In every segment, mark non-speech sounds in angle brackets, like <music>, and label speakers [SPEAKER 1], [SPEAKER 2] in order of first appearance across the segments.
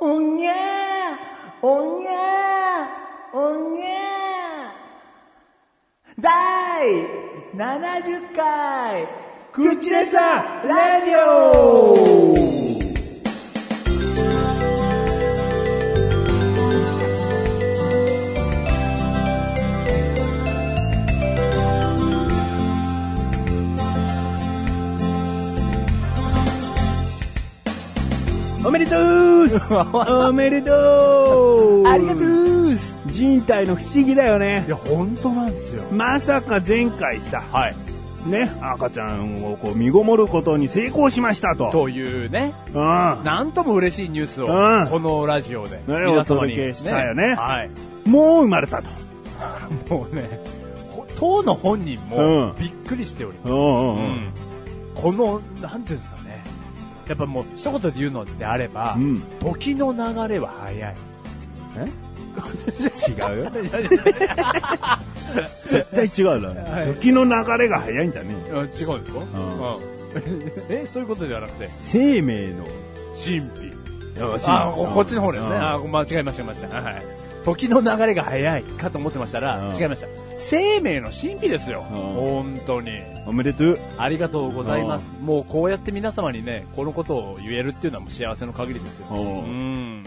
[SPEAKER 1] おにゃーおにゃーおにゃー第70回
[SPEAKER 2] クチレサラジオおめでとうおめでとう
[SPEAKER 1] ありがとうす
[SPEAKER 2] 人体の不思議だよね
[SPEAKER 3] いや、本当なんですよ。
[SPEAKER 2] まさか前回さ、
[SPEAKER 3] はい。
[SPEAKER 2] ね、赤ちゃんをこう見ごもることに成功しましたと。
[SPEAKER 3] というね、
[SPEAKER 2] うん。
[SPEAKER 3] なんとも嬉しいニュースを、
[SPEAKER 2] うん
[SPEAKER 3] このラジオで、
[SPEAKER 2] ね
[SPEAKER 3] 皆様
[SPEAKER 2] お
[SPEAKER 3] に、
[SPEAKER 2] 届けしたよね
[SPEAKER 3] はい。
[SPEAKER 2] もう生まれたと。
[SPEAKER 3] もうね、ほ当の本人
[SPEAKER 2] うん
[SPEAKER 3] もびっくりしております。
[SPEAKER 2] うんうんう。
[SPEAKER 3] うんんこの、なんていうんですかね、やっぱもう一言で言うのであれば、
[SPEAKER 2] うん
[SPEAKER 3] 時の流れは早い。 <laughs>
[SPEAKER 2] 違うよ。 <laughs> 絶対違う
[SPEAKER 3] は
[SPEAKER 2] な。
[SPEAKER 3] い
[SPEAKER 2] 時の流れが早いんだね。
[SPEAKER 3] あ違うんですか、
[SPEAKER 2] ん
[SPEAKER 3] うん、え、 <laughs> そういうことじゃなくて、
[SPEAKER 2] 生命の。
[SPEAKER 3] 神秘。あ
[SPEAKER 2] あ
[SPEAKER 3] ここっちの方ですね。
[SPEAKER 2] うん
[SPEAKER 3] あ間違えました、間違えました。はい。時の流れが早いかと思ってましたら、
[SPEAKER 2] うん
[SPEAKER 3] 違いました。生命の神秘ですよ。
[SPEAKER 2] うん
[SPEAKER 3] 本当に。
[SPEAKER 2] おめでとう。
[SPEAKER 3] ありがとうございます。もうこうやって皆様にね、このことを言えるっていうのはもう幸せの限りですよ。
[SPEAKER 2] おう
[SPEAKER 3] うん。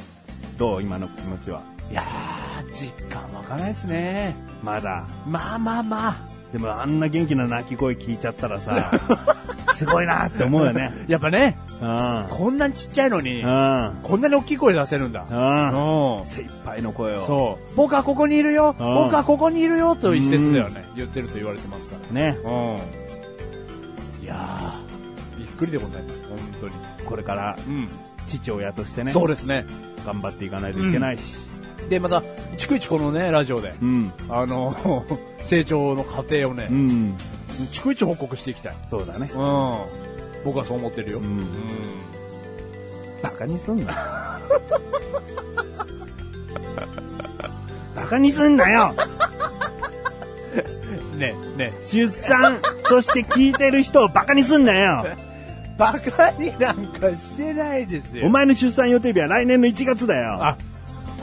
[SPEAKER 2] どう今の気持ちは。
[SPEAKER 3] いやー、実感湧かないですね。
[SPEAKER 2] まだ。
[SPEAKER 3] まあまあまあ。
[SPEAKER 2] でもあんな元気な泣き声聞いちゃったらさ、 <laughs> すごいなって思うよね。
[SPEAKER 3] やっぱね、
[SPEAKER 2] うん。
[SPEAKER 3] こんなにちっちゃいのに
[SPEAKER 2] う、ん。
[SPEAKER 3] こんなに大きい声出せるんだ。
[SPEAKER 2] うん。
[SPEAKER 3] うん。
[SPEAKER 2] 精一杯の声を。
[SPEAKER 3] そう。僕はここにいるよ。
[SPEAKER 2] うん
[SPEAKER 3] 僕はここにいるよ。と一説ではね、言ってると言われてますから。
[SPEAKER 2] ね。
[SPEAKER 3] うん。いやー、びっくりでございます、本当に。
[SPEAKER 2] これから
[SPEAKER 3] うん。
[SPEAKER 2] 父親としてね、
[SPEAKER 3] そうですね。
[SPEAKER 2] 頑張っていかないといけないし。
[SPEAKER 3] で、また、逐一このね、ラジオで、
[SPEAKER 2] うん。
[SPEAKER 3] あの、 <laughs> 成長の過程をね
[SPEAKER 2] う、ん。
[SPEAKER 3] 逐一報告していきたい。
[SPEAKER 2] そうだね
[SPEAKER 3] う。ん。僕はそう思ってるよ。
[SPEAKER 2] う
[SPEAKER 3] うん。
[SPEAKER 2] ん。バカにすんな。 <laughs> バカにすんなよ
[SPEAKER 3] ねね
[SPEAKER 2] 出産、そして聞いてる人をバカにすんなよ
[SPEAKER 3] バカになんかしてないですよ。
[SPEAKER 2] お前の出産予定日は来年の1月だよ
[SPEAKER 3] あ、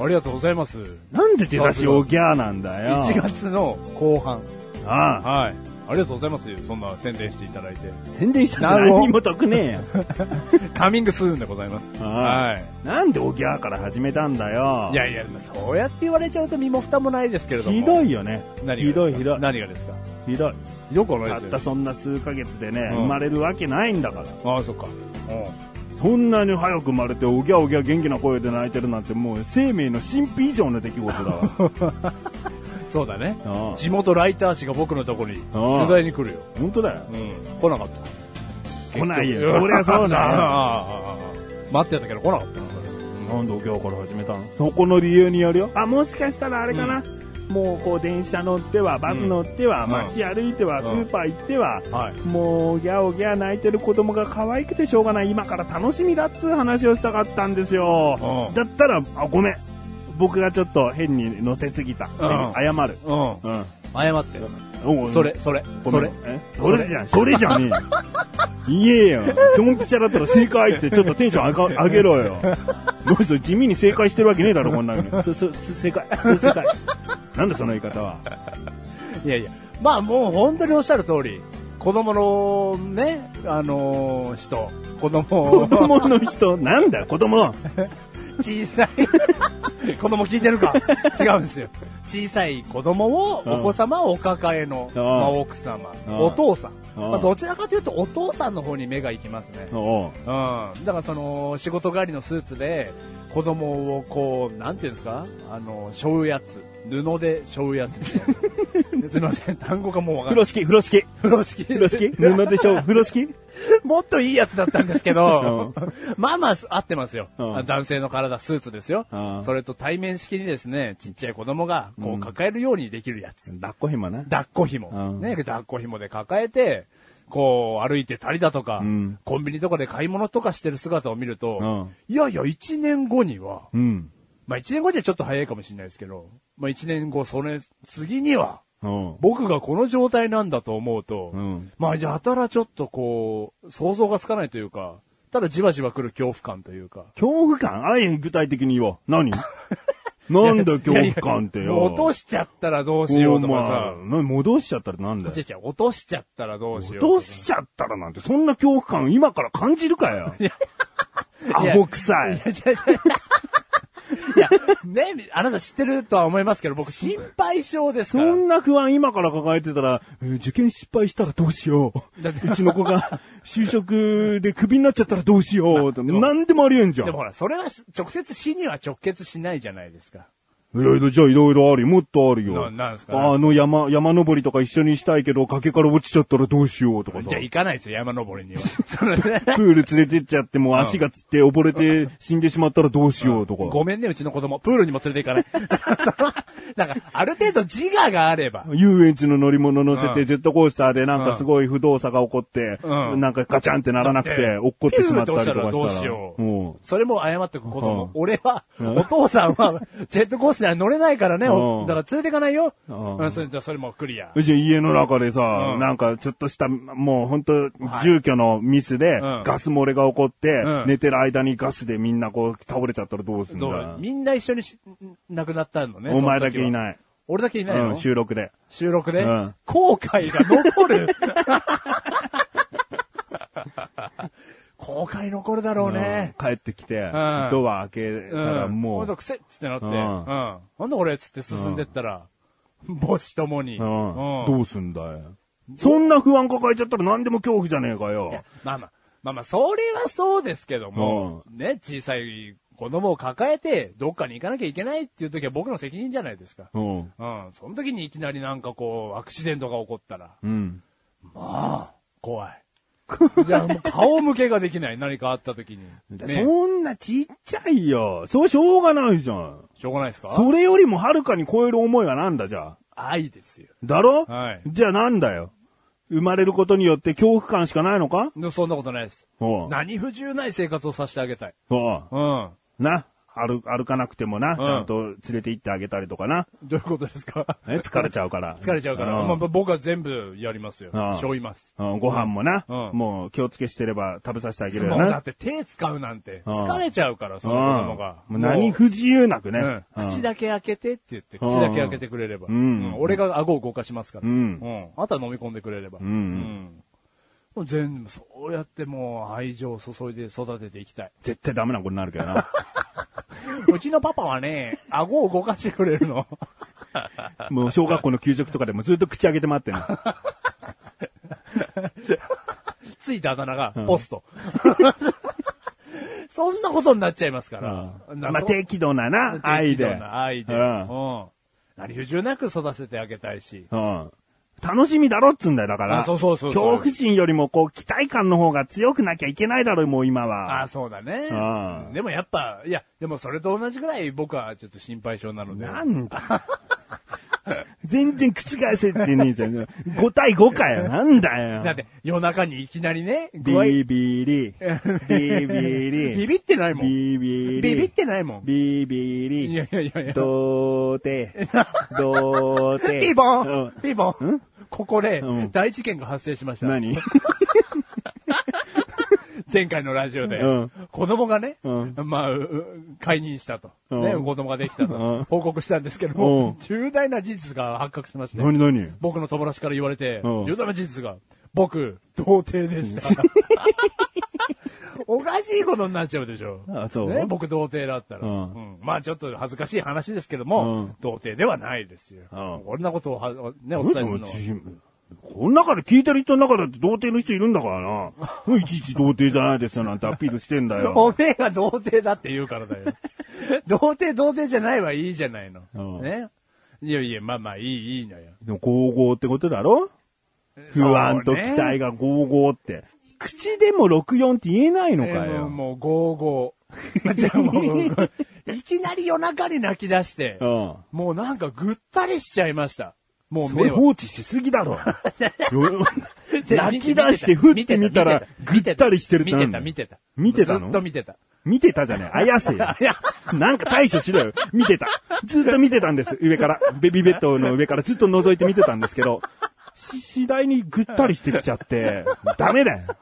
[SPEAKER 3] ありがとうございます。
[SPEAKER 2] なんで出だしおぎゃーなんだよ
[SPEAKER 3] 1月の後半。
[SPEAKER 2] ああ
[SPEAKER 3] はい。ありがとうございますよ。そんな宣伝していただいて。
[SPEAKER 2] 宣伝した
[SPEAKER 3] な
[SPEAKER 2] ら
[SPEAKER 3] るほど
[SPEAKER 2] 何にも得ねえよ。
[SPEAKER 3] <laughs> カミングスーンでございます。
[SPEAKER 2] あ
[SPEAKER 3] はい。
[SPEAKER 2] あなんでおぎゃーから始めたんだよ。
[SPEAKER 3] いやいや、そうやって言われちゃうと身も蓋もないですけれども。
[SPEAKER 2] ひどいよね。
[SPEAKER 3] 何が
[SPEAKER 2] ひ
[SPEAKER 3] ですか
[SPEAKER 2] どいひどい。
[SPEAKER 3] <laughs> 何がですか
[SPEAKER 2] ひどい。
[SPEAKER 3] ひどくはな
[SPEAKER 2] た
[SPEAKER 3] い
[SPEAKER 2] っ
[SPEAKER 3] です
[SPEAKER 2] た
[SPEAKER 3] よ。
[SPEAKER 2] そんな数ヶ月でね、
[SPEAKER 3] うん
[SPEAKER 2] 生まれるわけないんだから。
[SPEAKER 3] ああ、そっか。う
[SPEAKER 2] そんなに早く生まれて、おぎゃおぎゃ元気な声で泣いてるなんて、もう生命の神秘以上の出来事だ
[SPEAKER 3] <laughs>
[SPEAKER 2] わ。
[SPEAKER 3] ん。そうだね。
[SPEAKER 2] ああ
[SPEAKER 3] 地元ライター氏が僕のとこに
[SPEAKER 2] ああ
[SPEAKER 3] 取材に来るよ。
[SPEAKER 2] 本当だよ。
[SPEAKER 3] うん。来なかった。
[SPEAKER 2] 来ない
[SPEAKER 3] 結
[SPEAKER 2] よ。
[SPEAKER 3] 局
[SPEAKER 2] そりゃそう
[SPEAKER 3] <laughs> ああ
[SPEAKER 2] だ
[SPEAKER 3] ああああ待ってたけど来なかったなそれ
[SPEAKER 2] よ。なんでおぎゃから始めたのそこの理由によるよ。あ、もしかしたらあれかな。もうこう電車乗っては、バス乗っては、
[SPEAKER 3] うん
[SPEAKER 2] 街歩いては、
[SPEAKER 3] うん
[SPEAKER 2] スーパー行っては、
[SPEAKER 3] はい。
[SPEAKER 2] もう、ギャオギャー泣いてる子供が可愛くてしょうがない。今から楽しみだっつう話をしたかったんですよ。
[SPEAKER 3] うん
[SPEAKER 2] だったら、あ、ごめん。僕がちょっと変に乗せすぎた。
[SPEAKER 3] ん
[SPEAKER 2] 変に謝る。う
[SPEAKER 3] う
[SPEAKER 2] ん。
[SPEAKER 3] ん。謝って。
[SPEAKER 2] おう
[SPEAKER 3] それ、、それ、
[SPEAKER 2] ご
[SPEAKER 3] そ
[SPEAKER 2] め
[SPEAKER 3] れ
[SPEAKER 2] ん。。えそれじゃん。それじゃねえよ。言えよ。ドンピシャだったら正解ってちょっとテンション上が上げろよ。どうしよう地味に正解してるわけねえだろ、こんなの。 <laughs> そ、そ、そ正解。そ正解。なんだその言い方は。
[SPEAKER 3] いやいや。まあもう本当におっしゃる通り、子供のね、あのー人、子供
[SPEAKER 2] <laughs> 子供の人、なんだよ子供。
[SPEAKER 3] 小さい <laughs> 子供聞いてるか違うんですよ <laughs> 小さい子供を
[SPEAKER 2] うん
[SPEAKER 3] お子様をお抱えの、
[SPEAKER 2] うん
[SPEAKER 3] まあ、奥様
[SPEAKER 2] うん
[SPEAKER 3] お父さん、
[SPEAKER 2] うん
[SPEAKER 3] まあ、どちらかというとお父さんの方に目が行きますね、
[SPEAKER 2] おう
[SPEAKER 3] うん、だからその仕事帰りのスーツで子供をこうなんていうんですかあの背負うやつ布で背負うやつ <laughs> すいません単語がもうわか
[SPEAKER 2] 風
[SPEAKER 3] んない
[SPEAKER 2] 呂敷、風呂敷。
[SPEAKER 3] 風呂敷
[SPEAKER 2] 風呂
[SPEAKER 3] <laughs>
[SPEAKER 2] 敷布でし <laughs> ょ風呂敷
[SPEAKER 3] もっといいやつだったんですけど、まあまあ合ってますよ。
[SPEAKER 2] うん
[SPEAKER 3] 男性の体、スーツですよ
[SPEAKER 2] うん。
[SPEAKER 3] それと対面式にですね、ちっちゃい子供がこう抱えるようにできるやつ。
[SPEAKER 2] 抱っこ紐な。
[SPEAKER 3] 抱っこ
[SPEAKER 2] う
[SPEAKER 3] 紐。
[SPEAKER 2] ん
[SPEAKER 3] ね、抱っこ紐で抱えて、こう歩いてたりだとか、
[SPEAKER 2] ん
[SPEAKER 3] コンビニとかで買い物とかしてる姿を見ると、
[SPEAKER 2] う
[SPEAKER 3] いやいや、一年後には、
[SPEAKER 2] うん。
[SPEAKER 3] まあ一年後じゃちょっと早いかもしれないですけど、まあ一年後、それ、次には、
[SPEAKER 2] うん。
[SPEAKER 3] 僕がこの状態なんだと思うと、
[SPEAKER 2] うん
[SPEAKER 3] まあやたらちょっとこう、想像がつかないというか、ただじわじわ来る恐怖感というか。
[SPEAKER 2] 恐怖感あい、具体的に言おう。
[SPEAKER 3] <laughs>
[SPEAKER 2] 何なんだ恐怖感って
[SPEAKER 3] いやいや
[SPEAKER 2] よ。
[SPEAKER 3] 落としちゃったらどうしようとかさ
[SPEAKER 2] お。前な戻しちゃったらなんだよ
[SPEAKER 3] ち。ちゃ落としちゃったらどうしよう
[SPEAKER 2] 落と
[SPEAKER 3] とか。
[SPEAKER 2] しちゃったらなんて、そんな恐怖感今から感じるかよ。
[SPEAKER 3] い
[SPEAKER 2] <laughs>
[SPEAKER 3] や
[SPEAKER 2] アホ臭い。
[SPEAKER 3] いや、違う違う。いや、ね、あなた知ってるとは思いますけど、僕心配性ですか
[SPEAKER 2] そ
[SPEAKER 3] ら。
[SPEAKER 2] んな不安今から抱えてたら、えー受験失敗したらどうしよう。うちの子が就職でクビになっちゃったらどうし
[SPEAKER 3] <laughs>
[SPEAKER 2] ようと。
[SPEAKER 3] でも
[SPEAKER 2] なんでもありえんじゃん。
[SPEAKER 3] でも
[SPEAKER 2] い
[SPEAKER 3] ほら、それは直接死には直結しないじゃないですか。
[SPEAKER 2] ろいろ、じゃあいろいろあり、もっとあるよ。
[SPEAKER 3] ななんすか
[SPEAKER 2] あの山、山登りとか一緒にしたいけど、崖から落ちちゃったらどうしようとかさ。
[SPEAKER 3] じゃあ行かないですよ、山登
[SPEAKER 2] <laughs>
[SPEAKER 3] りには。そのね
[SPEAKER 2] プール連れてっちゃってもう足がつって溺れ
[SPEAKER 3] <laughs>
[SPEAKER 2] て死んでしまったらどうしようとか。
[SPEAKER 3] ごめんね、うちの子供。プールにも連れて行か
[SPEAKER 2] <laughs>
[SPEAKER 3] ない。なんか、ある程度自我があれば。
[SPEAKER 2] 遊園地の乗り物乗せ
[SPEAKER 3] う
[SPEAKER 2] て、
[SPEAKER 3] ん
[SPEAKER 2] ジェットコースターでなんかすごい不動作が起こって、
[SPEAKER 3] うん
[SPEAKER 2] なんかガチャンってならなくて、
[SPEAKER 3] だって
[SPEAKER 2] 落っこってしまったりとかした
[SPEAKER 3] ピュー
[SPEAKER 2] ら。
[SPEAKER 3] ンと落ちたらどうしよう
[SPEAKER 2] うん
[SPEAKER 3] それも謝ってく子供。
[SPEAKER 2] うん
[SPEAKER 3] 俺は、お父さんは、ジェットコースターに乗れないからね。
[SPEAKER 2] うん
[SPEAKER 3] おだから連れてかないよ。
[SPEAKER 2] ん
[SPEAKER 3] うん、それじゃあそれもクリア。
[SPEAKER 2] うち家の中でさ、
[SPEAKER 3] うん
[SPEAKER 2] なんかちょっとした、もうほんと住居のミスで
[SPEAKER 3] うん、
[SPEAKER 2] ガス漏れが起こって
[SPEAKER 3] う、ん
[SPEAKER 2] 寝てる間にガスでみんなこう倒れちゃったらどうすんだ
[SPEAKER 3] どうみんな一緒にし亡くなったのね。
[SPEAKER 2] お前だけい
[SPEAKER 3] い。
[SPEAKER 2] ない。
[SPEAKER 3] 俺だけいないの、
[SPEAKER 2] うん、収録で。
[SPEAKER 3] 収録で、
[SPEAKER 2] うん
[SPEAKER 3] 後悔が
[SPEAKER 2] <laughs>
[SPEAKER 3] 残る後悔残るだろうね。
[SPEAKER 2] うん帰ってきて、
[SPEAKER 3] ん
[SPEAKER 2] ドア開けた
[SPEAKER 3] うん。
[SPEAKER 2] らも
[SPEAKER 3] ほんと
[SPEAKER 2] う、
[SPEAKER 3] くせっつってなって、
[SPEAKER 2] う
[SPEAKER 3] うんん。なんだ俺っつって進んでったら、母子ともに、
[SPEAKER 2] うん
[SPEAKER 3] うん
[SPEAKER 2] どうすんだよ。そんな不安抱えちゃったら何でも恐怖じゃねえか
[SPEAKER 3] いや
[SPEAKER 2] よ。
[SPEAKER 3] まあまあ、まあまあ、それはそうですけども、ね、小さい子供を抱えて、どっかに行かなきゃいけないっていう時は僕の責任じゃないですか。
[SPEAKER 2] うん。
[SPEAKER 3] うん。その時にいきなりなんかこう、アクシデントが起こったら、
[SPEAKER 2] うん。
[SPEAKER 3] まあ、怖
[SPEAKER 2] <laughs>
[SPEAKER 3] い。じゃあもう顔向けができない。何かあった時に。ね、
[SPEAKER 2] そんなちっちゃいよ。そうしょうがないじゃん。
[SPEAKER 3] しょうがないですか
[SPEAKER 2] それよりもはるかに超える思いはなんだじゃあ。
[SPEAKER 3] 愛ですよ。
[SPEAKER 2] だろ
[SPEAKER 3] はい
[SPEAKER 2] じゃあなんだよ。生まれることによって恐怖感しかないのか
[SPEAKER 3] でもそんなことないです。
[SPEAKER 2] おう
[SPEAKER 3] 何不自由ない生活をさせてあげたい。
[SPEAKER 2] おう
[SPEAKER 3] うん。
[SPEAKER 2] な。歩、歩かなくてもな、
[SPEAKER 3] ん
[SPEAKER 2] ちゃんと連れて行ってあげたりとかな。
[SPEAKER 3] どういうことですか
[SPEAKER 2] え疲れちゃうから。
[SPEAKER 3] 疲れちゃうから。
[SPEAKER 2] ん
[SPEAKER 3] まあ、僕は全部やりますよ。
[SPEAKER 2] うん
[SPEAKER 3] 背負います。
[SPEAKER 2] うんご飯もな、
[SPEAKER 3] うん
[SPEAKER 2] もう気をつけしてれば食べさせてあげる
[SPEAKER 3] も
[SPEAKER 2] よ
[SPEAKER 3] うだ
[SPEAKER 2] な
[SPEAKER 3] っ。て手使うなんて、
[SPEAKER 2] うん
[SPEAKER 3] 疲れちゃうから、その子供が。
[SPEAKER 2] うんもう何不自由なくね。
[SPEAKER 3] うん
[SPEAKER 2] うん
[SPEAKER 3] 口だけ開けてって言って、
[SPEAKER 2] うん
[SPEAKER 3] 口だけ開けてくれれば。
[SPEAKER 2] う
[SPEAKER 3] うんん俺が顎を動かしますから。
[SPEAKER 2] うん
[SPEAKER 3] うんあとは飲み込んでくれれば。
[SPEAKER 2] ん
[SPEAKER 3] うんもう全部、そうやってもう愛情を注いで育てていきたい。
[SPEAKER 2] 絶対ダメなことになるけどな。 <laughs>
[SPEAKER 3] うちのパパはね、顎を動かしてくれるの。
[SPEAKER 2] もう小学校の給食とかでもずっと口開けて待ってんの。
[SPEAKER 3] ついたあだ名が、ポ
[SPEAKER 2] <laughs>
[SPEAKER 3] スト。そんなことになっちゃいますから。
[SPEAKER 2] うん
[SPEAKER 3] な
[SPEAKER 2] まあ
[SPEAKER 3] そ
[SPEAKER 2] 適度なな、愛で。
[SPEAKER 3] <laughs> 適度な愛で。
[SPEAKER 2] う
[SPEAKER 3] うんん。何不自由なく育ててあげたいし。
[SPEAKER 2] うん。楽しみだろっつうんだよ、だから。
[SPEAKER 3] あそうそうそうそう
[SPEAKER 2] 恐怖心よりも、こう、期待感の方が強くなきゃいけないだろ、もう今
[SPEAKER 3] ああ、
[SPEAKER 2] は。
[SPEAKER 3] そうだね
[SPEAKER 2] うん。
[SPEAKER 3] でもやっぱ、いや、でもそれと同じぐらい僕はちょっと心配性なので。
[SPEAKER 2] なんだ。全然覆せってねえじゃん。5対5かよ。なんだよ。
[SPEAKER 3] だって夜中にいきなりね、具合、
[SPEAKER 2] ビビリ。ビビリ。
[SPEAKER 3] <laughs> ビビってないもん。ビ
[SPEAKER 2] ビビリ。
[SPEAKER 3] ビってないもん。
[SPEAKER 2] ビビ
[SPEAKER 3] いや
[SPEAKER 2] リ。
[SPEAKER 3] いやいやいや。
[SPEAKER 2] どーて。
[SPEAKER 3] <laughs>
[SPEAKER 2] どーて。
[SPEAKER 3] ピーボ
[SPEAKER 2] う
[SPEAKER 3] ン
[SPEAKER 2] ん
[SPEAKER 3] ピーボンここで
[SPEAKER 2] うん
[SPEAKER 3] 大事件が発生しました。 <laughs>
[SPEAKER 2] 何
[SPEAKER 3] 前回のラジオで
[SPEAKER 2] うん、
[SPEAKER 3] 子供がね、
[SPEAKER 2] うん
[SPEAKER 3] まあ、うう解任したと。
[SPEAKER 2] うん
[SPEAKER 3] ね、子供ができた
[SPEAKER 2] うん
[SPEAKER 3] と。報告したんですけど
[SPEAKER 2] う
[SPEAKER 3] も
[SPEAKER 2] ん、
[SPEAKER 3] 重大な事実が発覚しまして。
[SPEAKER 2] 何何
[SPEAKER 3] 僕の友達から言われて、
[SPEAKER 2] うん
[SPEAKER 3] 重大な事実が、僕、童貞でした。
[SPEAKER 2] <laughs>
[SPEAKER 3] おかしいことになっちゃうでしょ。
[SPEAKER 2] あそう
[SPEAKER 3] ね、僕童貞だったら、
[SPEAKER 2] うん
[SPEAKER 3] うんまあちょっと恥ずかしい話ですけど
[SPEAKER 2] う
[SPEAKER 3] も、
[SPEAKER 2] ん
[SPEAKER 3] 童貞ではないですよ。
[SPEAKER 2] うん
[SPEAKER 3] こんなことをは、ね、お伝えするのは。
[SPEAKER 2] この中で聞いてる人の中だって童貞の人いるんだからな。いちいち童貞じゃないですよなんてアピールしてんだよ。
[SPEAKER 3] <laughs> おめえが童貞だって言うからだよ。童貞、童貞じゃないはいいじゃないの。
[SPEAKER 2] うん
[SPEAKER 3] ね。いやいや、まあまあいい、いいのよ。
[SPEAKER 2] でも、合合ってことだろ不安と期待が合合って。口でも64って言えないのか
[SPEAKER 3] えーもう
[SPEAKER 2] よ。
[SPEAKER 3] もう、ゴーゴ
[SPEAKER 2] <laughs>
[SPEAKER 3] ー。じゃあもう、いきなり夜中に泣き出して、
[SPEAKER 2] うん。
[SPEAKER 3] もうなんかぐったりしちゃいました。もう
[SPEAKER 2] それ
[SPEAKER 3] 目
[SPEAKER 2] 放
[SPEAKER 3] を。
[SPEAKER 2] 置しすぎだ
[SPEAKER 3] <laughs>
[SPEAKER 2] ろ。よ
[SPEAKER 3] じゃあ
[SPEAKER 2] 泣き出してふってみたら、ぐ
[SPEAKER 3] 見
[SPEAKER 2] ったりしてるって
[SPEAKER 3] 見
[SPEAKER 2] な
[SPEAKER 3] て
[SPEAKER 2] ん
[SPEAKER 3] た、
[SPEAKER 2] だ
[SPEAKER 3] 見てた。
[SPEAKER 2] 見てたの
[SPEAKER 3] ずっと見てた。
[SPEAKER 2] 見てたじゃねえ。あや
[SPEAKER 3] <laughs>
[SPEAKER 2] せよ。なんか対処しろよ。見てた。ずっと見てたんです。上から。ベビーベッドの上からずっと覗いて見てたんですけど、し次第にぐったりしてきちゃって、ダメだよ。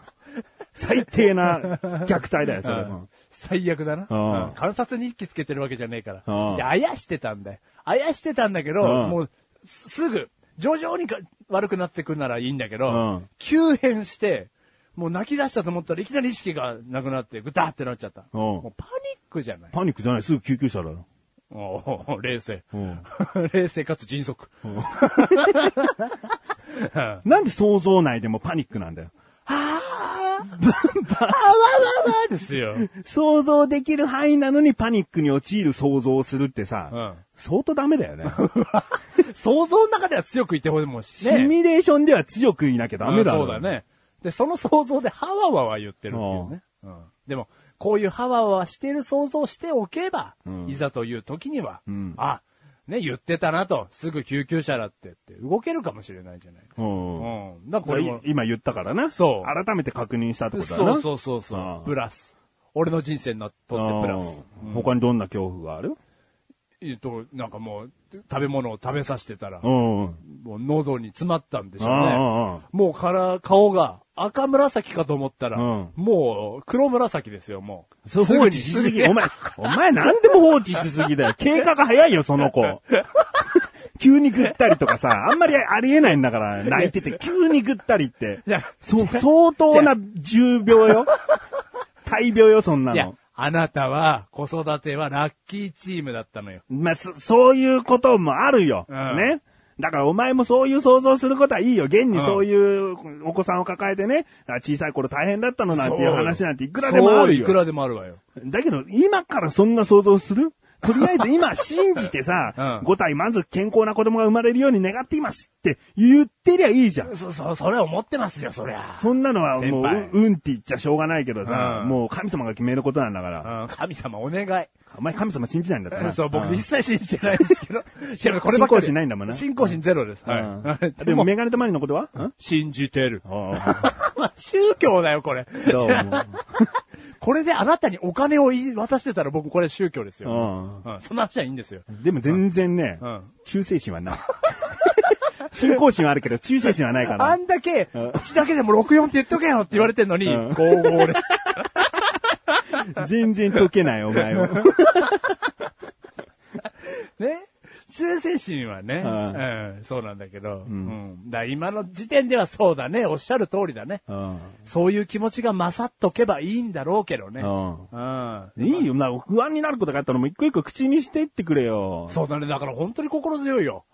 [SPEAKER 2] 最低な虐待だよ、それ
[SPEAKER 3] <laughs> う
[SPEAKER 2] も
[SPEAKER 3] ん。最悪だな。
[SPEAKER 2] うん
[SPEAKER 3] うん観察に引きつけてるわけじゃねえか
[SPEAKER 2] うん
[SPEAKER 3] ら。で、あやしてたんだよ。あやしてたんだけど、
[SPEAKER 2] うん
[SPEAKER 3] もう、すすぐ、徐々にか悪くなってくるならいいんだけど、
[SPEAKER 2] うん
[SPEAKER 3] 急変して、もう泣き出したと思ったらいきなり意識がなくなって、ぐたってなっちゃった。
[SPEAKER 2] うん
[SPEAKER 3] もうパニックじゃない。
[SPEAKER 2] パニックじゃない、すぐ救急車だよ。
[SPEAKER 3] おー冷静
[SPEAKER 2] うん
[SPEAKER 3] <laughs> 冷静かつ迅速。 <laughs>
[SPEAKER 2] なんで想像内でもパニックなんだよ。
[SPEAKER 3] で
[SPEAKER 2] <laughs>
[SPEAKER 3] すよ。
[SPEAKER 2] 想像できる範囲なのにパニックに陥る想像をするってさ、
[SPEAKER 3] うん
[SPEAKER 2] 相当ダメ
[SPEAKER 3] <laughs>
[SPEAKER 2] だよね。
[SPEAKER 3] 想像の中では強くいてほしいもんし
[SPEAKER 2] シミュレーションでは強くいなきゃダメだろ、
[SPEAKER 3] うんそうだ。ね。で、その想像でハワワは言ってるっていうね。うんでも、こういうハワワはしてる想像をしておけば、いざという時には、
[SPEAKER 2] ん
[SPEAKER 3] あ、ね、言ってたなと、すぐ救急車だってって、動けるかもしれないじゃないですか。
[SPEAKER 2] うん。
[SPEAKER 3] うん。だからこれも
[SPEAKER 2] い、今言ったからな。
[SPEAKER 3] そう
[SPEAKER 2] 改めて確認したってことだな。
[SPEAKER 3] そうそうそうそうう、
[SPEAKER 2] ん
[SPEAKER 3] プラス。俺の人生にとってプラス。
[SPEAKER 2] うん他にどんな恐怖がある
[SPEAKER 3] えっと、なんかもう、食べ物を食べさせてたら、
[SPEAKER 2] うん。
[SPEAKER 3] もう喉に詰まったんでしょう
[SPEAKER 2] うんうんうん
[SPEAKER 3] ね。もうから、顔が赤紫かと思ったら、
[SPEAKER 2] うん
[SPEAKER 3] もう黒紫ですよ、もう。
[SPEAKER 2] そう放置しすぎ。お前、お前何でも放置しすぎ <laughs> だよ。経過が早いよ、その子。急にぐったりとかさ、あんまりありえないんだから、泣いてて急にぐったりって
[SPEAKER 3] いや。
[SPEAKER 2] そう、相当な重病よ。大病よ、そんない
[SPEAKER 3] や
[SPEAKER 2] の。、
[SPEAKER 3] あなたは、子育てはラッキーチームだったのよ。
[SPEAKER 2] まあ、そ、そういうこともあるよ。
[SPEAKER 3] うん
[SPEAKER 2] ね。だからお前もそういう想像することはいいよ。現にそういうお子さんを抱えてね、あ小さい頃大変だったのなんていう話なんていくらでもあ
[SPEAKER 3] そう
[SPEAKER 2] る
[SPEAKER 3] い
[SPEAKER 2] よ
[SPEAKER 3] く。らでもあるわよ。
[SPEAKER 2] だけど、今からそんな想像するとりあえず今信じてさ、
[SPEAKER 3] <laughs> うん
[SPEAKER 2] 5体まず健康な子供が生まれるように願っていますって言ってりゃいいじゃん。
[SPEAKER 3] そ、そ、それ思ってますよ、そりゃ。
[SPEAKER 2] そんなのはもう、
[SPEAKER 3] 先輩
[SPEAKER 2] ううんって言っちゃしょうがないけどさ、
[SPEAKER 3] うん
[SPEAKER 2] もう神様が決めることなんだから、
[SPEAKER 3] うん、神様お願い。
[SPEAKER 2] お前神様信じないんだったな。
[SPEAKER 3] そう、僕
[SPEAKER 2] ん
[SPEAKER 3] 一切信じてないですけど。でもこればっかり
[SPEAKER 2] <laughs> 信仰心ないんだもんな
[SPEAKER 3] 信仰心ゼロです。
[SPEAKER 2] うん
[SPEAKER 3] はい。
[SPEAKER 2] でも、メガネとマリのことはん
[SPEAKER 3] 信じてる。
[SPEAKER 2] あ
[SPEAKER 3] <laughs> まあ宗教だよ、これ。
[SPEAKER 2] あどうも。
[SPEAKER 3] <laughs> これであなたにお金を言い渡してたら僕これ宗教ですよ。
[SPEAKER 2] う
[SPEAKER 3] うん。そんな話はいいんですよ。
[SPEAKER 2] でも全然ね、
[SPEAKER 3] うん
[SPEAKER 2] 忠誠心はない。信仰心はあるけど、忠誠心はないから。
[SPEAKER 3] あんだけ、口だけでも64って言っとけよって言われてんのに、
[SPEAKER 2] うん
[SPEAKER 3] 55です。
[SPEAKER 2] 全然解けない、お前を。
[SPEAKER 3] ね。忠誠心はね、
[SPEAKER 2] うん
[SPEAKER 3] うん、そうなんだけど、うん。だから今の時点ではそうだね、おっしゃる通りだね。
[SPEAKER 2] うん
[SPEAKER 3] そういう気持ちが勝っとけばいいんだろうけどね。
[SPEAKER 2] うん
[SPEAKER 3] うん。
[SPEAKER 2] いいよ、な、不安になることがあったらもう一個一個口にしていってくれよ。
[SPEAKER 3] そうだね、だから本当に心強いよ。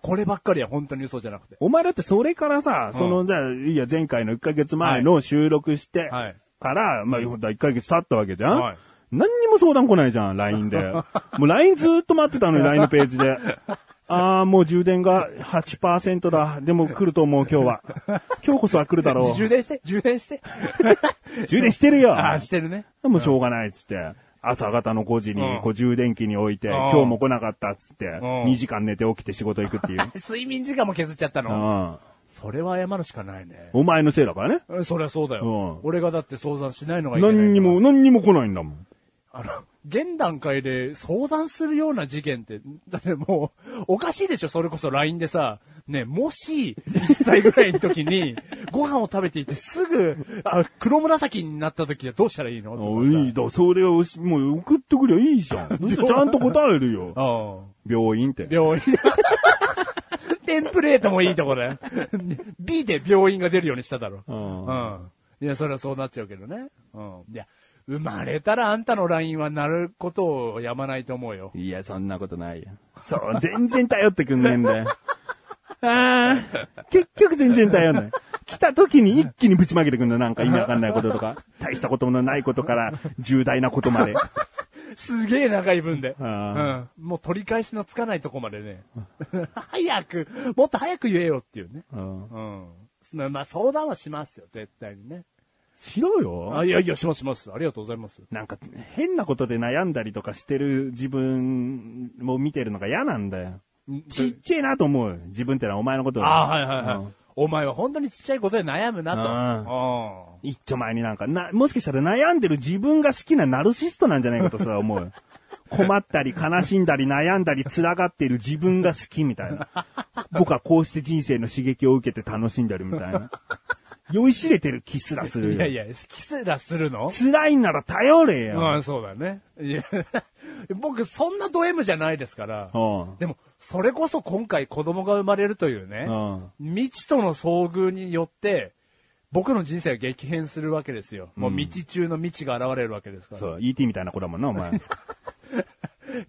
[SPEAKER 3] こればっかりは本当に嘘じゃなくて。
[SPEAKER 2] お前だってそれからさ、
[SPEAKER 3] うん
[SPEAKER 2] その、じゃあ、いいや、前回の1ヶ月前の収録して
[SPEAKER 3] はい
[SPEAKER 2] から、まあ、ほんと1ヶ月経ったわけじゃん、
[SPEAKER 3] はい
[SPEAKER 2] 何にも相談来ないじゃん、LINE
[SPEAKER 3] <laughs>
[SPEAKER 2] で。もう LINE ずーっと待ってたのよ、LINE のページで。あー、もう充電が8%だ。でも来ると思う、今
[SPEAKER 3] <laughs>
[SPEAKER 2] 日は。今日こそは来るだろ
[SPEAKER 3] 充電して、充
[SPEAKER 2] <laughs>
[SPEAKER 3] 電して。
[SPEAKER 2] う。充電してるよ。
[SPEAKER 3] ああ、してるね。
[SPEAKER 2] もうしょうがないっつって。朝方の5時
[SPEAKER 3] う
[SPEAKER 2] に
[SPEAKER 3] ん
[SPEAKER 2] こう充電器に置いて、
[SPEAKER 3] ん
[SPEAKER 2] 今日も来なかったっつって、
[SPEAKER 3] ん
[SPEAKER 2] 2時間寝て起きて仕事行くっていう。
[SPEAKER 3] 睡眠時間も削っちゃっ
[SPEAKER 2] <laughs>
[SPEAKER 3] た
[SPEAKER 2] う
[SPEAKER 3] の。
[SPEAKER 2] ん
[SPEAKER 3] それは謝るしかないね。
[SPEAKER 2] お前のせいだからね。
[SPEAKER 3] うんそりゃそうだよ、
[SPEAKER 2] うん
[SPEAKER 3] 俺がだって相談しないのがいけない。
[SPEAKER 2] 何にも、。何にも来ないんだもん。
[SPEAKER 3] あの、現段階で相談するような事件って、だってもう、おかしいでしょそれこそ LINE でさ、ね、もし、1歳ぐらいの時に、ご飯を食べていてすぐ、あ、黒紫になった時はどうしたらいいの
[SPEAKER 2] おいいだ、それをし、もう送ってくりゃいいじゃ <laughs> ん。そしてちゃんと答えるよ。
[SPEAKER 3] ああ。
[SPEAKER 2] <laughs> 病院って。
[SPEAKER 3] 病院。 <laughs> テンプレートもいいとこだよ。B で病院が出るようにしただろ。
[SPEAKER 2] うん
[SPEAKER 3] うん。いや、それはそうなっちゃうけどね。うん。いや、生まれたらあんたの LINE はなることをやまないと思うよ。
[SPEAKER 2] いや、そんなことないよ。そう、全然頼ってくんねえん <laughs> だよ。ああ、結局全然頼んない。来た時に一気にぶちまけてくんだよ。なんか意味わかんないことと <laughs> か。大したことのないことから、重大なことまで。
[SPEAKER 3] すげえ長い分で。う
[SPEAKER 2] あ
[SPEAKER 3] ん。もう取り返しのつかないとこまでね。 <laughs> 早く、もっと早く言えよっていうね。
[SPEAKER 2] うん
[SPEAKER 3] うん。まあまあ、相談はしますよ、絶対にね。
[SPEAKER 2] しろよ。
[SPEAKER 3] あ、いやいや、しますします。ありがとうございます。
[SPEAKER 2] なんか、変なことで悩んだりとかしてる自分を見てるのが嫌なんだよ。ちっちゃいなと思うよ。自分ってのはお前のことだ
[SPEAKER 3] ああ、はいはいはい。
[SPEAKER 2] うん
[SPEAKER 3] お前は本当にちっちゃいことで悩むなと。うん
[SPEAKER 2] 一丁前になんか、な、もしかしたら悩んでる自分が好きなナルシストなんじゃないかとそれは思うよ。 <laughs> 困ったり悲しんだり悩んだり辛がっている自分が好きみたいな。僕はこうして人生の刺激を受けて楽しんでるみたいな。酔いしれてる気すらするよ。
[SPEAKER 3] いやいや、キスらするの
[SPEAKER 2] 辛いなら頼れよ。
[SPEAKER 3] うん、そうだね。いや、 <laughs> 僕、そんなド M じゃないですから。
[SPEAKER 2] うん
[SPEAKER 3] でも、それこそ今回子供が生まれるというね、未知との遭遇によって、僕の人生が激変するわけですよ。もう未知中の未知が現れるわけですから。
[SPEAKER 2] そう、ET みたいな子だもんな、お
[SPEAKER 3] <laughs>
[SPEAKER 2] 前。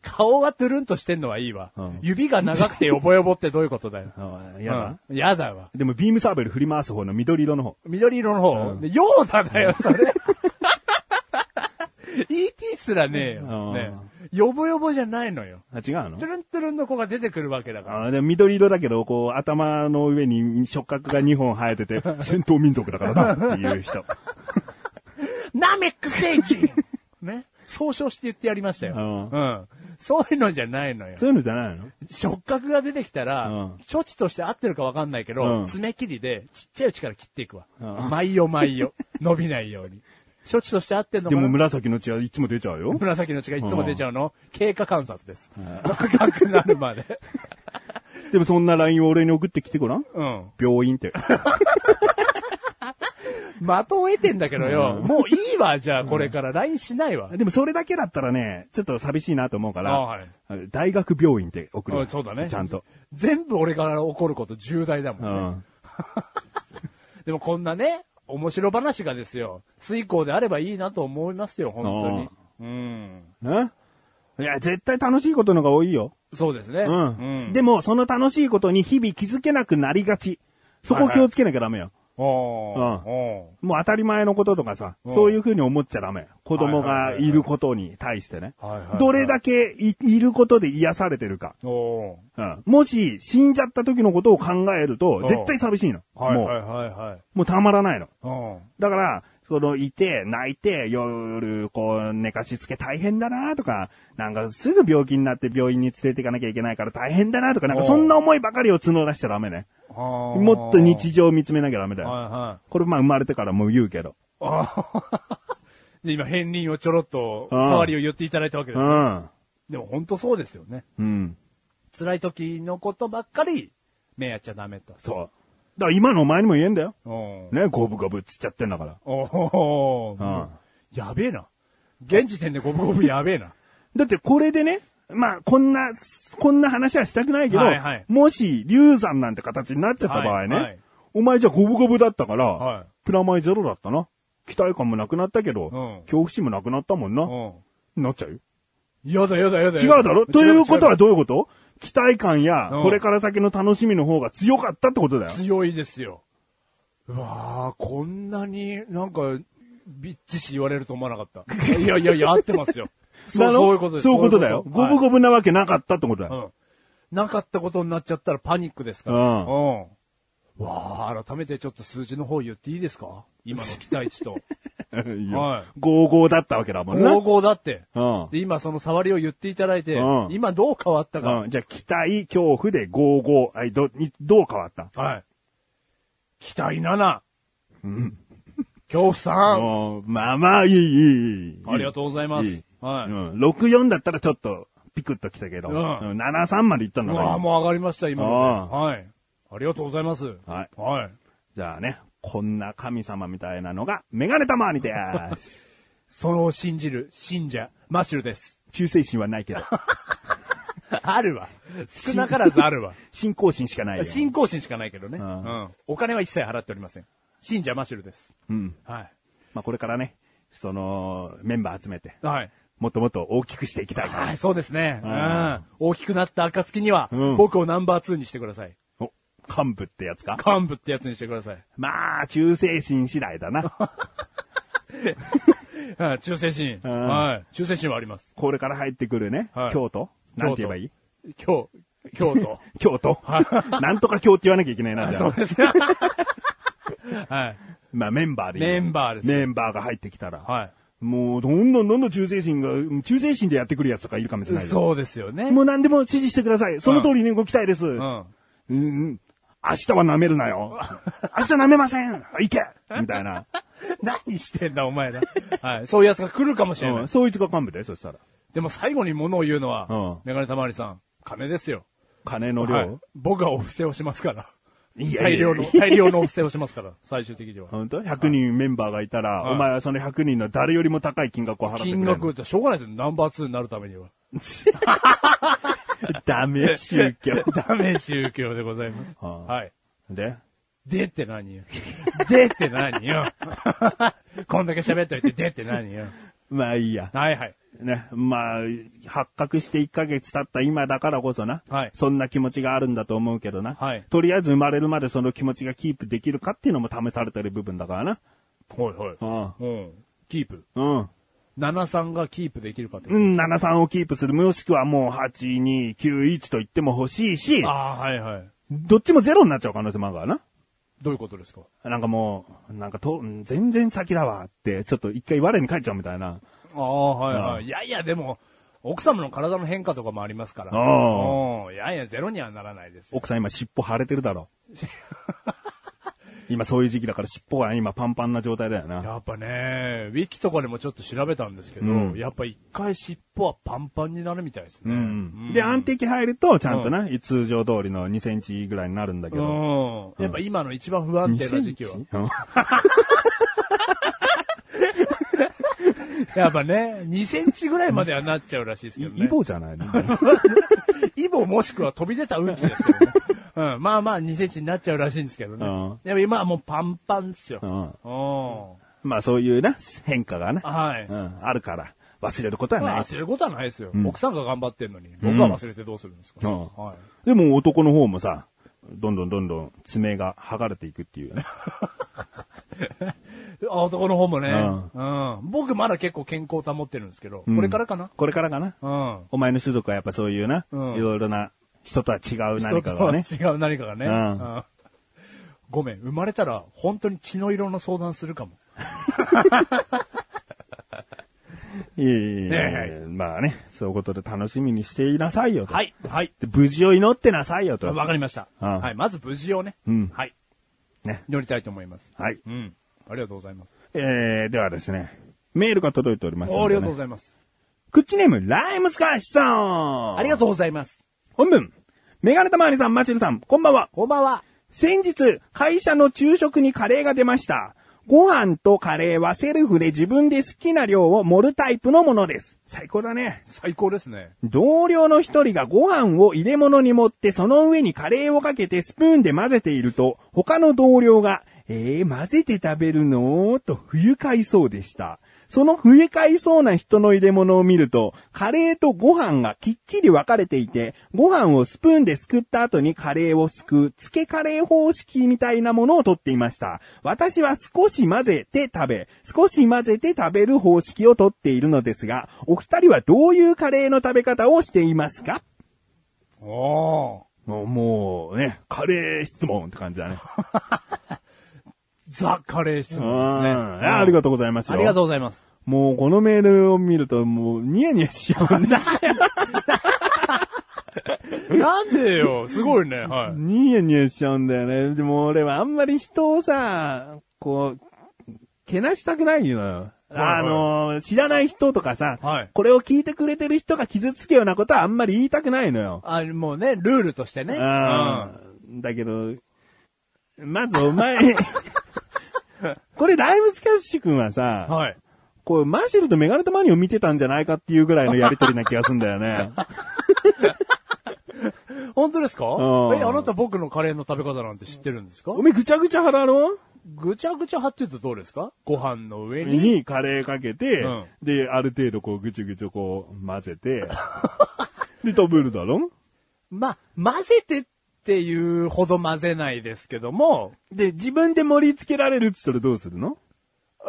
[SPEAKER 3] 顔がトゥルンとしてんのはいいわ。
[SPEAKER 2] うん
[SPEAKER 3] 指が長くてヨボヨボってどういうことだよ。
[SPEAKER 2] <laughs> うんやだ。
[SPEAKER 3] うんやだわ。
[SPEAKER 2] でも、ビームサーベル振り回す方の緑色の方。
[SPEAKER 3] 緑色の方、でヨーダだよ、それ。ET すらねえ
[SPEAKER 2] う
[SPEAKER 3] よ。
[SPEAKER 2] ん
[SPEAKER 3] ねヨボヨボじゃないのよ。
[SPEAKER 2] あ、違うの
[SPEAKER 3] トゥルントゥルンの子が出てくるわけだから。
[SPEAKER 2] あでも緑色だけど、こう、頭の上に触覚が2本生えてて、戦闘民族だから
[SPEAKER 3] <laughs>
[SPEAKER 2] な、っていう人。
[SPEAKER 3] ナメック星人ね。総称して言ってやりましたよ。
[SPEAKER 2] うん
[SPEAKER 3] うん。そういうのじゃないのよ。
[SPEAKER 2] そういうのじゃないの
[SPEAKER 3] 触覚が出てきたら、
[SPEAKER 2] うん
[SPEAKER 3] 処置として合ってるか分かんないけど、
[SPEAKER 2] うん
[SPEAKER 3] 爪切りでちっちゃいうちから切っていくわ。
[SPEAKER 2] うん
[SPEAKER 3] 毎夜毎夜。 <laughs> 伸びないように。処置として合ってんの
[SPEAKER 2] で
[SPEAKER 3] かな
[SPEAKER 2] も紫の血はいつも出ちゃうよ。
[SPEAKER 3] 紫の血がいつも出ちゃうの、経過観察です。赤くなる
[SPEAKER 2] <laughs>
[SPEAKER 3] まで。
[SPEAKER 2] でもそんな LINE を俺に送ってきてごらん。
[SPEAKER 3] うん。
[SPEAKER 2] 病
[SPEAKER 3] <laughs>
[SPEAKER 2] 院って。
[SPEAKER 3] 的を得てんだけどよ、もういいわ、じゃあこれから LINE しないわ。
[SPEAKER 2] でもそれだけだったらね、ちょっと寂しいなと思うか
[SPEAKER 3] あは
[SPEAKER 2] ら
[SPEAKER 3] い、
[SPEAKER 2] 大学病院って送る
[SPEAKER 3] う
[SPEAKER 2] わ。
[SPEAKER 3] んそうだね。
[SPEAKER 2] ちゃんと。。
[SPEAKER 3] 全部俺から怒ること重大だもん
[SPEAKER 2] う
[SPEAKER 3] ね。
[SPEAKER 2] ん。
[SPEAKER 3] でもこんなね、面白話がですよ、水行であればいいなと思いますよ、本当に。うん。
[SPEAKER 2] ねいや、絶対楽しいことの方が多いよ。
[SPEAKER 3] そうですね。
[SPEAKER 2] うん。
[SPEAKER 3] で
[SPEAKER 2] でも、その楽しいことに日々気づけなくなりがち。そこ気をつけなきゃダメよ。う
[SPEAKER 3] おー
[SPEAKER 2] ん
[SPEAKER 3] お
[SPEAKER 2] もう当たり前のこととかさ、
[SPEAKER 3] うん
[SPEAKER 2] そういうふうに思っちゃダメ。子供がいることに対してね
[SPEAKER 3] はいはいはいは。い
[SPEAKER 2] どれだけいいることで癒されてるか。
[SPEAKER 3] ーお
[SPEAKER 2] うんもし、死んじゃった時のことを考えると
[SPEAKER 3] う、ん
[SPEAKER 2] 絶対寂しいの。
[SPEAKER 3] ーはいは
[SPEAKER 2] も、
[SPEAKER 3] いはいはいう
[SPEAKER 2] もうたまらないの。
[SPEAKER 3] うん。
[SPEAKER 2] だから、その、いて、泣いて、夜、こう、寝かしつけ大変だなとか、なんかすぐ病気になって病院に連れていかなきゃいけないから大変だなとか、なんか
[SPEAKER 3] おう
[SPEAKER 2] そんな思いばかりを募らしちゃダメね。も
[SPEAKER 3] も
[SPEAKER 2] っと日常を見つめなきゃダメだよ。
[SPEAKER 3] はいは
[SPEAKER 2] これまあ生まれてからもう言うけど。
[SPEAKER 3] い。あー <laughs> で、今、片鱗をちょろっと、触りを言っていただいたわけで
[SPEAKER 2] う
[SPEAKER 3] すよ。
[SPEAKER 2] ん。
[SPEAKER 3] でも本当そうですよね。
[SPEAKER 2] うん。
[SPEAKER 3] 辛い時のことばっかり、目やっちゃダメと。
[SPEAKER 2] そう。だから今のお前にも言えんだよ。
[SPEAKER 3] うん
[SPEAKER 2] ね、ゴブゴブっつっちゃってんだから。
[SPEAKER 3] おお、
[SPEAKER 2] うん
[SPEAKER 3] やべえな。現時点でゴブゴブやべえな。
[SPEAKER 2] だってこれでね、まあこんな、こんな話はしたくないけど、
[SPEAKER 3] はいはい
[SPEAKER 2] もし流産なんて形になっちゃった場合ね、
[SPEAKER 3] はいはい
[SPEAKER 2] お前じゃゴブゴブだったから、
[SPEAKER 3] はい
[SPEAKER 2] プラマイゼロだったな。期待感もなくなったけど、
[SPEAKER 3] うん
[SPEAKER 2] 恐怖心もなくなったもんな。
[SPEAKER 3] う
[SPEAKER 2] なっちゃうよ。
[SPEAKER 3] ん。やだやだやだ。
[SPEAKER 2] 違うだろということは
[SPEAKER 3] 違う
[SPEAKER 2] どういうこと期待感や、
[SPEAKER 3] うん
[SPEAKER 2] これから先の楽しみの方が強かったってことだよ。
[SPEAKER 3] 強いですよ。うわあこんなになんか、びっちし言われると思わなかった。いやいやいや、合ってま
[SPEAKER 2] <laughs>
[SPEAKER 3] すよ。そ
[SPEAKER 2] だ
[SPEAKER 3] う、
[SPEAKER 2] ろ
[SPEAKER 3] そういうことです。
[SPEAKER 2] そういうことだよ。
[SPEAKER 3] そう
[SPEAKER 2] ゴ
[SPEAKER 3] いう
[SPEAKER 2] ブ
[SPEAKER 3] こ
[SPEAKER 2] ゴブなわけなかったってことだ
[SPEAKER 3] とはい
[SPEAKER 2] よ。
[SPEAKER 3] うん。なかったことになっちゃったらパニックですから。
[SPEAKER 2] うん
[SPEAKER 3] うんわあ改めてちょっと数字の方言っていいですか今の期待値と。
[SPEAKER 2] いいよ
[SPEAKER 3] はい
[SPEAKER 2] 55だったわけだも <laughs> んな。
[SPEAKER 3] 合合だって。
[SPEAKER 2] うん
[SPEAKER 3] で、今その触りを言っていただいて、
[SPEAKER 2] うん
[SPEAKER 3] 今どう変わったか。
[SPEAKER 2] うん、じゃあ、期待、恐怖で55。はい、ど、にどう変わった
[SPEAKER 3] はい。期待7。恐怖
[SPEAKER 2] <laughs>
[SPEAKER 3] 3。
[SPEAKER 2] おーまあまあ、いい、いい、いい。
[SPEAKER 3] ありがとうございます
[SPEAKER 2] い
[SPEAKER 3] はい
[SPEAKER 2] うん。64だったらちょっと、ピクッときたけど、
[SPEAKER 3] うん
[SPEAKER 2] うん73までいったん
[SPEAKER 3] う
[SPEAKER 2] だ
[SPEAKER 3] わあ
[SPEAKER 2] から。
[SPEAKER 3] もう上がりました、今の
[SPEAKER 2] あ
[SPEAKER 3] で。はい。ありがとうございます。。
[SPEAKER 2] はい
[SPEAKER 3] はい。
[SPEAKER 2] じゃあね、こんな神様みたいなのが、メガネたまわり
[SPEAKER 3] <laughs>
[SPEAKER 2] です。
[SPEAKER 3] それを信じる信者、マッシュルです。 <laughs>
[SPEAKER 2] 忠誠心はないけど、
[SPEAKER 3] あるわ。少なからず
[SPEAKER 2] <laughs>
[SPEAKER 3] あるわ。
[SPEAKER 2] 信仰心しかないよ。
[SPEAKER 3] <laughs> 信仰心しかないけどね。う
[SPEAKER 2] うん
[SPEAKER 3] ん。お金は一切払っておりません。信者、マッシュルです。
[SPEAKER 2] うん。
[SPEAKER 3] はい。
[SPEAKER 2] まあ、これからね、その、メンバー集めて、
[SPEAKER 3] はい。
[SPEAKER 2] もっともっと大きくしていきたいか
[SPEAKER 3] は
[SPEAKER 2] ら
[SPEAKER 3] い、。そうですね。う
[SPEAKER 2] うん
[SPEAKER 3] ん。大きくなった暁には、
[SPEAKER 2] うん
[SPEAKER 3] 僕をナンバー2にしてください。
[SPEAKER 2] お、幹部ってやつか
[SPEAKER 3] 幹部ってやつにしてください。
[SPEAKER 2] まあ、忠誠心次第だ
[SPEAKER 3] <laughs>
[SPEAKER 2] な。
[SPEAKER 3] はい、忠誠心。
[SPEAKER 2] うん
[SPEAKER 3] はい。忠誠心はあります。
[SPEAKER 2] これから入ってくるね、
[SPEAKER 3] はい
[SPEAKER 2] 京都なんて言えばいい
[SPEAKER 3] 京、
[SPEAKER 2] <laughs>
[SPEAKER 3] 京都。
[SPEAKER 2] 京都 <laughs> なんとか京って言わなきゃいけないな、じゃ
[SPEAKER 3] そう
[SPEAKER 2] あ。
[SPEAKER 3] ですね。 <laughs> はい。
[SPEAKER 2] まあメンバーでいい
[SPEAKER 3] メンバーです
[SPEAKER 2] メンバーが入ってきたら。
[SPEAKER 3] は。
[SPEAKER 2] もう、どんどんどんどん忠誠心が、うん忠誠心でやってくるやつとかいるかもしれないい。
[SPEAKER 3] そうですよね。
[SPEAKER 2] もう何でも指示してください。その通りに動きたいです。う。
[SPEAKER 3] うんん。
[SPEAKER 2] うん明日は舐めるな
[SPEAKER 3] <laughs>
[SPEAKER 2] よ。明日舐めません行けみたいな。
[SPEAKER 3] 何してんだ、お前ら。 <laughs> はい。そういうやつが来るかもしれな
[SPEAKER 2] う
[SPEAKER 3] い
[SPEAKER 2] ん。。そいつが幹部だよ、そしたら。
[SPEAKER 3] でも最後に物を言うの
[SPEAKER 2] う
[SPEAKER 3] は
[SPEAKER 2] ん、
[SPEAKER 3] メガネたまわりさん、金ですよ。
[SPEAKER 2] 金の量、
[SPEAKER 3] はい僕はお布施をしますから。
[SPEAKER 2] いやいや
[SPEAKER 3] 大量の、大量の不正をしますから、最終的には。
[SPEAKER 2] 本当 ?100 人メンバーがいたら、
[SPEAKER 3] はい
[SPEAKER 2] お前はその100人の誰よりも高い金額を払ってくれる。
[SPEAKER 3] 金額ってしょうがないですよ、ナンバー2になるため <laughs> には。
[SPEAKER 2] ダメ、宗教
[SPEAKER 3] <laughs>
[SPEAKER 2] だ。
[SPEAKER 3] ダメ宗教でございます。
[SPEAKER 2] はあ
[SPEAKER 3] はい。
[SPEAKER 2] で
[SPEAKER 3] でって何よ。でって何よ。 <laughs> こんだけ喋っといて、でって何よ。
[SPEAKER 2] まあいいや。
[SPEAKER 3] はいはい。
[SPEAKER 2] ね。まあ、発覚して1ヶ月経った今だからこそな。
[SPEAKER 3] はい
[SPEAKER 2] そんな気持ちがあるんだと思うけどな。
[SPEAKER 3] はい
[SPEAKER 2] とりあえず生まれるまでその気持ちがキープできるかっていうのも試されてる部分だからな。
[SPEAKER 3] はいはい。
[SPEAKER 2] あ
[SPEAKER 3] うん。キープ。
[SPEAKER 2] あうん。
[SPEAKER 3] 73がキープできるかって
[SPEAKER 2] う。ん、73をキープする。もしくはもう8291と言っても欲しいし、
[SPEAKER 3] ああ、はいはい。
[SPEAKER 2] どっちもゼロになっちゃう可能性もあるからな。
[SPEAKER 3] どういうことですか
[SPEAKER 2] なんかもう、なんかと、うん全然先だわって、ちょっと一回我に返っちゃうみたいな。
[SPEAKER 3] ああ、はいは
[SPEAKER 2] う
[SPEAKER 3] い。いやいや、でも、奥様の体の変化とかもありますか
[SPEAKER 2] あ
[SPEAKER 3] ら。うん。いやいや、ゼロにはならないですよ。
[SPEAKER 2] 奥さん今尻尾腫れてるだ
[SPEAKER 3] <laughs>
[SPEAKER 2] ろ。今そういう時期だから尻尾が今パンパンな状態だよな。
[SPEAKER 3] やっぱね、ウィキとかでもちょっと調べたんですけど、
[SPEAKER 2] うん
[SPEAKER 3] やっぱ一回尻尾はパンパンになるみたいです
[SPEAKER 2] う
[SPEAKER 3] ね。
[SPEAKER 2] ん。で、安定期入ると、ちゃんとな、通常通りの2センチぐらいになるんだけ
[SPEAKER 3] う
[SPEAKER 2] ど。
[SPEAKER 3] ん。やっぱ今の一番不安
[SPEAKER 2] 2
[SPEAKER 3] 定
[SPEAKER 2] セ
[SPEAKER 3] な
[SPEAKER 2] ン
[SPEAKER 3] 時期
[SPEAKER 2] チ
[SPEAKER 3] は。
[SPEAKER 2] うん
[SPEAKER 3] やっぱね、2センチぐらいまではなっちゃうらしいですけどね。
[SPEAKER 2] イボじゃないの
[SPEAKER 3] イボもしくは飛び出たうんちですけどね。うん、まあまあ2センチになっちゃうらしいんですけどね。
[SPEAKER 2] うん
[SPEAKER 3] やっぱ今はもうパンパンですよ。
[SPEAKER 2] う
[SPEAKER 3] うんん。
[SPEAKER 2] まあそういうな、変化がね、
[SPEAKER 3] はい。
[SPEAKER 2] うん、あるから、忘れることは
[SPEAKER 3] ま
[SPEAKER 2] ない
[SPEAKER 3] あ、忘れることはないですよ、
[SPEAKER 2] ん
[SPEAKER 3] 奥さんが頑張ってんのに、僕は忘れてどうするんですか、
[SPEAKER 2] うん
[SPEAKER 3] はい。
[SPEAKER 2] でも男の方もさ、どんどんどんどん爪が剥がれていくっていうね。
[SPEAKER 3] あ男の方もね、
[SPEAKER 2] う
[SPEAKER 3] うん。僕まだ結構健康保ってるんですけど、これからかな
[SPEAKER 2] これからかな。
[SPEAKER 3] うん。
[SPEAKER 2] お前の種族はやっぱそういうな、
[SPEAKER 3] うん
[SPEAKER 2] いろいろな人とは違う何かがね。
[SPEAKER 3] 人とは違う何かがね。
[SPEAKER 2] うん
[SPEAKER 3] うんごめん、生まれたら本当に血の色の相談するかも。
[SPEAKER 2] いえいえいえ
[SPEAKER 3] ねえ
[SPEAKER 2] まあね、そういうことで楽しみにしていなさいよと。
[SPEAKER 3] はい、はい。
[SPEAKER 2] で無事を祈ってなさいよと。
[SPEAKER 3] わかりました。
[SPEAKER 2] うん
[SPEAKER 3] はい、まず無事をね、
[SPEAKER 2] うん
[SPEAKER 3] はい、
[SPEAKER 2] ね。
[SPEAKER 3] 乗りたいと思います。
[SPEAKER 2] はい。
[SPEAKER 3] うん。ありがとうございます。
[SPEAKER 2] えー、ではですね、メールが届いておりますので、ね。
[SPEAKER 3] ありがとうございます。
[SPEAKER 2] クッチネーム、ライムスカッシュさん
[SPEAKER 3] ありが
[SPEAKER 2] とう。
[SPEAKER 3] とうございます。
[SPEAKER 2] 本文、メガネたまわりさん、マチルさん、こんばんは。
[SPEAKER 3] こんばんは。
[SPEAKER 2] 先日、会社の昼食にカレーが出ました。ご飯とカレーはセルフで自分で好きな量を盛るタイプのものです。最高だね。
[SPEAKER 3] 最高ですね。
[SPEAKER 2] 同僚の一人がご飯を入れ物に盛ってその上にカレーをかけてスプーンで混ぜていると、他の同僚が、えー、混ぜて食べるのと不愉快そうでした。その不愉快そうな人の入れ物を見ると、カレーとご飯がきっちり分かれていて、ご飯をスプーンですくった後にカレーをすくう、漬けカレー方式みたいなものをとっていました。私は少し混ぜて食べ、少し混ぜて食べる方式をとっているのですが、お二人はどういうカレーの食べ方をしていますか
[SPEAKER 3] おー。
[SPEAKER 2] もうもうね、カレー質問って感じ <laughs> だね。
[SPEAKER 3] ザ・カレー質
[SPEAKER 2] う
[SPEAKER 3] 問
[SPEAKER 2] ん。
[SPEAKER 3] ですね。
[SPEAKER 2] あありがとうございますよ。
[SPEAKER 3] ありがと
[SPEAKER 2] う。
[SPEAKER 3] うございます。
[SPEAKER 2] もうこのメールを見るともうニヤニヤしちゃうんだ。
[SPEAKER 3] なんでよ、すごいね、はい。
[SPEAKER 2] ニヤニヤしちゃうんだよね。でも俺はあんまり人をさ、こう、けなしたくないよ。
[SPEAKER 3] はい
[SPEAKER 2] あの、知らない人とかさ、
[SPEAKER 3] はい
[SPEAKER 2] これを聞いてくれてる人が傷つけようなことはあんまり言いたくないのよ。
[SPEAKER 3] あもうね、ルールとしてね。う
[SPEAKER 2] あーだけど、まずお前、これライブスキャッシュ君はさ、
[SPEAKER 3] はい。
[SPEAKER 2] こう、マシルとメガネとマニを見てたんじゃないかっていうぐらいのやりとりな気がすんだよ
[SPEAKER 3] <laughs>
[SPEAKER 2] ね。
[SPEAKER 3] 本当ですか
[SPEAKER 2] うん
[SPEAKER 3] え、あなた僕のカレーの食べ方なんて知ってるんですか
[SPEAKER 2] おめえぐちゃぐちゃ派だろ
[SPEAKER 3] ぐちゃぐちゃ派って言うとどうですかご飯の上に。
[SPEAKER 2] にカレーかけて、
[SPEAKER 3] うん
[SPEAKER 2] で、ある程度こうぐちゅぐちゅこう混ぜて、で、食べるだろ
[SPEAKER 3] まあ、混ぜてっていうほど混ぜないですけども、
[SPEAKER 2] で、自分で盛り付けられるって言ったらどうするの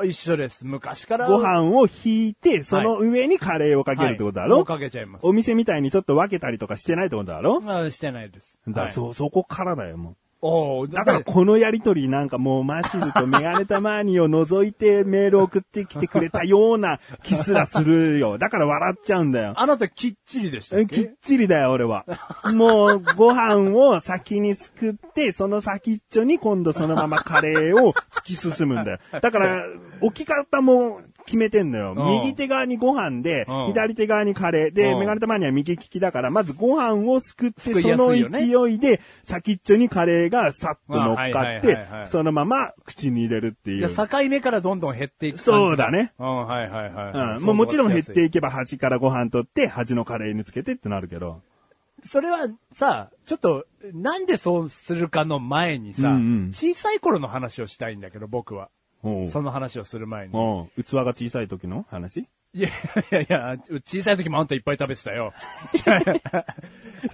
[SPEAKER 3] 一緒です。昔から。
[SPEAKER 2] ご飯を引いて、その上にカレーをか
[SPEAKER 3] か
[SPEAKER 2] けるってことだろ、
[SPEAKER 3] かけちゃいます。
[SPEAKER 2] お店みたいにちょっと分けたりとかしてないってことだろ
[SPEAKER 3] あしてないです。
[SPEAKER 2] だ、
[SPEAKER 3] はい
[SPEAKER 2] そう、そこからだよ、もう。
[SPEAKER 3] おー
[SPEAKER 2] だからこのやりとりなんかもうマシルとメガネたまーにを除いてメール送ってきてくれたような気すらするよ。だから笑っちゃうんだよ。
[SPEAKER 3] あなたきっちりでしたっ
[SPEAKER 2] きっ
[SPEAKER 3] け
[SPEAKER 2] ちりだよ、俺は。
[SPEAKER 3] <laughs>
[SPEAKER 2] もう、ご飯を先にすくって、その先っ
[SPEAKER 3] <laughs>
[SPEAKER 2] ちょに今度そのままカレーを突き進むんだよ。だから、置き方も決めてんのよ。
[SPEAKER 3] うん
[SPEAKER 2] 右手側にご飯で
[SPEAKER 3] う、ん
[SPEAKER 2] 左手側にカレーで、
[SPEAKER 3] うん
[SPEAKER 2] メガネたまには右利きだから、まずご飯をすくって、
[SPEAKER 3] すくい
[SPEAKER 2] そ
[SPEAKER 3] やす
[SPEAKER 2] の
[SPEAKER 3] いよね
[SPEAKER 2] 勢いで、先っちょにカレーがさっと乗っ
[SPEAKER 3] あは
[SPEAKER 2] かっ
[SPEAKER 3] いはいはいは
[SPEAKER 2] て、
[SPEAKER 3] い
[SPEAKER 2] そのまま口に入れるってい
[SPEAKER 3] じ
[SPEAKER 2] う。
[SPEAKER 3] ゃあ境目からどんどん減っていく感じ
[SPEAKER 2] そうだね。
[SPEAKER 3] うん、はいはいはい。
[SPEAKER 2] うん。もうもちろん減って
[SPEAKER 3] い
[SPEAKER 2] いけば端からご飯取って、端のカレーにつけてってなるけど。
[SPEAKER 3] く。それはさ、ちょっと、なんでそうするかの前にさ、
[SPEAKER 2] うんうん
[SPEAKER 3] 小さい頃の話をしたいんだけど、僕は。
[SPEAKER 2] おう
[SPEAKER 3] その話をする前に。
[SPEAKER 2] おう器が小さい時の話
[SPEAKER 3] いやいやいや、小さい時もあんたいっぱい食べて
[SPEAKER 2] <laughs>
[SPEAKER 3] たよ。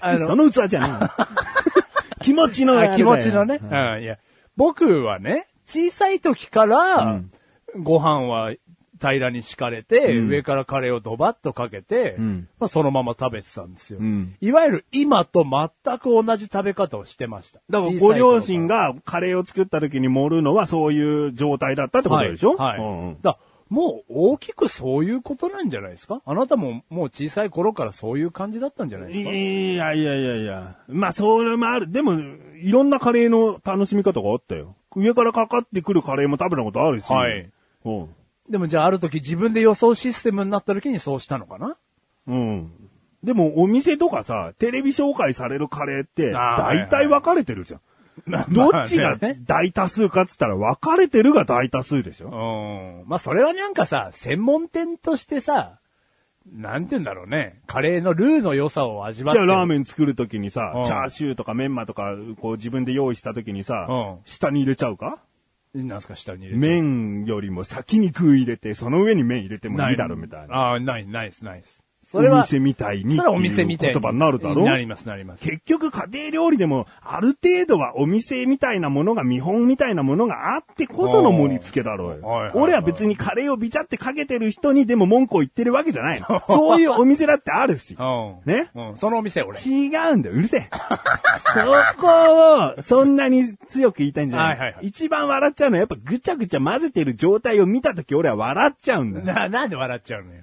[SPEAKER 3] あ
[SPEAKER 2] その器じゃない。
[SPEAKER 3] <laughs>
[SPEAKER 2] 気持ちのあれだよ
[SPEAKER 3] あ気持ちのね、
[SPEAKER 2] うん
[SPEAKER 3] うん。いや、僕はね、小さい時から、
[SPEAKER 2] うん
[SPEAKER 3] ご飯は平らに敷かれて、
[SPEAKER 2] うん
[SPEAKER 3] 上からカレーをドバッとかけて、
[SPEAKER 2] うん
[SPEAKER 3] まあ、そのまま食べてたんですよ、
[SPEAKER 2] うん
[SPEAKER 3] いわゆる今と全く同じ食べ方をしてました。
[SPEAKER 2] だから、ご両親がカレーを作った時に盛るのはそういう状態だったってことでしょ
[SPEAKER 3] はい。はい
[SPEAKER 2] うんうん
[SPEAKER 3] だもう大きくそういうことなんじゃないですかあなたももう小さい頃からそういう感じだったんじゃないですか
[SPEAKER 2] いやいやいやいや。まあ、それもある。でも、いろんなカレーの楽しみ方があったよ。上からかかってくるカレーも食べたことあるし。
[SPEAKER 3] はい
[SPEAKER 2] うん。
[SPEAKER 3] でもじゃあある時自分で予想システムになった時にそうしたのかな
[SPEAKER 2] うん。でも、お店とかさ、テレビ紹介されるカレーって、
[SPEAKER 3] あ
[SPEAKER 2] 大
[SPEAKER 3] ー
[SPEAKER 2] 体分かれてるじゃん。
[SPEAKER 3] まあ
[SPEAKER 2] <laughs> どっちが
[SPEAKER 3] まあね
[SPEAKER 2] 大多数かっつったら、分かれてるが大多数でしょ
[SPEAKER 3] うん。まあ、それはなんかさ、専門店としてさ、なんて言うんだろうね。カレーのルーの良さを味わっ
[SPEAKER 2] じ
[SPEAKER 3] て
[SPEAKER 2] ゃあ
[SPEAKER 3] る。
[SPEAKER 2] ラーメン作るときにさ
[SPEAKER 3] う、ん
[SPEAKER 2] チャーシューとかメンマとか、こう自分で用意したときにさ
[SPEAKER 3] うん、
[SPEAKER 2] 下に入れちゃうか
[SPEAKER 3] ン。なんすか、下に入れて。
[SPEAKER 2] 麺よりも先に具入れて、その上に麺入れてもいいだろみたいな。
[SPEAKER 3] ああ、ない、ないです、ないです。そ
[SPEAKER 2] お
[SPEAKER 3] れは、
[SPEAKER 2] 店みたいに。
[SPEAKER 3] それはお店みたい
[SPEAKER 2] 言葉になるだろ
[SPEAKER 3] なります、なります。
[SPEAKER 2] 結局家庭料理でも、ある程度はお店みたいなものが、見本みたいなものがあってこその盛り付けだろう
[SPEAKER 3] おーはいはい
[SPEAKER 2] よ。
[SPEAKER 3] はい
[SPEAKER 2] 俺は別にカレーをビチャってかけてる人にでも文句を言ってるわけじゃないの。そういうお店だってあるし
[SPEAKER 3] う。ん。
[SPEAKER 2] ね
[SPEAKER 3] うん。そのお店、俺。
[SPEAKER 2] <laughs> 違うんだよ、うるせえ。そこを、そんなに強く言いたいんじゃない。
[SPEAKER 3] はいはいはい
[SPEAKER 2] 一番笑っちゃうのは、やっぱぐちゃぐちゃ混ぜてる状態を見たとき俺は笑っちゃうんだよ。
[SPEAKER 3] <laughs> な、なんで笑っちゃうのよ。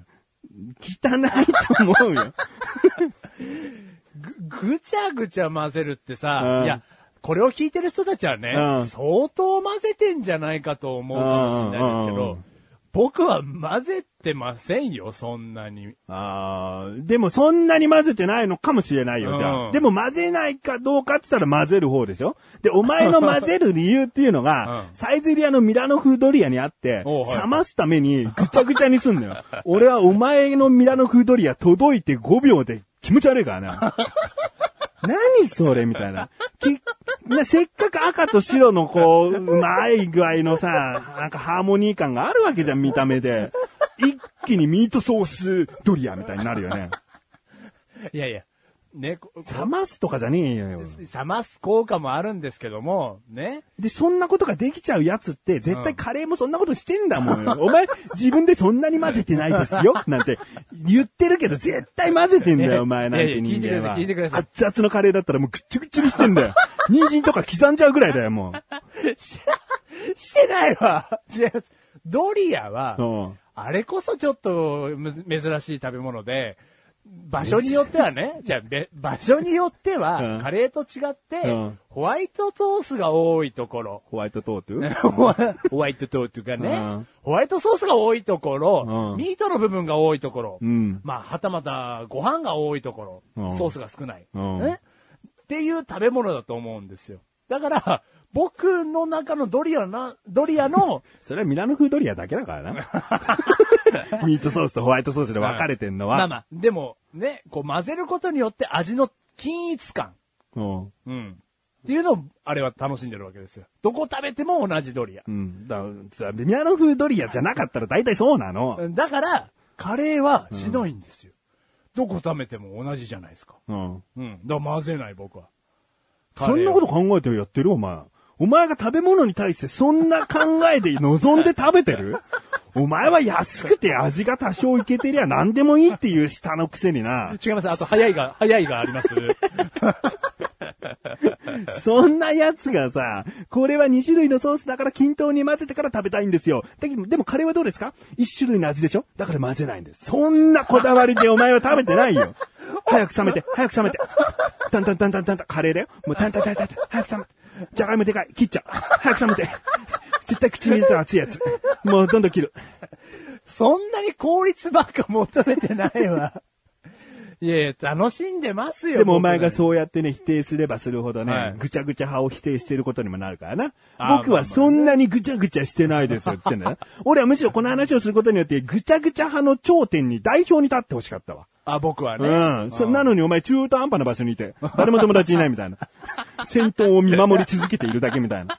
[SPEAKER 2] 汚いと思うよ。
[SPEAKER 3] ぐ、ぐちゃぐちゃ混ぜるってさ
[SPEAKER 2] う、ん
[SPEAKER 3] いや、これを聞いてる人たちはね、
[SPEAKER 2] うん
[SPEAKER 3] 相当混ぜてんじゃないかと思うかもしれないですけ
[SPEAKER 2] うんうんうんう
[SPEAKER 3] ど
[SPEAKER 2] ん、
[SPEAKER 3] 僕は混ぜてませんよ、そんなに。
[SPEAKER 2] あーでもそんなに混ぜてないのかもしれないよ、じゃあ。
[SPEAKER 3] うん
[SPEAKER 2] でも混ぜないかどうかって言ったら混ぜる方でしょで、お前の混ぜる理由っていうのが、
[SPEAKER 3] うん
[SPEAKER 2] サイゼリアのミラノ風ドリアにあって、
[SPEAKER 3] おうはい
[SPEAKER 2] 冷ますためにぐちゃぐちゃにすんのよ。 <laughs> 俺はお前のミラノ風ドリア届いて5秒で気持ち悪いからな。 <laughs> 何それみたいな。きなせっかく赤と白のこう、うまい具合のさ、なんかハーモニー感があるわけじゃん、見た目で。一気にミートソースドリアみたいになるよね。
[SPEAKER 3] いやいや、ね、こ
[SPEAKER 2] 冷ますとかじゃねえよ。
[SPEAKER 3] 冷ます効果もあるんですけども、
[SPEAKER 2] <laughs>
[SPEAKER 3] ね。
[SPEAKER 2] で、そんなことができちゃうやつって、絶対カレーもそんなことしてんだもんよ。お前、自分でそんなに混ぜてないです
[SPEAKER 3] <laughs>
[SPEAKER 2] よ、なんて言ってるけど、絶対混ぜてんだ
[SPEAKER 3] いや
[SPEAKER 2] よ、お前なん
[SPEAKER 3] いや
[SPEAKER 2] て
[SPEAKER 3] いや聞い
[SPEAKER 2] 人
[SPEAKER 3] てくだ
[SPEAKER 2] 間
[SPEAKER 3] さい
[SPEAKER 2] は。
[SPEAKER 3] 聞いてください
[SPEAKER 2] 熱々のカレーだったらもうぐっちゃぐっちゃにしてん
[SPEAKER 3] <laughs>
[SPEAKER 2] だよ。人参とか刻んじゃうぐらいだよ、も
[SPEAKER 3] してないわ違います。ドリア
[SPEAKER 2] う。う
[SPEAKER 3] は、
[SPEAKER 2] ん
[SPEAKER 3] あれこそちょっとむ珍しい食べ物で、場所によってはね、じゃあべ場所によって
[SPEAKER 2] う
[SPEAKER 3] は
[SPEAKER 2] ん、
[SPEAKER 3] カレーと違って
[SPEAKER 2] うん、
[SPEAKER 3] ホワイトトースが多いところ、
[SPEAKER 2] ホワイトトート
[SPEAKER 3] ホワホワイトトースが
[SPEAKER 2] う
[SPEAKER 3] ね
[SPEAKER 2] ん、
[SPEAKER 3] ホワイトソースが多いとこ
[SPEAKER 2] う
[SPEAKER 3] ろ
[SPEAKER 2] ん、
[SPEAKER 3] ミートの部分が多いところ
[SPEAKER 2] う、ん。
[SPEAKER 3] まあ、はたまたご飯が多いとこ
[SPEAKER 2] う
[SPEAKER 3] ろ
[SPEAKER 2] ん、
[SPEAKER 3] ソースが少ない、
[SPEAKER 2] うん
[SPEAKER 3] ね。っていう食べ物だと思うんですよ。だから、僕の中のドリアな、ドリア
[SPEAKER 2] <laughs>
[SPEAKER 3] の、
[SPEAKER 2] それはミラノ風ドリアだけだ
[SPEAKER 3] <laughs>
[SPEAKER 2] からな。ミートソースとホワイトソースで分かれてんのは。
[SPEAKER 3] まあまあ、でも、ね、こう混ぜることによって味の均一感、
[SPEAKER 2] うん。
[SPEAKER 3] うん。っていうのを、あれは楽しんでるわけですよ。どこ食べても同じドリア
[SPEAKER 2] う。ん。だから、ミラノ風ドリアじゃなかったら大体そうなの。
[SPEAKER 3] だから、カレーはしないんですよ。どこ食べても同じじゃないですか。
[SPEAKER 2] うん。
[SPEAKER 3] うん。だから混ぜない僕は。
[SPEAKER 2] そんなこと考えてやってるお前。お前が食べ物に対してそんな考えで望んで食べてるお前は安くて味が多少いけてりゃ何でもいいっていう舌のくせにな。
[SPEAKER 3] 違います。あと、早いが、早いがあります。
[SPEAKER 2] <laughs> そんなやつがさ、これは2種類のソースだから均等に混ぜてから食べたいんですよ。だけど、でもカレーはどうですか ?1 種類の味でしょだから混ぜないんです。そんなこだわりでお前は食べてないよ。早く冷めて、早く冷めて。タンタンタンタンタンタン、カレーだよ。もうタンタンタンタンタン、早く冷めて。じゃがいもでかい、切っちゃう。早く冷めて。絶対口に入れたら熱いやつ。もうどんどん切る。
[SPEAKER 3] <laughs> そんなに効率ばっか求めてないわ。 <laughs> いやいや、楽しんでますよ。
[SPEAKER 2] でもお
[SPEAKER 3] 僕ら
[SPEAKER 2] 前がそうやってね、否定すればするほどね、
[SPEAKER 3] はい
[SPEAKER 2] ぐちゃぐちゃ派を否定してることにもなるからな
[SPEAKER 3] あー。
[SPEAKER 2] 僕は
[SPEAKER 3] まあまあね
[SPEAKER 2] そんなにぐちゃぐちゃしてないですよって言ってんだよ <laughs> な。俺はむしろこの話をすることによって、ぐちゃぐちゃ派の頂点に代表に立ってほしかったわ。
[SPEAKER 3] あ、僕はね。
[SPEAKER 2] うん。そなのにお前中途半端な場所にいて、誰も友達いないみたいな。戦闘を見守り続けているだけみたい
[SPEAKER 3] <laughs>
[SPEAKER 2] な。
[SPEAKER 3] い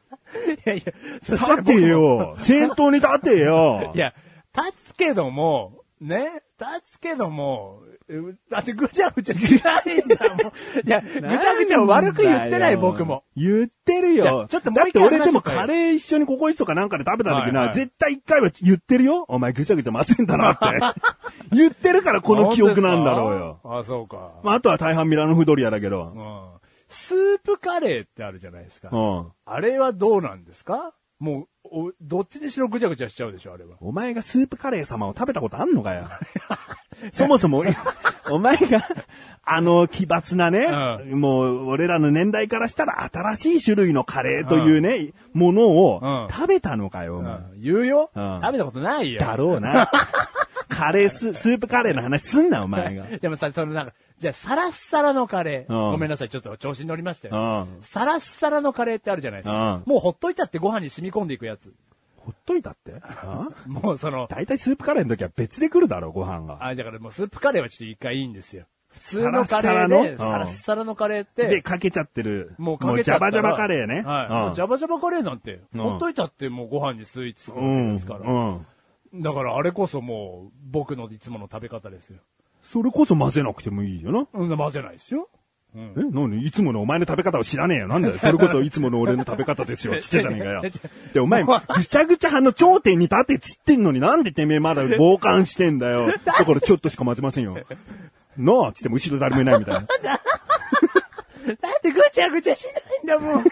[SPEAKER 3] やいや、そしたら
[SPEAKER 2] 立て
[SPEAKER 3] 僕も
[SPEAKER 2] よ戦闘に立てよ
[SPEAKER 3] いや、立つけども、ね、立つけども、うだってぐちゃぐちゃしないんだもん。いや、 <laughs> ぐちゃぐちゃ悪く言ってない僕も。。
[SPEAKER 2] 言ってる
[SPEAKER 3] じゃ
[SPEAKER 2] よ
[SPEAKER 3] あ。ちょっとも
[SPEAKER 2] だ
[SPEAKER 3] う
[SPEAKER 2] っ
[SPEAKER 3] 一
[SPEAKER 2] て
[SPEAKER 3] 回
[SPEAKER 2] 俺でも
[SPEAKER 3] 話しようか
[SPEAKER 2] カレー一緒にココイチとかなんかで食べた時な、
[SPEAKER 3] はいはい
[SPEAKER 2] 絶対一回は言ってるよ。お前ぐちゃぐちゃまずいんだな
[SPEAKER 3] <laughs>
[SPEAKER 2] って。言ってるからこの記憶なんだろうよ。
[SPEAKER 3] あ、そうか。
[SPEAKER 2] まあ、あとは大半ミラノフドリアだけど。
[SPEAKER 3] うんスープカレーってあるじゃないですか。
[SPEAKER 2] うん。
[SPEAKER 3] あれはどうなんですかもう、おどっちにしろぐちゃぐちゃしちゃうでしょ、あれは。
[SPEAKER 2] お前がスープカレー様を食べたことあんのか
[SPEAKER 3] <laughs>
[SPEAKER 2] よ。そもそも、お前が、あの、奇抜なね、もう、俺らの年代からしたら新しい種類のカレーというね、ものを
[SPEAKER 3] うん
[SPEAKER 2] 食べたのかよ、お
[SPEAKER 3] う
[SPEAKER 2] 前。
[SPEAKER 3] ん、言うよ、
[SPEAKER 2] うん
[SPEAKER 3] 食べたことないよ。
[SPEAKER 2] だろうな。カレース、スープカレーの話すんな、お前
[SPEAKER 3] <laughs>
[SPEAKER 2] が。
[SPEAKER 3] でもさ、そのなんか、じゃあ、サラッサラのカレー、
[SPEAKER 2] うん
[SPEAKER 3] ごめんなさい、ちょっと調子に乗りましたよ。
[SPEAKER 2] うん
[SPEAKER 3] サラッサラのカレーってあるじゃないですか。
[SPEAKER 2] う
[SPEAKER 3] もうほっといたってご飯に染み込んでいくやつ。
[SPEAKER 2] ほっといたってあ
[SPEAKER 3] もうその、
[SPEAKER 2] 大体スープカレーの時は別で来るだろ、ご飯が。
[SPEAKER 3] あ、だからもうスープカレーはちょっと一回いいんですよ。普通のカレ
[SPEAKER 2] サラッサラ
[SPEAKER 3] ー
[SPEAKER 2] のう
[SPEAKER 3] で、
[SPEAKER 2] ん
[SPEAKER 3] サラッサラのカレーって、
[SPEAKER 2] で、かけちゃってる。
[SPEAKER 3] もうかけちゃっ
[SPEAKER 2] も
[SPEAKER 3] たら
[SPEAKER 2] うジャバジャバカレーね。
[SPEAKER 3] はい。もうジャバジャバカレーなんて、
[SPEAKER 2] うん
[SPEAKER 3] ほっといたってもうご飯にスイーツする
[SPEAKER 2] う
[SPEAKER 3] わけ
[SPEAKER 2] ん。
[SPEAKER 3] ですから。
[SPEAKER 2] うん。
[SPEAKER 3] だからあれこそもう、僕のいつもの食べ方ですよ。
[SPEAKER 2] それこそ混ぜなくてもいいよな。
[SPEAKER 3] うん、混ぜないですよ。うん。
[SPEAKER 2] え何いつものお前の食べ方を知らねえよ。なんだ
[SPEAKER 3] <laughs>
[SPEAKER 2] よ。それこそいつもの俺の食べ方ですよ。つってたねえかよ
[SPEAKER 3] 違う違う。
[SPEAKER 2] で、お前、ぐちゃぐちゃ派の頂点に立ってつってんのになんでてめえまだ傍観してんだ
[SPEAKER 3] <laughs>
[SPEAKER 2] よ。だからちょっとしか混ぜませんよ。なあつっても後ろ誰もいないみたいな。
[SPEAKER 3] だってぐちゃぐちゃしないんだも <laughs> ん。い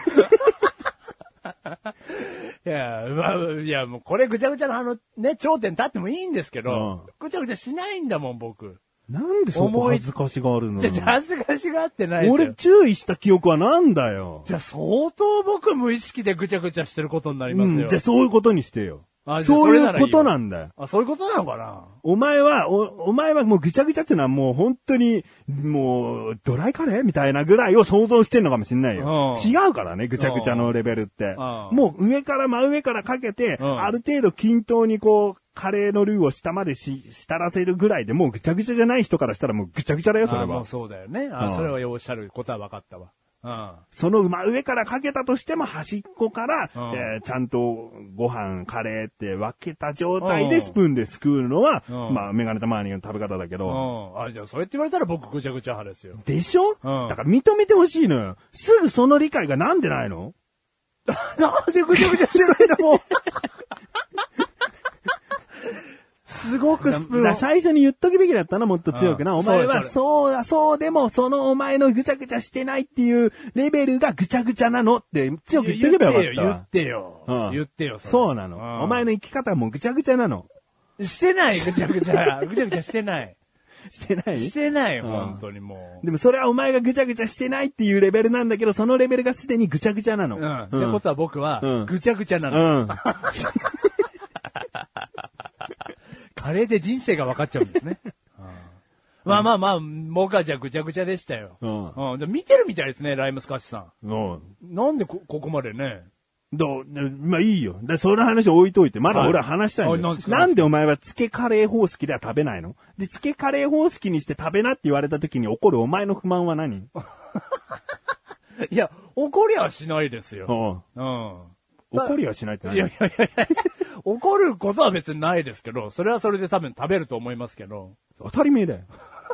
[SPEAKER 3] や、まあ、いや、もうこれぐちゃぐちゃのあの、ね、頂点立ってもいいんですけど、
[SPEAKER 2] うん
[SPEAKER 3] ぐちゃぐちゃしないんだもん、僕。
[SPEAKER 2] なんでそこ恥ずかしがあるの
[SPEAKER 3] じゃ、じゃ恥ずかしがってないですよ。
[SPEAKER 2] 俺注意した記憶はなんだよ。
[SPEAKER 3] じゃ、相当僕無意識でぐちゃぐちゃしてることになりますよ。
[SPEAKER 2] うんじゃあそういうことにしてよ
[SPEAKER 3] あ。じゃあ
[SPEAKER 2] そうい
[SPEAKER 3] それな
[SPEAKER 2] う
[SPEAKER 3] らいいよ
[SPEAKER 2] ことなんだよ。
[SPEAKER 3] あ、そういうことなのかな
[SPEAKER 2] お前は、お、お前はもうぐちゃぐちゃってのはもう本当に、もう、ドライカレーみたいなぐらいを想像してんのかもしんないよ。
[SPEAKER 3] うん
[SPEAKER 2] 違うからね、ぐちゃぐちゃのレベルって。
[SPEAKER 3] うん
[SPEAKER 2] もう上から真上からかけて、
[SPEAKER 3] うん
[SPEAKER 2] ある程度均等にこう、カレーのルーを下までし、したらせるぐらいで、もうぐちゃぐちゃじゃない人からしたらもうぐちゃぐちゃだよ、それ
[SPEAKER 3] あも
[SPEAKER 2] は
[SPEAKER 3] う。そうだよね。あ、
[SPEAKER 2] うん
[SPEAKER 3] それはおっしゃることは分かったわ。うん。
[SPEAKER 2] その真上からかけたとしても端っこから、
[SPEAKER 3] うん
[SPEAKER 2] えーちゃんとご飯、カレーって分けた状態
[SPEAKER 3] う
[SPEAKER 2] で
[SPEAKER 3] ん
[SPEAKER 2] スプーンですくうのは、
[SPEAKER 3] うん
[SPEAKER 2] まあ、メガネたまーにの食べ方だけど、
[SPEAKER 3] うん。あ、じゃあ、そうやって言われたら僕ぐちゃぐちゃ派ですよ。
[SPEAKER 2] でしょ、
[SPEAKER 3] うん
[SPEAKER 2] だから認めてほしいのよ。すぐその理解がなんでないの
[SPEAKER 3] <laughs> なんでぐちゃぐちゃしてないのもう。すごくスプ
[SPEAKER 2] だか
[SPEAKER 3] ー
[SPEAKER 2] ら
[SPEAKER 3] ン。
[SPEAKER 2] 最初に言っとくべきだったな、もっと強くな。
[SPEAKER 3] うん
[SPEAKER 2] お前は、
[SPEAKER 3] そ
[SPEAKER 2] そ
[SPEAKER 3] う
[SPEAKER 2] うだ、そうでも、そのお前のぐちゃぐちゃしてないっていうレベルがぐちゃぐちゃなのって強く言っとけばよかった
[SPEAKER 3] 言っ
[SPEAKER 2] わ。
[SPEAKER 3] てよ。言ってよ。
[SPEAKER 2] うん
[SPEAKER 3] 言ってよ。れ
[SPEAKER 2] そうなの、
[SPEAKER 3] ん
[SPEAKER 2] お前の生き方はもうぐちゃぐちゃなの。
[SPEAKER 3] してない、ぐちゃぐ
[SPEAKER 2] <laughs>
[SPEAKER 3] ちゃ。ぐちゃぐちゃしてない。
[SPEAKER 2] してない
[SPEAKER 3] してない、
[SPEAKER 2] うん
[SPEAKER 3] 本当にもう。
[SPEAKER 2] でもそれはお前がぐちゃぐちゃしてないっていうレベルなんだけど、そのレベルがすでにぐちゃぐちゃなの。
[SPEAKER 3] うん。ってことは僕
[SPEAKER 2] う
[SPEAKER 3] は
[SPEAKER 2] ん、
[SPEAKER 3] ぐちゃぐちゃな
[SPEAKER 2] う
[SPEAKER 3] の。
[SPEAKER 2] ん。
[SPEAKER 3] カレーで人生が分かっちゃうんですね。うんまあまあまあ、僕はじゃあぐちゃぐちゃでしたよ。
[SPEAKER 2] うん
[SPEAKER 3] うん。で見てるみたいですね、ライムスカッシュさ
[SPEAKER 2] うん。
[SPEAKER 3] ん。なんでこ、ここまでね。
[SPEAKER 2] <laughs> どう、でまあいいよ。で、その話置いといて、まだ
[SPEAKER 3] はい
[SPEAKER 2] 俺は話したいんだ
[SPEAKER 3] あなん
[SPEAKER 2] よ
[SPEAKER 3] です。か
[SPEAKER 2] なんでお前は漬けカレー方式では食べないので、漬けカレー方式にして食べなって言われた時に起こるお前の不満は何
[SPEAKER 3] いや、怒りはしないです
[SPEAKER 2] う
[SPEAKER 3] よ。
[SPEAKER 2] ん
[SPEAKER 3] うん。
[SPEAKER 2] 怒りはしないって
[SPEAKER 3] いやい
[SPEAKER 2] 何
[SPEAKER 3] やいやいや怒ることは別にないですけど、それはそれで多分食べると思いますけど。
[SPEAKER 2] 当たり前だよ。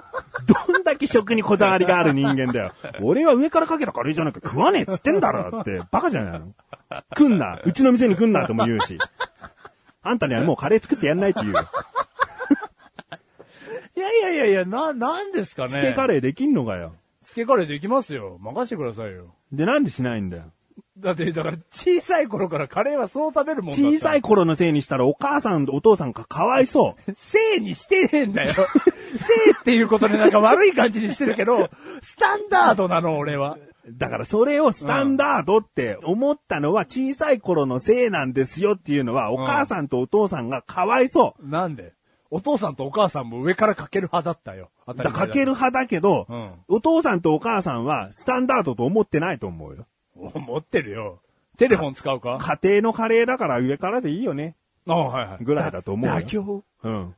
[SPEAKER 2] <laughs> どんだけ食にこだわりがある人間だよ。俺は上からかけたカレーじゃなくて食わねえっつってんだろって、バカじゃないの来んな。うちの店に来んなとも言うし。あんたにはもうカレー作ってやんないって言うよ。
[SPEAKER 3] いやいやいやいや、な、なんですかね。
[SPEAKER 2] 漬けカ
[SPEAKER 3] ー。
[SPEAKER 2] レーできんのかよ。
[SPEAKER 3] つけカレーできますよ。任してくださいよ。
[SPEAKER 2] で、なんでしないんだよ。
[SPEAKER 3] だって、だから小さい頃からカレーはそう食べるもんだった
[SPEAKER 2] 小さい。頃のせいにしたらお母さんとお父さんがかわいそ
[SPEAKER 3] 性にしてねえんだよ。 <laughs> 性っていうことでなんか悪い感じにしてるけど、スタンダードなの俺は。
[SPEAKER 2] う。だからそれをスタンダードって思ったのは小さい頃のせいなんですよっていうのはお母さんとお父さんがかわいそう。
[SPEAKER 3] なんでお父さんとお母さんも上からかける派だったよ。当たり
[SPEAKER 2] だ
[SPEAKER 3] 前だ
[SPEAKER 2] かける派だけど、
[SPEAKER 3] うん
[SPEAKER 2] お父さんとお母さんはスタンダードと思ってないと思うよ。
[SPEAKER 3] お持ってるよ。テレフォン使うか
[SPEAKER 2] 家庭のカレーだから上からでいいよね。
[SPEAKER 3] あはいはい
[SPEAKER 2] ぐらいだと思うよ
[SPEAKER 3] 妥協。
[SPEAKER 2] うん。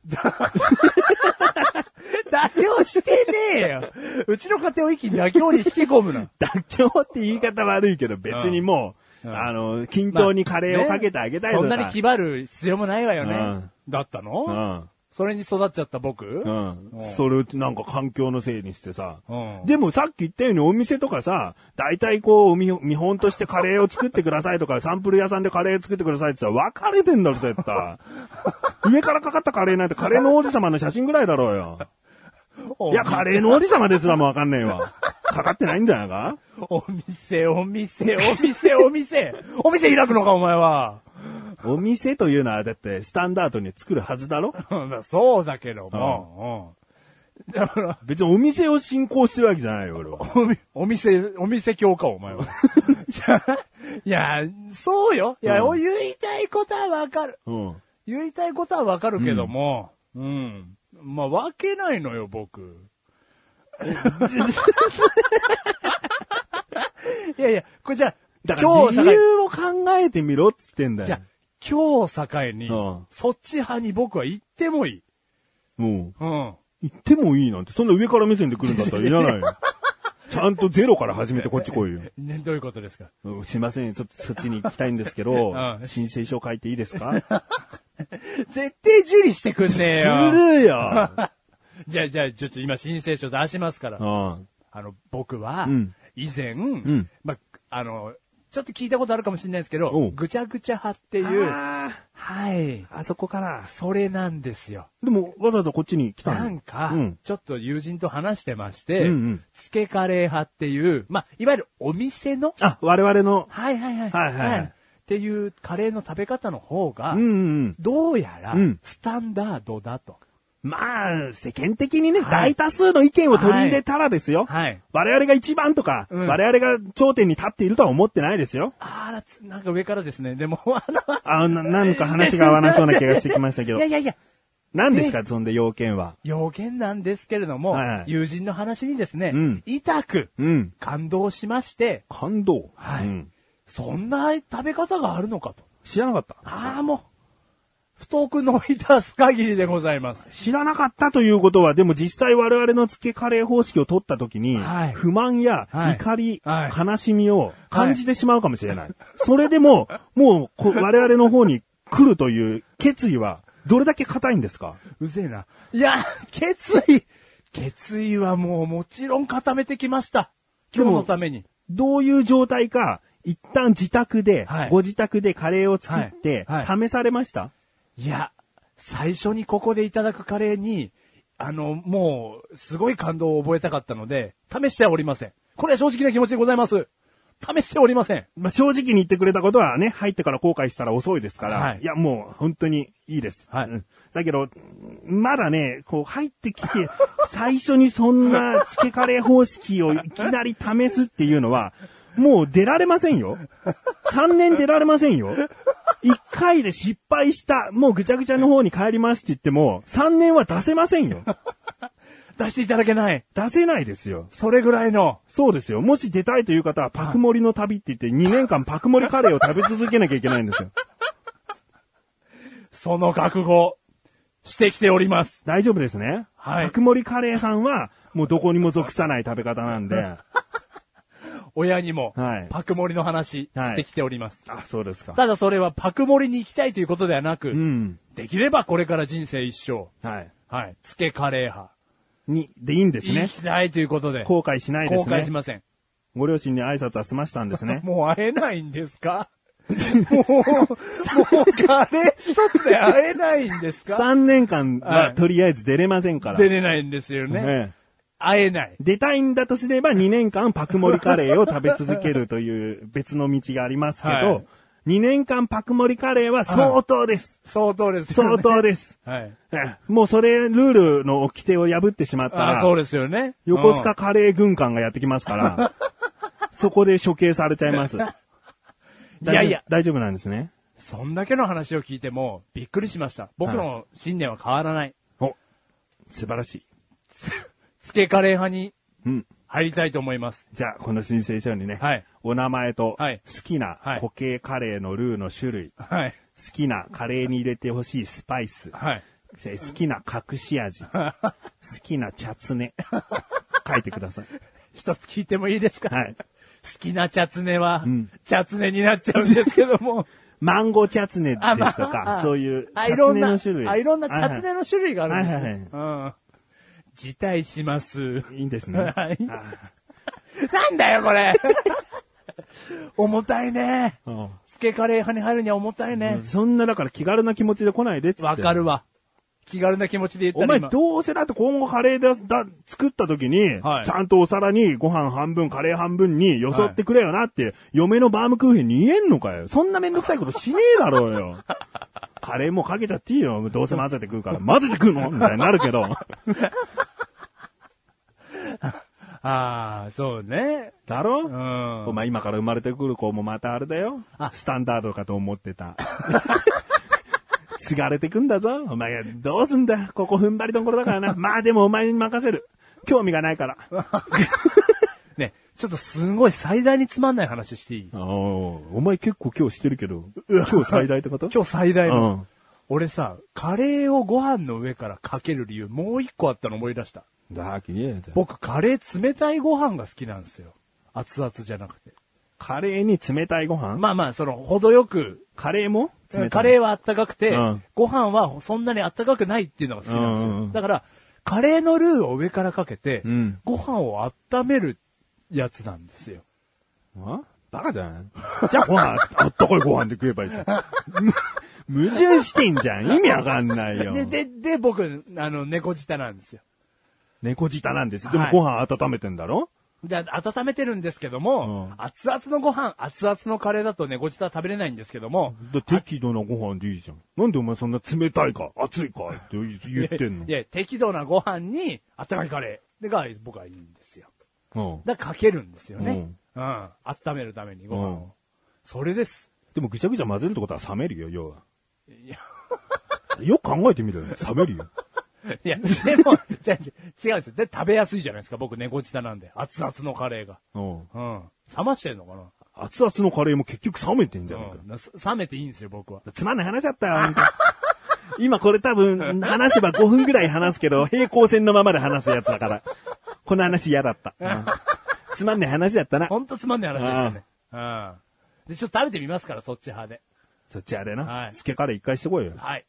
[SPEAKER 3] 妥協してねえよ。うちの家庭を一気に妥協に引き込
[SPEAKER 2] <laughs>
[SPEAKER 3] むな。
[SPEAKER 2] 妥協って言い方悪いけど、別にもう、
[SPEAKER 3] うん
[SPEAKER 2] あの、均等にカレーをかけてあげたいと
[SPEAKER 3] そ
[SPEAKER 2] か、
[SPEAKER 3] んなに気張る必要もないわよね。
[SPEAKER 2] うん
[SPEAKER 3] だったの、
[SPEAKER 2] うん。
[SPEAKER 3] それに育っちゃった僕、
[SPEAKER 2] うん
[SPEAKER 3] うん。
[SPEAKER 2] それをなんか環境のせいにしてさ。
[SPEAKER 3] うん
[SPEAKER 2] でもさっき言ったようにお店とかさ、大体こう、見見本としてカレーを作ってくださいとか、サンプル屋さんでカレー作ってくださいってさ、分かれてんだろ、絶
[SPEAKER 3] <laughs>
[SPEAKER 2] 対。上からかかったカレーなんてカレーの王子様の写真ぐらいだろうよ。いや、カレーの王子様ですらもわかんねえわ。かかってないんじゃないか
[SPEAKER 3] お店、お店、 <laughs> お店、お店。お店開くのか、お前は。 <laughs>
[SPEAKER 2] お店というのはだってスタンダードに作るはずだろ
[SPEAKER 3] うんそうだけども。うんだから、
[SPEAKER 2] 別にお店を進行してるわけじゃないよ、俺は。
[SPEAKER 3] おみお店、お店教か、お
[SPEAKER 2] <laughs>
[SPEAKER 3] 前は。じゃあいや、そうよ。いや、
[SPEAKER 2] うん
[SPEAKER 3] 言いたいことはわかる。
[SPEAKER 2] うん。
[SPEAKER 3] 言いたいことはわかるけども、うん。まあ、分けないのよ、僕。いやいや、これじゃあ、
[SPEAKER 2] だから
[SPEAKER 3] 今日
[SPEAKER 2] 理
[SPEAKER 3] 境
[SPEAKER 2] 由を考えてみろっつってんだよ。
[SPEAKER 3] じゃあ、今日境に、
[SPEAKER 2] うん
[SPEAKER 3] そっち派に僕は行ってもいい。
[SPEAKER 2] うん。
[SPEAKER 3] うん。
[SPEAKER 2] 行ってもいいなんて、そんな上から目線で来るんだったらいら <laughs> ないよ。ちゃんとゼロから始めてこっち来いよ。
[SPEAKER 3] ね、どういうことですか
[SPEAKER 2] うんすいません、そ、そっちに行きたいんですけ <laughs> ど
[SPEAKER 3] う、ん
[SPEAKER 2] 申請書書いていいですか
[SPEAKER 3] 絶対受理してくんねえ
[SPEAKER 2] ず
[SPEAKER 3] よ。
[SPEAKER 2] るいよ。
[SPEAKER 3] じゃあ、じゃあ、ちょっと今申請書出しますから。
[SPEAKER 2] うん。
[SPEAKER 3] あの、僕は
[SPEAKER 2] うん、
[SPEAKER 3] 以前、
[SPEAKER 2] ん
[SPEAKER 3] まあ、あの、ちょっと聞いたことあるかもしれないですけ
[SPEAKER 2] お
[SPEAKER 3] ど
[SPEAKER 2] う、
[SPEAKER 3] ぐちゃぐちゃ派っていう、
[SPEAKER 2] あ
[SPEAKER 3] はい。
[SPEAKER 2] ーあそこから。
[SPEAKER 3] それなんですよ。
[SPEAKER 2] でも、わざわざこっちに来たの
[SPEAKER 3] なんか
[SPEAKER 2] うん、
[SPEAKER 3] ちょっと友人と話してまして、
[SPEAKER 2] うんうん
[SPEAKER 3] つけカレー派っていう、まあ、いわゆるお店の、
[SPEAKER 2] あ、我々の。
[SPEAKER 3] はいはいはい。
[SPEAKER 2] はいはいはい
[SPEAKER 3] っていうカレーの食べ方の方が、
[SPEAKER 2] うんうんうん。
[SPEAKER 3] どうやら
[SPEAKER 2] うん、
[SPEAKER 3] スタンダードだと。
[SPEAKER 2] まあ、世間的にね、
[SPEAKER 3] はい
[SPEAKER 2] 大多数の意見を取り入れたらですよ。
[SPEAKER 3] はい。
[SPEAKER 2] 我々が一番とか、
[SPEAKER 3] うん
[SPEAKER 2] 我々が頂点に立っているとは思ってないですよ。
[SPEAKER 3] あら、つなんか上からですね。でも、 <laughs> あの、
[SPEAKER 2] あな、なんか話が合わなそうな気がしてきましたけど
[SPEAKER 3] いや。いやいや、
[SPEAKER 2] 何ですか、そんで要件は。
[SPEAKER 3] 要件なんですけれども、
[SPEAKER 2] はいはい
[SPEAKER 3] 友人の話にですね、
[SPEAKER 2] うん
[SPEAKER 3] 痛く
[SPEAKER 2] うん。
[SPEAKER 3] 感動しまして、
[SPEAKER 2] 感動。
[SPEAKER 3] はい
[SPEAKER 2] うん
[SPEAKER 3] そんな食べ方があるのかと。
[SPEAKER 2] 知らなかった。
[SPEAKER 3] ああ、もう、不徳の致す限りでございます。
[SPEAKER 2] 知らなかったということは、でも実際我々の付けカレー方式を取った時に、
[SPEAKER 3] はい
[SPEAKER 2] 不満や
[SPEAKER 3] はい
[SPEAKER 2] 怒り、
[SPEAKER 3] はい
[SPEAKER 2] 悲しみを感じてしまうかもしれない。それでも、もうこ我々の方に来るという決意は、どれだけ硬いんですか
[SPEAKER 3] うぜえな。いや、決意決意はもうもちろん固めてきました。今日のために。
[SPEAKER 2] どういう状態か、一旦自宅で、
[SPEAKER 3] はい
[SPEAKER 2] ご自宅でカレーを作って、
[SPEAKER 3] はいは
[SPEAKER 2] 試されました
[SPEAKER 3] いや、最初にここでいただくカレーに、あの、もう、すごい感動を覚えたかったので、試してはおりません。これは正直な気持ちでございます。試してはおりません。
[SPEAKER 2] まあ、正直に言ってくれたことはね、入ってから後悔したら遅いですから、
[SPEAKER 3] はい
[SPEAKER 2] い、や、もう本当にいいです。
[SPEAKER 3] はい
[SPEAKER 2] うんだけど、まだね、こう入ってきて、 <laughs> 最初にそんな付けカレー方式をいきなり試すっていうのは、もう出られませんよ。3年出られませんよ。1回で失敗した、もうぐちゃぐちゃの方に帰りますって言っても、3年は出せませんよ。
[SPEAKER 3] 出していただけない。
[SPEAKER 2] 出せないですよ。
[SPEAKER 3] それぐらいの。
[SPEAKER 2] そうですよ。もし出たいという方は、パクモリの旅って言って、2年間パクモリカレーを食べ続けなきゃいけないんですよ。
[SPEAKER 3] その覚悟、してきております。
[SPEAKER 2] 大丈夫ですね。
[SPEAKER 3] はい
[SPEAKER 2] パクモリカレーさんは、もうどこにも属さない食べ方なんで。
[SPEAKER 3] <laughs> 親にも、
[SPEAKER 2] はい
[SPEAKER 3] パクモリの話、
[SPEAKER 2] はい
[SPEAKER 3] してきております。
[SPEAKER 2] あ、そうですか。
[SPEAKER 3] ただそれはパクモリに行きたいということではなく、
[SPEAKER 2] うん。
[SPEAKER 3] できればこれから人生一生、
[SPEAKER 2] はい。
[SPEAKER 3] はい、つけカレー派、
[SPEAKER 2] に、でいいんですね
[SPEAKER 3] 行。きたいということで、
[SPEAKER 2] 後悔しないですね。
[SPEAKER 3] 後悔しません。。
[SPEAKER 2] ご両親に挨拶は済ましたんですね
[SPEAKER 3] <laughs> もう会えないんです
[SPEAKER 2] <laughs>
[SPEAKER 3] かもう、もうカレー一つで会えないんですか
[SPEAKER 2] 3年間
[SPEAKER 3] は
[SPEAKER 2] はいとりあえず出れませんから。
[SPEAKER 3] 出れないんですよね。
[SPEAKER 2] ね
[SPEAKER 3] 会えない。
[SPEAKER 2] 出たいんだとすれば2年間パクモリカレーを食べ続けるという別の道がありますけど、
[SPEAKER 3] はい
[SPEAKER 2] 2年間パクモリカレーは相当です。
[SPEAKER 3] 相当ですよ
[SPEAKER 2] 相
[SPEAKER 3] ね。
[SPEAKER 2] 当です。
[SPEAKER 3] はい。
[SPEAKER 2] ええもうそれ、ルールの掟を破ってしまった
[SPEAKER 3] あ
[SPEAKER 2] ら、
[SPEAKER 3] そうですよね。
[SPEAKER 2] 横須賀カレー軍艦がやってきますから、そこで処刑されちゃい
[SPEAKER 3] <laughs>
[SPEAKER 2] ます。
[SPEAKER 3] うん。いやいや、
[SPEAKER 2] 大丈夫。大丈夫なんですね。
[SPEAKER 3] そんだけの話を聞いても、びっくりしました。僕の信念は変わらない。
[SPEAKER 2] 素晴らしい。
[SPEAKER 3] つけカレー派に
[SPEAKER 2] うん。
[SPEAKER 3] 入りたいと思います。
[SPEAKER 2] じゃあ、この申請書にね、
[SPEAKER 3] はい
[SPEAKER 2] お名前と、
[SPEAKER 3] は
[SPEAKER 2] 好
[SPEAKER 3] い
[SPEAKER 2] きな
[SPEAKER 3] はい
[SPEAKER 2] 固形カレーのルーの種類、
[SPEAKER 3] はい。
[SPEAKER 2] 好きなカレーに入れてほしいスパイス、
[SPEAKER 3] はい。
[SPEAKER 2] え好きな隠し
[SPEAKER 3] <laughs>
[SPEAKER 2] 味、好きな茶つね、書いてください。
[SPEAKER 3] 一つ聞いてもいいですか
[SPEAKER 2] はい。
[SPEAKER 3] 好きなチャツネは、
[SPEAKER 2] ん
[SPEAKER 3] チャツネになっちゃうんですけども。
[SPEAKER 2] マンゴーチャツネで
[SPEAKER 3] あ
[SPEAKER 2] すとか、そういう、 <laughs> チ
[SPEAKER 3] あ
[SPEAKER 2] ャ
[SPEAKER 3] いろ
[SPEAKER 2] ツ
[SPEAKER 3] ん
[SPEAKER 2] ネ
[SPEAKER 3] な
[SPEAKER 2] の種類。
[SPEAKER 3] あいろんなチャツ
[SPEAKER 2] は
[SPEAKER 3] ネ
[SPEAKER 2] い
[SPEAKER 3] の種類があるんですね。うん。辞退します。
[SPEAKER 2] はいいいんですね。は
[SPEAKER 3] はい
[SPEAKER 2] い。
[SPEAKER 3] なんだよ、これ重たいね。
[SPEAKER 2] うん
[SPEAKER 3] つけカレー派に入るには重たいね。
[SPEAKER 2] そんな、だから気軽な気持ちで来ないでっつって。
[SPEAKER 3] わかるわ。気軽な気持ちで言った
[SPEAKER 2] お
[SPEAKER 3] ら
[SPEAKER 2] 前
[SPEAKER 3] 今。
[SPEAKER 2] どうせだって今後カレーだ、だ、作った時に、
[SPEAKER 3] はい
[SPEAKER 2] ちゃんとお皿にご飯半分、カレー半分によそってくれよなって、嫁のバームクーヘンに言えんのかよ。そんなめんどくさいことしねえだろうよ。カレーもうかけちゃっていいよ。どうせ混ぜて食う
[SPEAKER 3] <laughs>
[SPEAKER 2] から。混ぜて食うのみたいになるけど。
[SPEAKER 3] ああ、そうね。
[SPEAKER 2] だろ、
[SPEAKER 3] うん。
[SPEAKER 2] お前今から生まれてくる子もまたあれだよ。スタンダードかと思ってた。継がれてくんだぞ。お前どうすんだ。ここ踏ん張りどころだからな。まあでもお前に任せる。興味がないから。
[SPEAKER 3] ね、ちょっとすごい最大につまんない話していい
[SPEAKER 2] ああ、お前結構今日してるけど、今日最大ってこと
[SPEAKER 3] 今日最大の。
[SPEAKER 2] うん
[SPEAKER 3] 俺さ、カレーをご飯の上からかける理由、もう一個あったの思い出した。
[SPEAKER 2] だきえ
[SPEAKER 3] 僕、カレー冷たいご飯が好きなんですよ。熱々じゃなくて。
[SPEAKER 2] カレーに冷たいご飯、
[SPEAKER 3] まあまあ、その、程よく、
[SPEAKER 2] カレーも冷たい
[SPEAKER 3] カレーは暖かくて、
[SPEAKER 2] うん
[SPEAKER 3] ご飯はそんなに暖かくないっていうのが好きなんですよ。
[SPEAKER 2] うんうんうん
[SPEAKER 3] だから、カレーのルーを上からかけて、
[SPEAKER 2] うん
[SPEAKER 3] ご飯を温めるやつなんですよ。
[SPEAKER 2] あバカじゃん。じゃあご飯、あったかいご飯で食えばいいじゃん。む矛盾してんじゃん。意味わかんないよ。
[SPEAKER 3] で、で、で、僕、あの、猫舌なんですよ。
[SPEAKER 2] 猫舌なんです。でも
[SPEAKER 3] はい
[SPEAKER 2] ご飯温めてんだろ、
[SPEAKER 3] で、温めてるんですけども、
[SPEAKER 2] うん
[SPEAKER 3] 熱々のご飯、熱々のカレーだとね、ごちたは食べれないんですけども、
[SPEAKER 2] だ適度なご飯でいいじゃん。なんでお前そんな冷たいか、熱いかって言ってんの
[SPEAKER 3] いや、適度なご飯に、温かいカレー。で、が、僕はいいんですよ。
[SPEAKER 2] うん。
[SPEAKER 3] だからかけるんですよね。うん。温めるためにご飯を。
[SPEAKER 2] うん
[SPEAKER 3] そ
[SPEAKER 2] <laughs>
[SPEAKER 3] れです。
[SPEAKER 2] でもぐちゃぐちゃ混ぜるってことは冷めるよ、要は。
[SPEAKER 3] いや、
[SPEAKER 2] <laughs> よく考えてみろよ。冷めるよ。
[SPEAKER 3] いやでも、違う違う違うんですよ。で、食べやすいじゃないですか。僕、猫舌なんで。熱々のカレーが。
[SPEAKER 2] うん。
[SPEAKER 3] うん。冷ましてんのかな
[SPEAKER 2] 熱々のカレーも結局冷めてんじゃねえか。
[SPEAKER 3] うん。冷めていいんですよ、僕は。
[SPEAKER 2] つまんない話だったよ、本
[SPEAKER 3] <laughs>
[SPEAKER 2] 当今これ多分、話せば5分ぐらい話すけど、平行線のままで話すやつだから。この話嫌だった。うんつまんない話だったな。
[SPEAKER 3] ほんとつまんない話でしたね。うん。で、ちょっと食べてみますから、そっち派で。
[SPEAKER 2] そっちあれ
[SPEAKER 3] は
[SPEAKER 2] な。
[SPEAKER 3] い
[SPEAKER 2] つけカレー一回してこいよ。
[SPEAKER 3] はい。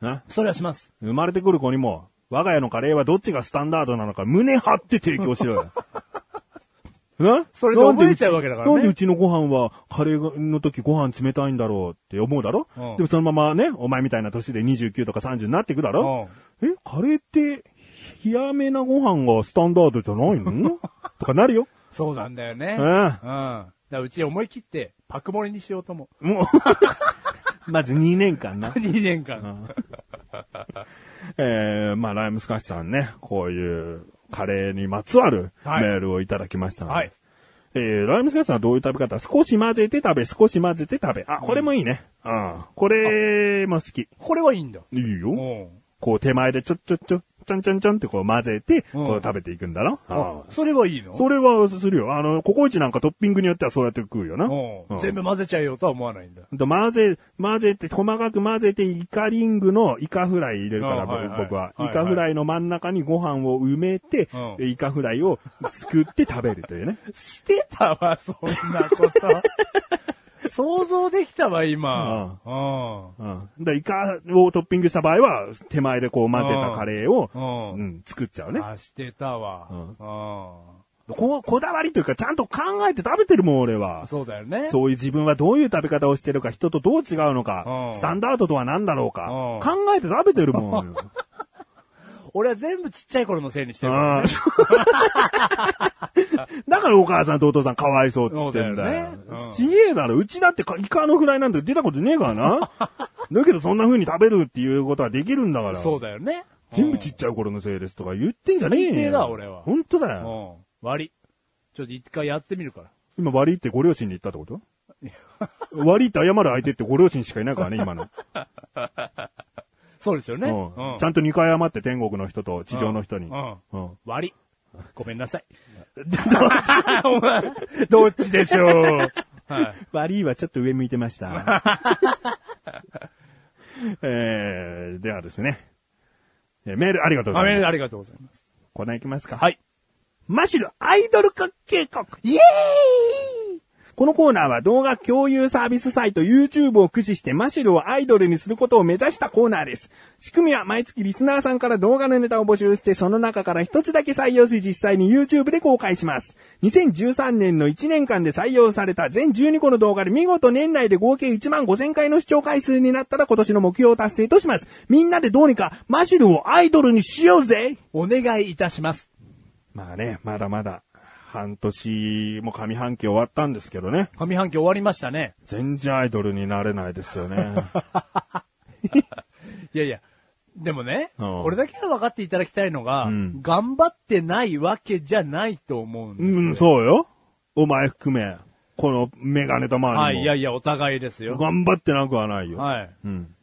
[SPEAKER 2] な。
[SPEAKER 3] それはします。
[SPEAKER 2] 生まれてくる子にも、我が家のカレーはどっちがスタンダードなのか胸張って提供しろ
[SPEAKER 3] <laughs>
[SPEAKER 2] よ。え
[SPEAKER 3] それで覚えちゃうわけだからね
[SPEAKER 2] なんでうちなんでうちのご飯はカレーの時ご飯冷たいんだろうって思うだろ、
[SPEAKER 3] うん
[SPEAKER 2] でもそのままね、お前みたいな年で29とか30になってくだろ、えカレーって冷やめなご飯がスタンダードじゃない
[SPEAKER 3] <laughs>
[SPEAKER 2] のとかなるよ。
[SPEAKER 3] そうなんだよね。
[SPEAKER 2] うん
[SPEAKER 3] うん。だからうち思い切って、パク盛りにしようと <laughs> 思
[SPEAKER 2] もう。 <laughs> まず2年間な
[SPEAKER 3] う。。2年間。
[SPEAKER 2] えー、まあ、ライムスカッシュさんね、こういうカレーにまつわるメ
[SPEAKER 3] はい
[SPEAKER 2] ールをいただきましたので、
[SPEAKER 3] はい
[SPEAKER 2] えー、ライムスカッシュさんはどういう食べ方少し混ぜて食べ、少し混ぜて食べ。あ、これもいいね。うん。これも好き。
[SPEAKER 3] これはいいんだ。
[SPEAKER 2] いいうよ。
[SPEAKER 3] ん。
[SPEAKER 2] こう手前でちょっちょっちょ、ちゃんちゃんちゃんってこう混ぜて、
[SPEAKER 3] うん
[SPEAKER 2] こう食べていくんだろ。
[SPEAKER 3] あ
[SPEAKER 2] あ
[SPEAKER 3] それはいいの
[SPEAKER 2] それはするよ。あの、ココイチなんかトッピングによってはそうやって食うよな。
[SPEAKER 3] う。
[SPEAKER 2] うんん
[SPEAKER 3] 全部混ぜちゃえようとは思わないんだ。
[SPEAKER 2] で混ぜ、混ぜて、細かく混ぜて、イカリングのイカフライ入れるから、
[SPEAKER 3] あはいはい
[SPEAKER 2] 僕は。
[SPEAKER 3] はいは
[SPEAKER 2] イ
[SPEAKER 3] い
[SPEAKER 2] カフライの真ん中にご飯を埋めて、
[SPEAKER 3] うん
[SPEAKER 2] イカフライをすくって食べるというね。
[SPEAKER 3] してたわ、そんな <laughs> こと。想像できたわ、今。う
[SPEAKER 2] うん、でイカをトッピングした場合は、手前でこう混ぜたカレーを、
[SPEAKER 3] うん
[SPEAKER 2] うん作っちゃうね
[SPEAKER 3] ん。あ、してたわ。
[SPEAKER 2] う
[SPEAKER 3] う
[SPEAKER 2] こう。こだわりというか、ちゃんと考えて食べてるもん、俺は
[SPEAKER 3] ん。。そうだよね。
[SPEAKER 2] そういう自分はどういう食べ方をしてるか、人とどう違うのか
[SPEAKER 3] う、ん
[SPEAKER 2] スタンダードとは何だろうか、
[SPEAKER 3] うん
[SPEAKER 2] 考えて食べてるも
[SPEAKER 3] <laughs>
[SPEAKER 2] ん。
[SPEAKER 3] 俺は全部ちっちゃい頃のせいにしてるから
[SPEAKER 2] あ
[SPEAKER 3] ね。
[SPEAKER 2] あ <laughs> だからお母さんとお父さんかわいそうっつってん
[SPEAKER 3] そうだ
[SPEAKER 2] だ
[SPEAKER 3] よ
[SPEAKER 2] よ
[SPEAKER 3] ねうん。
[SPEAKER 2] ちげえだろ。うちだってかイカのフライなんて出たことねえからな。だけどそんな風に食べるっていうことはできるんだから。
[SPEAKER 3] そうだよね。
[SPEAKER 2] 全部ち
[SPEAKER 3] ち
[SPEAKER 2] っちゃい頃のせいですとか言ってんじゃねえよ。
[SPEAKER 3] 最低だ俺は
[SPEAKER 2] 本当だ
[SPEAKER 3] ゃい。う
[SPEAKER 2] よ。
[SPEAKER 3] ん。割り。ちょっと一回やってみるから。
[SPEAKER 2] 今割りってご両親に言ったってこと <laughs> 割りって謝る相手ってご両親しかいないからね、今の。
[SPEAKER 3] <laughs> そうですよね。
[SPEAKER 2] うん
[SPEAKER 3] うん
[SPEAKER 2] ちゃんと2回余って天国の人と地上の人に。
[SPEAKER 3] うん
[SPEAKER 2] うん
[SPEAKER 3] 悪い。ごめんな <laughs> さい。お前どっちでしょう。はい。
[SPEAKER 2] 悪いはちょっと上向いてま
[SPEAKER 3] <laughs>
[SPEAKER 2] した。 <laughs> えー、ではですね。えーメールありがとうご
[SPEAKER 3] あ
[SPEAKER 2] ざいま
[SPEAKER 3] メー
[SPEAKER 2] す。
[SPEAKER 3] ルありがとうございます。
[SPEAKER 2] コーナー行きますか。
[SPEAKER 3] はい。
[SPEAKER 2] マシュルアイドル化計画イエーイこのコーナーは動画共有サービスサイト YouTube を駆使してマシュルをアイドルにすることを目指したコーナーです。仕組みは毎月リスナーさんから動画のネタを募集してその中から一つだけ採用し実際に YouTube で公開します。2013年の1年間で採用された全12個の動画で見事年内で合計1万5000回の視聴回数になったら今年の目標達成とします。みんなでどうにかマシュルをアイドルにしようぜ
[SPEAKER 3] お願いいたします。
[SPEAKER 2] まあね、まだまだ、半年も上半期終わったんですけどね。
[SPEAKER 3] 上半期終わりましたね。
[SPEAKER 2] 全然アイドルになれないです
[SPEAKER 3] <laughs>
[SPEAKER 2] よね。
[SPEAKER 3] いやいや。でもね、
[SPEAKER 2] うん
[SPEAKER 3] これだけは分かっていただきたいのが、
[SPEAKER 2] ん
[SPEAKER 3] 頑張ってないわけじゃないと思うんですよ
[SPEAKER 2] うん、そうよ。お前含め、このメガネたま
[SPEAKER 3] はい、
[SPEAKER 2] に
[SPEAKER 3] い
[SPEAKER 2] も。
[SPEAKER 3] やいや、お互いですよ。
[SPEAKER 2] 頑張ってなくはないよ。
[SPEAKER 3] はい。
[SPEAKER 2] うん。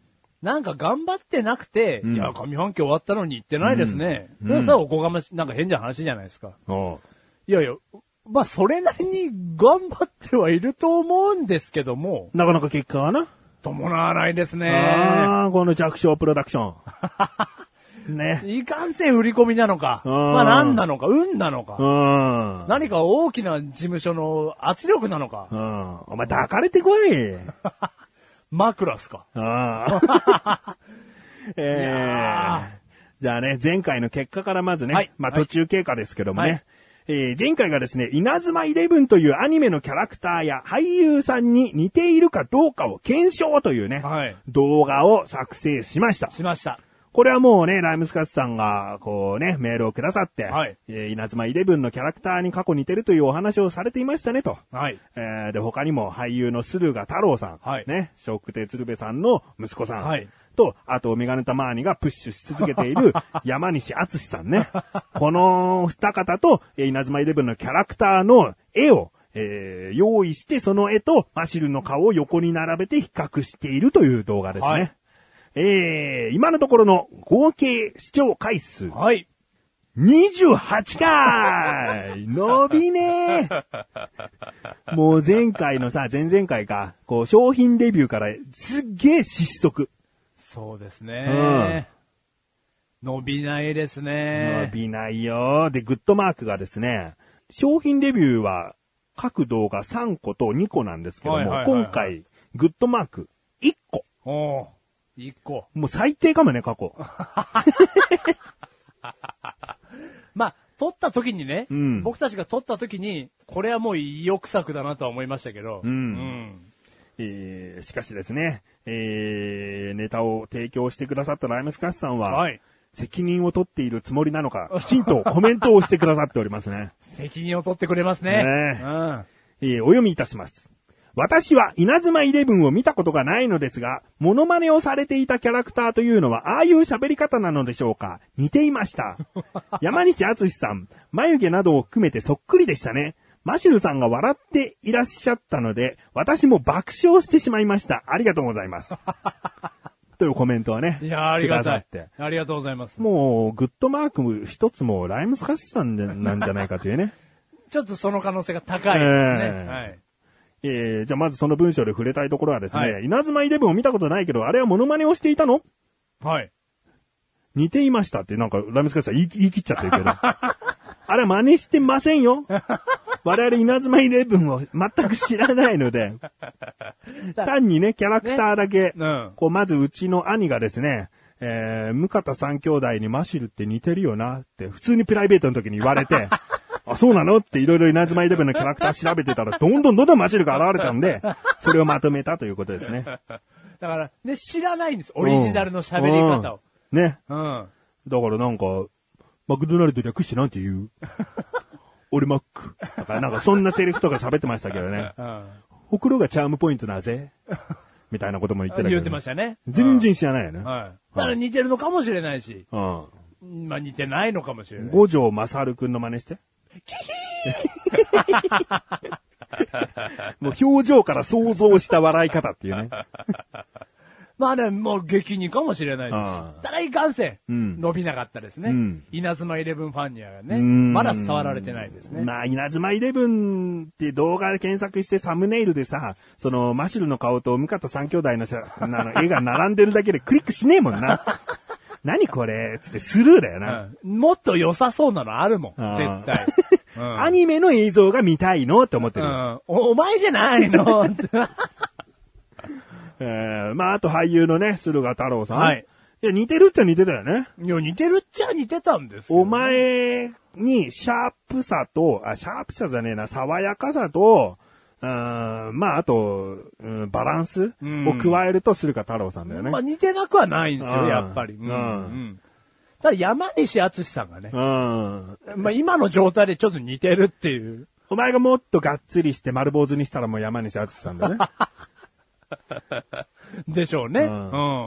[SPEAKER 3] なんか頑張ってなくて、
[SPEAKER 2] ん
[SPEAKER 3] いや、上半期終わったのに行ってないですね。
[SPEAKER 2] うん
[SPEAKER 3] で
[SPEAKER 2] うん
[SPEAKER 3] さ、おこがましい、なんか変な話じゃないですか。
[SPEAKER 2] おう
[SPEAKER 3] いやいや、まあ、それなりに頑張ってはいると思うんですけども、
[SPEAKER 2] なかなか結果はな。
[SPEAKER 3] 伴わないですね。
[SPEAKER 2] ああ、この弱小プロダクショ
[SPEAKER 3] <laughs>
[SPEAKER 2] ン。ね。
[SPEAKER 3] いかんせん売り込みなのか、
[SPEAKER 2] うん
[SPEAKER 3] まあ、なんなのか、運なの
[SPEAKER 2] う
[SPEAKER 3] か、
[SPEAKER 2] ん。
[SPEAKER 3] 何か大きな事務所の圧力なのか
[SPEAKER 2] う、ん。お前抱かれてこい。
[SPEAKER 3] 枕っすか。
[SPEAKER 2] ああ。
[SPEAKER 3] <laughs> いや
[SPEAKER 2] えーじゃあね、前回の結果からまずね、
[SPEAKER 3] はい
[SPEAKER 2] まあ
[SPEAKER 3] はい
[SPEAKER 2] 途中経過ですけどもね、
[SPEAKER 3] はい
[SPEAKER 2] えー前回がですね、稲妻イレブンというアニメのキャラクターや俳優さんに似ているかどうかを検証というね、
[SPEAKER 3] はい
[SPEAKER 2] 動画を作成しました。
[SPEAKER 3] しました。
[SPEAKER 2] これはもうね、ライムスカッツさんが、こうね、メールをくださって、
[SPEAKER 3] はい
[SPEAKER 2] えー稲妻イレブンのキャラクターに過去似てるというお話をされていましたねと。
[SPEAKER 3] はい。
[SPEAKER 2] えーで、他にも俳優の駿河太郎さん。
[SPEAKER 3] はい
[SPEAKER 2] ね。ショックテ鶴瓶さんの息子さん。
[SPEAKER 3] はい
[SPEAKER 2] と、あと、メガネタマーニがプッシュし続けてい
[SPEAKER 3] <laughs>
[SPEAKER 2] る山西敦さんね。この二方と、えー稲妻イレブンのキャラクターの絵を、えー用意して、その絵とマシルの顔を横に並べて比較しているという動画ですね。
[SPEAKER 3] はい
[SPEAKER 2] えー今のところの合計視聴回数
[SPEAKER 3] はい。
[SPEAKER 2] 28回伸びねえもう前回のさ、前々回か、こう商品レビューからすっげえ失速。
[SPEAKER 3] そうですね。伸びないですね。
[SPEAKER 2] 伸びないよ。で、グッドマークがですね、商品レビューは各動画3個と2個なんですけども、
[SPEAKER 3] はいはいはいはい
[SPEAKER 2] 今回、グッドマーク1個。
[SPEAKER 3] おう一個。
[SPEAKER 2] もう最低かもね、過
[SPEAKER 3] <laughs>
[SPEAKER 2] 去。
[SPEAKER 3] まあ、撮った時にね、
[SPEAKER 2] うん
[SPEAKER 3] 僕たちが撮った時に、これはもう意欲作だなとは思いましたけど、
[SPEAKER 2] うん
[SPEAKER 3] ん
[SPEAKER 2] えーしかしですね、えーネタを提供してくださったライムスカッシュさんは、
[SPEAKER 3] はい
[SPEAKER 2] 責任を取っているつもりなのか、きちんとコメントをしてくださっておりますね。
[SPEAKER 3] 責任を取ってくれます <laughs>
[SPEAKER 2] ねえ
[SPEAKER 3] ね。
[SPEAKER 2] え
[SPEAKER 3] うん。
[SPEAKER 2] ーお読みいたします。私は稲妻イレブンを見たことがないのですが、モノマネをされていたキャラクターというのは、ああいう喋り方なのでしょうか似ていま
[SPEAKER 3] <laughs>
[SPEAKER 2] した。山西敦さん、眉毛などを含めてそっくりでしたね。マシルさんが笑っていらっしゃったので、私も爆笑してしまいました。ありがとうござい
[SPEAKER 3] <laughs>
[SPEAKER 2] ます。というコメントはね。
[SPEAKER 3] いやーありが
[SPEAKER 2] くだ
[SPEAKER 3] た
[SPEAKER 2] さっ
[SPEAKER 3] い
[SPEAKER 2] て。。
[SPEAKER 3] ありがとうございます。
[SPEAKER 2] もう、グッドマーク一つもライムスカッシュさんでなんじゃないかというね。
[SPEAKER 3] ちょっとその可能性が高いですね。
[SPEAKER 2] ええ
[SPEAKER 3] はい。
[SPEAKER 2] えー、じゃあまずその文章で触れたいところはですね、
[SPEAKER 3] は
[SPEAKER 2] 稲妻イレブンを見たことないけど、あれはモノマネをしていたの
[SPEAKER 3] はい。
[SPEAKER 2] 似ていましたって、なんか、ラミスカさん言い言い切っちゃってるけど。あれは真似してませんよ。我々稲妻イレブンを全く知らないので、単にね、キャラクターだけ、
[SPEAKER 3] うん
[SPEAKER 2] こう、まずうちの兄がですね、えー、向方三兄弟にマシルって似てるよなって、普通にプライベートの時に言われて、 <laughs> あ、そうなのっていろいろ稲妻イレブンのキャラクター調べてたら、どんどんどんどんマシルが現れたんで、それをまとめたということですね。
[SPEAKER 3] だから、ね、知らないん <laughs> です。オリジナルの喋り方を。
[SPEAKER 2] うん。ね。
[SPEAKER 3] うん。
[SPEAKER 2] だからなんか、マクドナルド略してなんて言う <laughs> 俺マック。とか、なんかそんなセリフとか喋ってましたけど
[SPEAKER 3] <laughs>
[SPEAKER 2] ね。
[SPEAKER 3] うん。
[SPEAKER 2] ほくろがチャームポイントなぜみたいなことも言ってたけど、
[SPEAKER 3] 言ってましたね。
[SPEAKER 2] 全然知らないよね。
[SPEAKER 3] うん。はい。だから似てるのかもしれないし、
[SPEAKER 2] うん。
[SPEAKER 3] まあ似てないのかもしれない。
[SPEAKER 2] 五条勝くんの真似して。 <laughs> もう表情から想像した笑い方っていうね。
[SPEAKER 3] まあね、もう激にかもしれない
[SPEAKER 2] あ
[SPEAKER 3] で
[SPEAKER 2] あ
[SPEAKER 3] す。ただいかんせん,、
[SPEAKER 2] うん
[SPEAKER 3] 伸びなかったですね。
[SPEAKER 2] うん
[SPEAKER 3] 稲妻イレブンファンにはね、
[SPEAKER 2] うん
[SPEAKER 3] まだ触られてないですね。
[SPEAKER 2] まあ、稲妻イレブンって動画で検索してサムネイルでさ、その、マシュルの顔とムカト三兄弟の写あの絵が並んでるだけでクリックしねえもんな。何これつってスルーだよな。
[SPEAKER 3] うんもっと良さそうなのあるもん、
[SPEAKER 2] あ
[SPEAKER 3] 絶
[SPEAKER 2] あ
[SPEAKER 3] 対。
[SPEAKER 2] <laughs>
[SPEAKER 3] うん
[SPEAKER 2] アニメの映像が見たいのって思って
[SPEAKER 3] う
[SPEAKER 2] る。
[SPEAKER 3] ん、おお前じゃない
[SPEAKER 2] <laughs>
[SPEAKER 3] の
[SPEAKER 2] えーまあ、あと俳優のね、駿河太郎さん。
[SPEAKER 3] はい。
[SPEAKER 2] いや、似てるっちゃ似てたよね。
[SPEAKER 3] いや、似てるっちゃ似てたんですけどね
[SPEAKER 2] お前にシャープさと、あ、シャープさじゃねえな、爽やかさと、うーんまあ、あと、うんバランス
[SPEAKER 3] うん
[SPEAKER 2] を加えると駿河太郎さんだよね。
[SPEAKER 3] まあ似てなくはないんです
[SPEAKER 2] う
[SPEAKER 3] よ、
[SPEAKER 2] ん
[SPEAKER 3] やっぱり。うん。
[SPEAKER 2] うん
[SPEAKER 3] うんただ山西敦さんがね、
[SPEAKER 2] うん。
[SPEAKER 3] まあ今の状態でちょっと似てるっていう。
[SPEAKER 2] お前がもっとがっつりして丸坊主にしたらもう山西淳さん
[SPEAKER 3] <laughs>
[SPEAKER 2] だね。
[SPEAKER 3] でしょうね。
[SPEAKER 2] う
[SPEAKER 3] う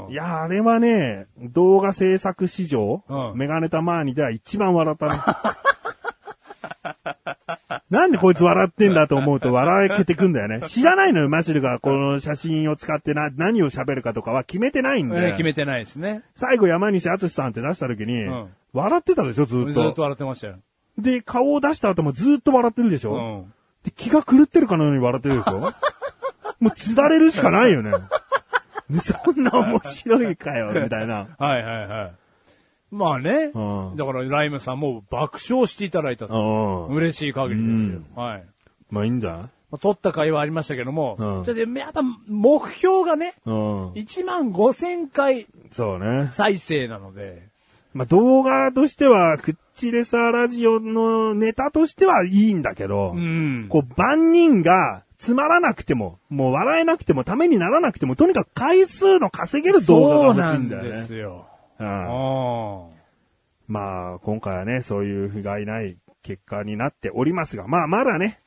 [SPEAKER 3] ん。
[SPEAKER 2] いや、あれはね、動画制作史上、
[SPEAKER 3] うん
[SPEAKER 2] メガネたまーにでは一番笑ったね。 <laughs> なんでこいつ笑ってんだと思うと笑けてくんだよ
[SPEAKER 3] <laughs>
[SPEAKER 2] ね。知らないのよ、マシルがこの写真を使ってな、何を喋るかとかは決めてないんで。
[SPEAKER 3] えー決めてないですね。
[SPEAKER 2] 最後山西淳さんって出した時に、
[SPEAKER 3] うん
[SPEAKER 2] 笑ってたでしょ、ず
[SPEAKER 3] ず
[SPEAKER 2] っと。
[SPEAKER 3] っと笑ってましたよ。
[SPEAKER 2] で、顔を出した後もずっと笑ってるでしょ。
[SPEAKER 3] うん。
[SPEAKER 2] で、気が狂ってるかのように笑ってるでしょもう、つだれるしかない
[SPEAKER 3] <laughs>
[SPEAKER 2] よね。ねそんな面白いかよ、みたいな。
[SPEAKER 3] はいはいはい。まあね。
[SPEAKER 2] うん
[SPEAKER 3] だからライムさんも爆笑していただいたと。
[SPEAKER 2] うん。
[SPEAKER 3] 嬉しい限りですよ。はい。
[SPEAKER 2] まあ、いいんじゃない
[SPEAKER 3] まあ取った会はありましたけども、
[SPEAKER 2] うん
[SPEAKER 3] ちょっとやっぱ目標がね、
[SPEAKER 2] うん。
[SPEAKER 3] 1万5000回
[SPEAKER 2] そうね。
[SPEAKER 3] 再生なので、
[SPEAKER 2] まあ、動画としては、クッチレサラジオのネタとしてはいいんだけど、
[SPEAKER 3] うん。
[SPEAKER 2] こう、万人が、つまらなくても、もう笑えなくても、ためにならなくても、とにかく回数の稼げる動画が欲しいんだよ
[SPEAKER 3] そうなん
[SPEAKER 2] ね
[SPEAKER 3] で。すよ。
[SPEAKER 2] うん
[SPEAKER 3] うん
[SPEAKER 2] まあ、今回はね、そういう不甲斐ない結果になっておりますが、まあ、まだね、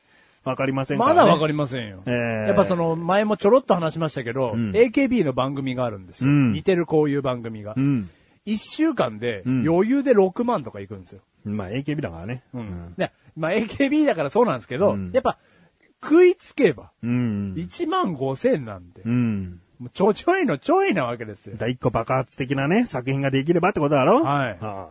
[SPEAKER 2] わかりませんから
[SPEAKER 3] ま
[SPEAKER 2] ね。
[SPEAKER 3] だわか
[SPEAKER 2] り
[SPEAKER 3] りませんよ。
[SPEAKER 2] えー
[SPEAKER 3] やっぱその、前もちょろっと話しましたけど、
[SPEAKER 2] うん
[SPEAKER 3] AKB の番組があるんですよ。
[SPEAKER 2] うん
[SPEAKER 3] 似てるこういう番組が
[SPEAKER 2] う。ん。
[SPEAKER 3] 一週間で
[SPEAKER 2] うん
[SPEAKER 3] 余裕で6万とかいくんですよ。
[SPEAKER 2] まあ、AKB だからね。
[SPEAKER 3] う
[SPEAKER 2] うんん。。
[SPEAKER 3] でまあ AKB だからそうなんですけど、
[SPEAKER 2] うん
[SPEAKER 3] やっぱ食いつけば
[SPEAKER 2] うん。
[SPEAKER 3] 1万5千なんで、
[SPEAKER 2] うん。
[SPEAKER 3] もうちょちょいのちょいなわけですよ。
[SPEAKER 2] 第一個爆発的なね、作品ができればってことだろ
[SPEAKER 3] はい
[SPEAKER 2] ああ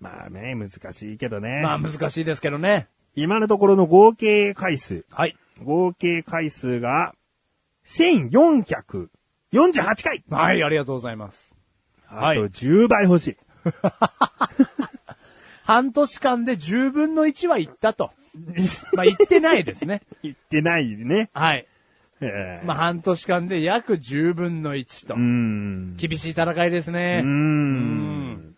[SPEAKER 2] まあね、難しいけどね。
[SPEAKER 3] まあ難しいですけどね。
[SPEAKER 2] 今のところの合計回数、
[SPEAKER 3] はい。
[SPEAKER 2] 合計回数が、1448回
[SPEAKER 3] はい、ありがとうございます。
[SPEAKER 2] あ
[SPEAKER 3] はい
[SPEAKER 2] と10倍欲しい。
[SPEAKER 3] 半年間で10分の1は行っ
[SPEAKER 2] <laughs>
[SPEAKER 3] たと。まあ行ってないですね。
[SPEAKER 2] 言ってないね。
[SPEAKER 3] はい。
[SPEAKER 2] ええ
[SPEAKER 3] まあ、半年間で約10分の1と
[SPEAKER 2] う。ん。
[SPEAKER 3] 厳しい戦いです
[SPEAKER 2] う
[SPEAKER 3] ね。
[SPEAKER 2] ー
[SPEAKER 3] うん
[SPEAKER 2] ん。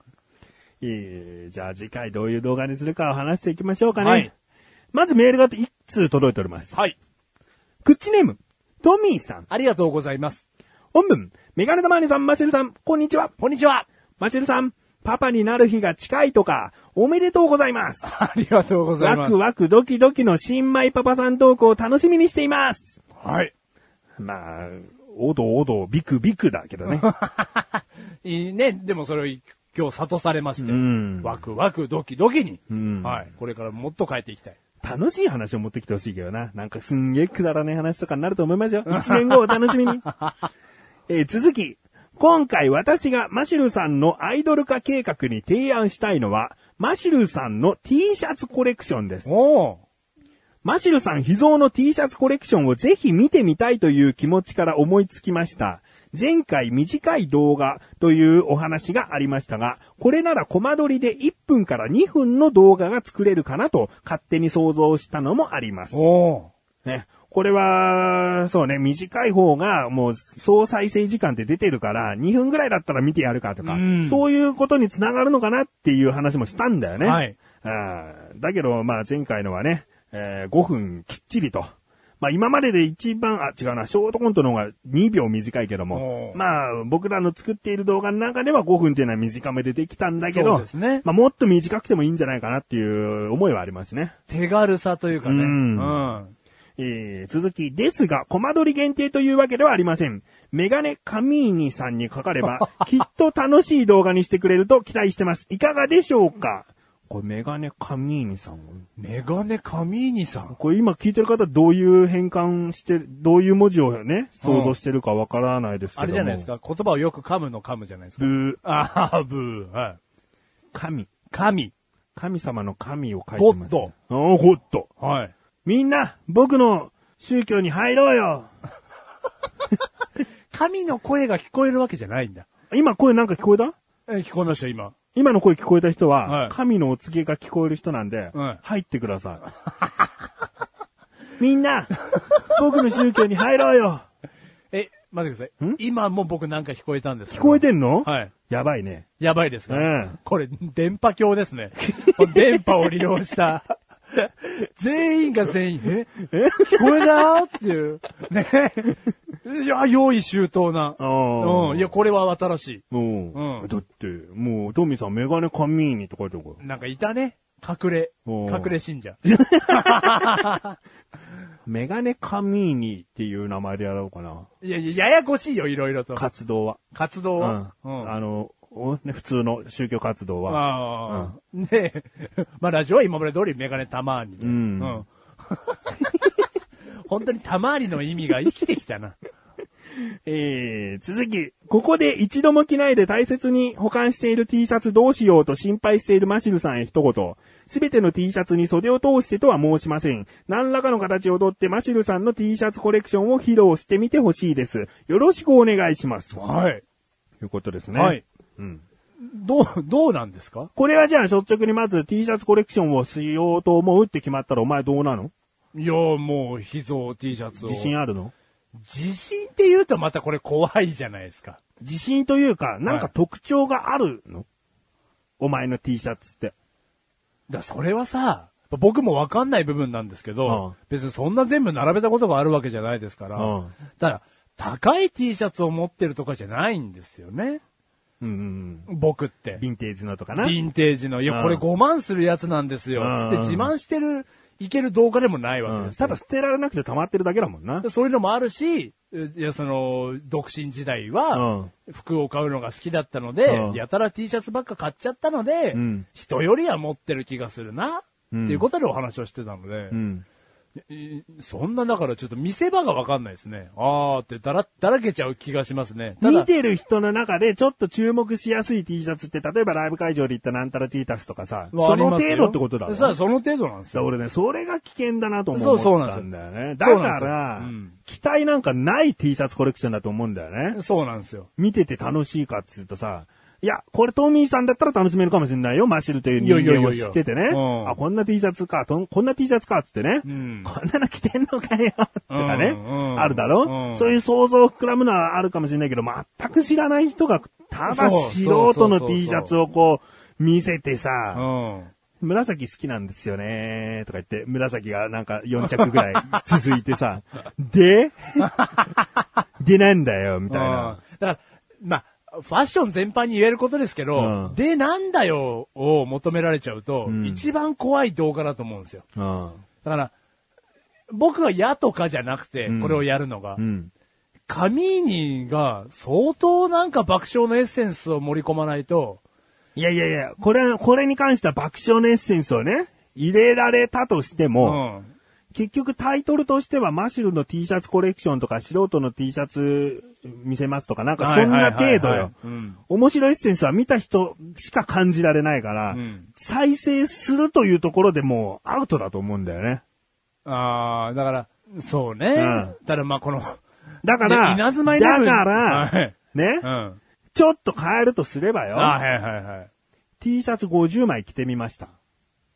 [SPEAKER 2] えーじゃあ次回どういう動画にするかを話していきましょうかね。
[SPEAKER 3] はい
[SPEAKER 2] まずメールが1通届いております。
[SPEAKER 3] はい。
[SPEAKER 2] クッチネーム、トミーさん、
[SPEAKER 3] ありがとうございます。
[SPEAKER 2] 本文、メガネ玉マさん、マシルさん、こんにちは。
[SPEAKER 3] こんにちは。
[SPEAKER 2] マシルさん、パパになる日が近いとか、おめでとうございます。
[SPEAKER 3] <laughs> ありがとうござい
[SPEAKER 2] ワ
[SPEAKER 3] ます。
[SPEAKER 2] クワクドキドキの新米パパさん投稿を楽しみにしています。
[SPEAKER 3] はい。
[SPEAKER 2] まあ、おどおど、ビクビクだけどね。
[SPEAKER 3] いいね。でもそれを今日悟されまして。
[SPEAKER 2] うん
[SPEAKER 3] ワクワクドキドキに。
[SPEAKER 2] うん
[SPEAKER 3] はい。これからもっと変えていきたい。
[SPEAKER 2] <laughs> 楽しい話を持ってきてほしいけどな。なんかすんげえくだらない話とかになると思います <laughs> よ。一年後をお楽しみに。えー続き。今回私がマシルさんのアイドル化計画に提案したいのは、マシルさんの T シャツコレクションです。
[SPEAKER 3] おー
[SPEAKER 2] マシルさん秘蔵の T シャツコレクションをぜひ見てみたいという気持ちから思いつきました。前回短い動画というお話がありましたが、これならコマ撮りで1分から2分の動画が作れるかなと勝手に想像したのもあります。
[SPEAKER 3] おー
[SPEAKER 2] ね。これは、そうね、短い方がもう総再生時間って出てるから、2分ぐらいだったら見てやるかとか
[SPEAKER 3] うん、
[SPEAKER 2] そういうことにつながるのかなっていう話もしたんだよね。
[SPEAKER 3] はい
[SPEAKER 2] あーだけど、まあ前回のはね、えー5分きっちりと。まあ今までで一番、あ、違うな、ショートコントの方が2秒短いけども
[SPEAKER 3] お、ー
[SPEAKER 2] まあ僕らの作っている動画の中では5分っていうのは短めでできたんだけ
[SPEAKER 3] そう
[SPEAKER 2] ど
[SPEAKER 3] です、ね
[SPEAKER 2] まあもっと短くてもいいんじゃないかなっていう思いはありますね。
[SPEAKER 3] 手軽さというかね。
[SPEAKER 2] うん
[SPEAKER 3] うん
[SPEAKER 2] えー続きですが、コマ撮り限定というわけではありません。メガネカミーニさ
[SPEAKER 3] <laughs>
[SPEAKER 2] んにかかれば、きっと楽しい動画にしてくれると期待してます。いかがでしょうかこれメガネカミーニさん。
[SPEAKER 3] メガネカミーニさん。
[SPEAKER 2] これ今聞いてる方どういう変換して、どういう文字をね、想像してるかわからないですけども。
[SPEAKER 3] あれじゃないです。か。言葉をよく噛むの噛むじゃないですか。
[SPEAKER 2] ブー、
[SPEAKER 3] ああ、ブー。はい。
[SPEAKER 2] 神。
[SPEAKER 3] 神。
[SPEAKER 2] 神様の神を書い
[SPEAKER 3] ゴ
[SPEAKER 2] て
[SPEAKER 3] ッ
[SPEAKER 2] ます。
[SPEAKER 3] ド。
[SPEAKER 2] ド。ゴッド。
[SPEAKER 3] はい。
[SPEAKER 2] みんな、僕の宗教に入ろうよ
[SPEAKER 3] 神の声が聞こえるわけじゃないんだ。
[SPEAKER 2] 今声なんか聞こえた
[SPEAKER 3] え、聞こえました、今。
[SPEAKER 2] 今の声聞こえた人は、
[SPEAKER 3] はい
[SPEAKER 2] 神のお告げが聞こえる人なんで、
[SPEAKER 3] はい
[SPEAKER 2] 入ってください。 <laughs> みんな、僕の宗教に入ろうよ
[SPEAKER 3] え、待ってくださ
[SPEAKER 2] ん
[SPEAKER 3] い。今も僕なんか聞こえたんです
[SPEAKER 2] 聞こえ
[SPEAKER 3] て
[SPEAKER 2] てんの、
[SPEAKER 3] はい。
[SPEAKER 2] やばいね。
[SPEAKER 3] やばいですか、
[SPEAKER 2] うん
[SPEAKER 3] これ、電波鏡ですね。 <laughs> この電波を利用 <laughs> した。全員が全員、ええ聞こえたって <laughs> いう。ね。いや、用意周到
[SPEAKER 2] あ
[SPEAKER 3] な。
[SPEAKER 2] ー
[SPEAKER 3] うん。いや、これは新し
[SPEAKER 2] うん
[SPEAKER 3] うん
[SPEAKER 2] だって、もう、トミーさんメガネカミーニって書いてあるから。
[SPEAKER 3] い。なんかいたね。隠れ。
[SPEAKER 2] おー
[SPEAKER 3] 隠れ信者。
[SPEAKER 2] メガネカミーニっていう名前でやろうかな。
[SPEAKER 3] いやいや、ややこしいよ、いろいろと。
[SPEAKER 2] 活動は。
[SPEAKER 3] 活動は。うん
[SPEAKER 2] あの、おね普通の宗教活動は。
[SPEAKER 3] ああ、ねえ。 <laughs> まあ、ラジオは今まで通りメガネたまーにね。
[SPEAKER 2] うん
[SPEAKER 3] う <laughs> 本当にたまーにの意味が生きてきたな。
[SPEAKER 2] えー、続き。ここで一度も着ないで大切に保管している T シャツどうしようと心配しているマシルさんへ一言。すべての T シャツに袖を通してとは申しません。何らかの形をとってマシルさんの T シャツコレクションを披露してみてほしいです。よろしくお願いします。と
[SPEAKER 3] <laughs> はい。
[SPEAKER 2] いうことですね。
[SPEAKER 3] はい。。
[SPEAKER 2] うん。
[SPEAKER 3] どう、どうなんですか
[SPEAKER 2] これはじゃあ率直にまず T シャツコレクションをしようと思うって決まったらお前どうなの
[SPEAKER 3] いや、もう、秘蔵 T シャツを。
[SPEAKER 2] 自信あるの
[SPEAKER 3] 自信って言うとまたこれ怖いじゃないですか。
[SPEAKER 2] 自信というか、なん
[SPEAKER 3] は
[SPEAKER 2] か
[SPEAKER 3] い
[SPEAKER 2] 特徴があるの、お前の T シャツって。
[SPEAKER 3] だからそれはさ、僕もわかんない部分なんですけど、
[SPEAKER 2] うん
[SPEAKER 3] 別にそんな全部並べたことがあるわけじゃないですから、
[SPEAKER 2] うん
[SPEAKER 3] ただ、高い T シャツを持ってるとかじゃないんですよね。
[SPEAKER 2] うんうん
[SPEAKER 3] 僕って
[SPEAKER 2] うん。。ヴィンテージのとかな。
[SPEAKER 3] ヴィンテージの、いや、これ
[SPEAKER 2] うん
[SPEAKER 3] 5万するやつなんですよ。
[SPEAKER 2] うん
[SPEAKER 3] つって自慢してる、いける動画でもないわけ
[SPEAKER 2] う
[SPEAKER 3] で
[SPEAKER 2] ん、
[SPEAKER 3] すよ。
[SPEAKER 2] ただ捨てられなくて溜まってるだけだもんな。
[SPEAKER 3] そういうのもあるし、えいや、その、独身時代は、服を買うのが好きだったので、
[SPEAKER 2] うん
[SPEAKER 3] やたら T シャツばっか買っちゃったので、
[SPEAKER 2] うん
[SPEAKER 3] 人よりは持ってる気がするな、
[SPEAKER 2] うん
[SPEAKER 3] っていうことでお話をしてたので
[SPEAKER 2] う、ん。
[SPEAKER 3] いそんなだからちょっと見せ場がわかんないですね。あーってだら、だらけちゃう気がしますね。ただ
[SPEAKER 2] 見てる人の中でちょっと注目しやすい T シャツって、例えばライブ会場で行ったなんたら T シャツとかさ、
[SPEAKER 3] はあ
[SPEAKER 2] そ
[SPEAKER 3] り
[SPEAKER 2] の
[SPEAKER 3] ますよ
[SPEAKER 2] 程度ってことだろ。
[SPEAKER 3] さあ、その程度なんです
[SPEAKER 2] だから
[SPEAKER 3] よ。
[SPEAKER 2] 俺ね、それが危険だなとも
[SPEAKER 3] そうそう
[SPEAKER 2] 思
[SPEAKER 3] なん
[SPEAKER 2] っ
[SPEAKER 3] です
[SPEAKER 2] た
[SPEAKER 3] よ
[SPEAKER 2] んだよね。だ
[SPEAKER 3] そう
[SPEAKER 2] か
[SPEAKER 3] なんですよ
[SPEAKER 2] ら、
[SPEAKER 3] うん
[SPEAKER 2] 期待なんかない T シャツコレクションだと思うんだよね。
[SPEAKER 3] そうなんですよ。
[SPEAKER 2] 見てて楽しいかっつうとさ、いや、これトミーさんだったら楽しめるかもしれないよ、マシルという人
[SPEAKER 3] いやいやい
[SPEAKER 2] 間
[SPEAKER 3] や
[SPEAKER 2] を
[SPEAKER 3] い
[SPEAKER 2] 知
[SPEAKER 3] や
[SPEAKER 2] っててね。
[SPEAKER 3] うん
[SPEAKER 2] あ、こんな T シャツか、とんこんな T シャツかっつってね。
[SPEAKER 3] うん
[SPEAKER 2] こんなの着てんのかよ、とかね。
[SPEAKER 3] うんうん
[SPEAKER 2] あるだろ、
[SPEAKER 3] うん
[SPEAKER 2] そういう想像を膨らむのはあるかもしれないけど、全く知らない人が、ただ
[SPEAKER 3] そう
[SPEAKER 2] 素人の T シャツをこう、見せてさ、
[SPEAKER 3] うん。
[SPEAKER 2] 紫好きなんですよねとか言って、紫がなんか4着
[SPEAKER 3] <laughs>
[SPEAKER 2] ぐらい続いてさ、で <laughs> でなんだよ、みたいな。
[SPEAKER 3] うんだから、まあ、ファッション全般に言えることですけど、
[SPEAKER 2] うん
[SPEAKER 3] で、なんだよを求められちゃうと、
[SPEAKER 2] ん
[SPEAKER 3] 一番怖い動画だと思うんですよ。
[SPEAKER 2] うん。
[SPEAKER 3] だから、僕は嫌とかじゃなくて、
[SPEAKER 2] ん
[SPEAKER 3] これをやるのが、
[SPEAKER 2] うん。
[SPEAKER 3] カミーニが相当なんか爆笑のエッセンスを盛り込まないと、
[SPEAKER 2] いやいやいや、これ、これに関しては爆笑のエッセンスをね、入れられたとして
[SPEAKER 3] う
[SPEAKER 2] も、
[SPEAKER 3] ん。
[SPEAKER 2] 結局タイトルとしてはマシュルの T シャツコレクションとか素人の T シャツ見せますとかなんかそんな程度
[SPEAKER 3] はいはいはいはい
[SPEAKER 2] よ
[SPEAKER 3] うん。
[SPEAKER 2] 面白いエッセンスは見た人しか感じられないから、
[SPEAKER 3] うん
[SPEAKER 2] 再生するというところでもうアウトだと思うんだよね。
[SPEAKER 3] ああ、だから、そうね。
[SPEAKER 2] うん
[SPEAKER 3] ただまあこの、
[SPEAKER 2] だから、
[SPEAKER 3] ね稲妻イレ
[SPEAKER 2] だ
[SPEAKER 3] ブン
[SPEAKER 2] から、
[SPEAKER 3] はい
[SPEAKER 2] ね、
[SPEAKER 3] うん。
[SPEAKER 2] ちょっと変えるとすれば
[SPEAKER 3] あ
[SPEAKER 2] よ、
[SPEAKER 3] あ、はいはいはい。
[SPEAKER 2] T シャツ50枚着てみました。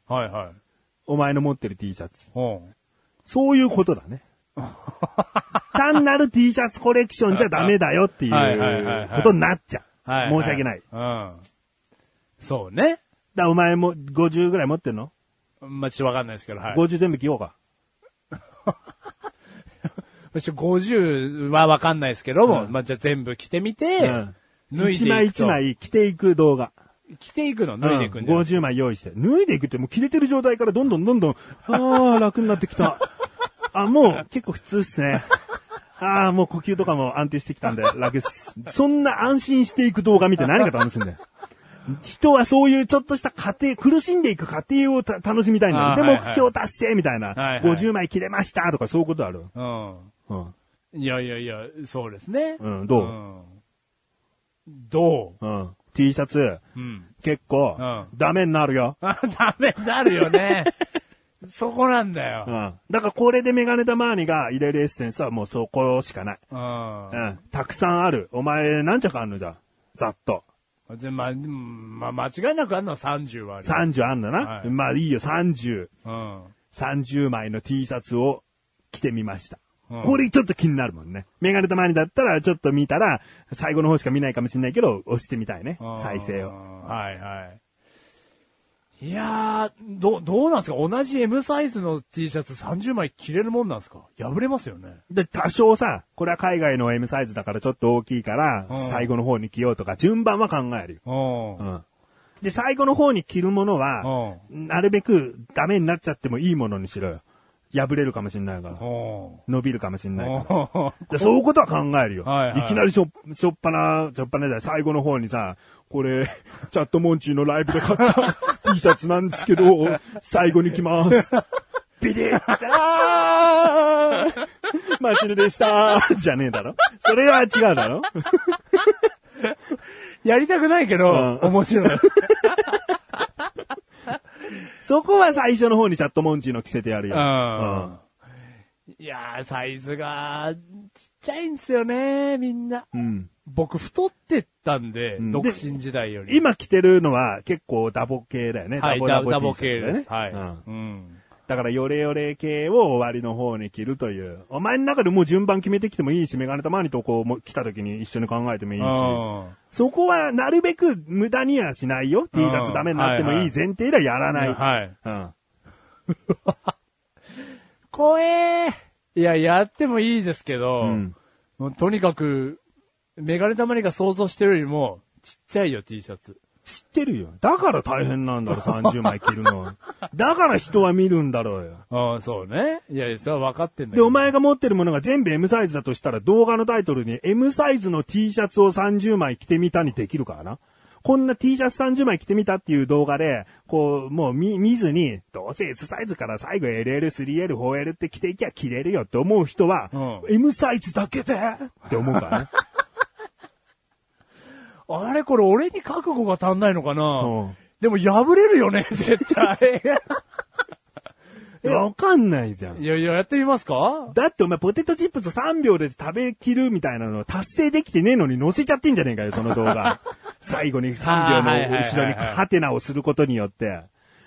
[SPEAKER 3] はいはい。
[SPEAKER 2] お前の持ってる T シャツ。
[SPEAKER 3] うん。
[SPEAKER 2] そういうことだ
[SPEAKER 3] <laughs>
[SPEAKER 2] ね。単なる T シャツコレクションじゃダメだよってい
[SPEAKER 3] はいはいはいは
[SPEAKER 2] う
[SPEAKER 3] い
[SPEAKER 2] ことになっちゃう。
[SPEAKER 3] はい、
[SPEAKER 2] 申し訳ない。だか
[SPEAKER 3] うん。そうね。
[SPEAKER 2] らお前も50ぐらい持ってんの、
[SPEAKER 3] まあ、ちょっとわかんないですけど、はい。
[SPEAKER 2] ?50 全部着ようか。
[SPEAKER 3] 私50はわかんないですけども、
[SPEAKER 2] うん
[SPEAKER 3] まあ、じゃあ全部着てみて、
[SPEAKER 2] うん
[SPEAKER 3] 脱い
[SPEAKER 2] 一
[SPEAKER 3] で
[SPEAKER 2] 枚
[SPEAKER 3] いくと。
[SPEAKER 2] 一枚着ていく動画。
[SPEAKER 3] 着ていくの、脱いでいくんじゃない、
[SPEAKER 2] 50枚用意して。脱いでいくってもう切れてる状態からどんどんどんどん、ああ、楽になってきた。あ、もう結構普通っすね。ああ、もう呼吸とかも安定してきたんで楽っす。そんな安心していく動画見て何が楽しいんだよ。人はそういうちょっとした過程、苦しんでいく過程をた楽しみたいんだよ。
[SPEAKER 3] あー
[SPEAKER 2] で、
[SPEAKER 3] はいはい
[SPEAKER 2] 目標達成みたいな。
[SPEAKER 3] はいはい
[SPEAKER 2] 50枚切れましたとかそういうことある。
[SPEAKER 3] うん。
[SPEAKER 2] うん。
[SPEAKER 3] いやいやいや、そうですね。
[SPEAKER 2] うんどう
[SPEAKER 3] うんど
[SPEAKER 2] うん。T シャツ、
[SPEAKER 3] ううん。
[SPEAKER 2] 結構、
[SPEAKER 3] う
[SPEAKER 2] ダメになるよ。
[SPEAKER 3] あ、ダメになる
[SPEAKER 2] <laughs>
[SPEAKER 3] よね。そこなんだ
[SPEAKER 2] う
[SPEAKER 3] よ。
[SPEAKER 2] ん。だからこれでメガネたまわりが入れるエッセンスはもうそこしかない。
[SPEAKER 3] うん
[SPEAKER 2] う。ん。たくさんある。お前何着あんのじゃん。ざっと。
[SPEAKER 3] でまあ、うんまあ、間違いなくあるのは30はある。
[SPEAKER 2] 30あんだな。
[SPEAKER 3] はい
[SPEAKER 2] まあいいよ、30。
[SPEAKER 3] うん。
[SPEAKER 2] 30枚の T シャツを着てみました。
[SPEAKER 3] うん
[SPEAKER 2] これちょっと気になるもんね。メガネたまにだったらちょっと見たら、最後の方しか見ないかもしれないけど、押してみたいね
[SPEAKER 3] う。ん
[SPEAKER 2] 再生を。
[SPEAKER 3] はいはい。いやー、どう、どうなんですか同じ M サイズの T シャツ30枚着れるもんなんですか破れますよね。
[SPEAKER 2] で、多少さ、これは海外の M サイズだからちょっと大きいから
[SPEAKER 3] うん、
[SPEAKER 2] 最後の方に着ようとか、順番は考えるよ。
[SPEAKER 3] うん
[SPEAKER 2] う。ん。で、最後の方に着るものは、
[SPEAKER 3] うん。
[SPEAKER 2] なるべくダメになっちゃってもいいものにしろよ。破れるかもしれないから。
[SPEAKER 3] うん。
[SPEAKER 2] 伸びるかもしれないから。
[SPEAKER 3] うん
[SPEAKER 2] でそういうことは考えるよ。
[SPEAKER 3] はい
[SPEAKER 2] い
[SPEAKER 3] はい
[SPEAKER 2] きなりしょ、しょっぱな、しょっぱなじゃない最後の方にさ、これ、 <laughs> チャットモンチーのライブで買った <laughs> T シャツなんですけど、最後に来
[SPEAKER 3] <laughs>
[SPEAKER 2] ます。ビリッあーマシルでしたじゃねえだろそれは違うだろ
[SPEAKER 3] <laughs> やりたくないけど、
[SPEAKER 2] <laughs> うん
[SPEAKER 3] 面白い。
[SPEAKER 2] そこは最初の方にチャットモンチーの着せてやるよ。
[SPEAKER 3] うんいやー、サイズが、ちっちゃいんですよね、みんな。
[SPEAKER 2] うん。うん
[SPEAKER 3] 僕、太ってったんで、
[SPEAKER 2] ん
[SPEAKER 3] 独身時代より。
[SPEAKER 2] 今着てるのは結構ダボ系だよね。
[SPEAKER 3] はい、ダ
[SPEAKER 2] ダボ
[SPEAKER 3] ボダ
[SPEAKER 2] ダ
[SPEAKER 3] ボ
[SPEAKER 2] ボ T シ
[SPEAKER 3] 系
[SPEAKER 2] ャツだよ
[SPEAKER 3] で
[SPEAKER 2] ね。
[SPEAKER 3] す。はい。
[SPEAKER 2] うん
[SPEAKER 3] うん。
[SPEAKER 2] だから、ヨレヨレ系を終わりの方に着るという。お前の中でもう順番決めてきてもいいし、メガネたまにとこうも来た時に一緒に考えてもいいし。
[SPEAKER 3] うん
[SPEAKER 2] そこは、なるべく無駄にはしないよ。T シャツダメになっても
[SPEAKER 3] はい
[SPEAKER 2] い
[SPEAKER 3] はい
[SPEAKER 2] い前提ではやらない。
[SPEAKER 3] はい。
[SPEAKER 2] うん。
[SPEAKER 3] 怖えーいや、やってもいいですけど、
[SPEAKER 2] うん
[SPEAKER 3] もうとにかく、メガネたまりが想像してるよりも、ちっちゃいよ、T シャツ。
[SPEAKER 2] 知ってるよ。だから大変なんだろ、30枚着るの
[SPEAKER 3] <laughs>
[SPEAKER 2] は。だから人は見るんだろうよ。
[SPEAKER 3] うん、そうね。いや、それは分かってんだ
[SPEAKER 2] で、
[SPEAKER 3] けど。
[SPEAKER 2] お前が持ってるものが全部 M サイズだとしたら動画のタイトルに M サイズの T シャツを30枚着てみたにできるからな。こんな T シャツ30枚着てみたっていう動画で、こう、もう見、見ずに、どうせ S サイズから最後 LL、3L、4L って着ていきゃ着れるよって思う人は、
[SPEAKER 3] う
[SPEAKER 2] M サイズだけでって思うからね。
[SPEAKER 3] あれこれ俺に覚悟が足んないのかな、
[SPEAKER 2] うん
[SPEAKER 3] でも破れるよね、 <laughs> 絶対。
[SPEAKER 2] いやわかんないじゃ
[SPEAKER 3] い
[SPEAKER 2] ん。
[SPEAKER 3] やいや、やってみますか
[SPEAKER 2] だってお前ポテトチップス3秒で食べきるみたいなの達成できてねえのに載せちゃってんじゃねえかよ、その動画。 <laughs> 最後に3秒
[SPEAKER 3] あーはいはい
[SPEAKER 2] の
[SPEAKER 3] はいはい
[SPEAKER 2] 後ろにハテナをすることによって。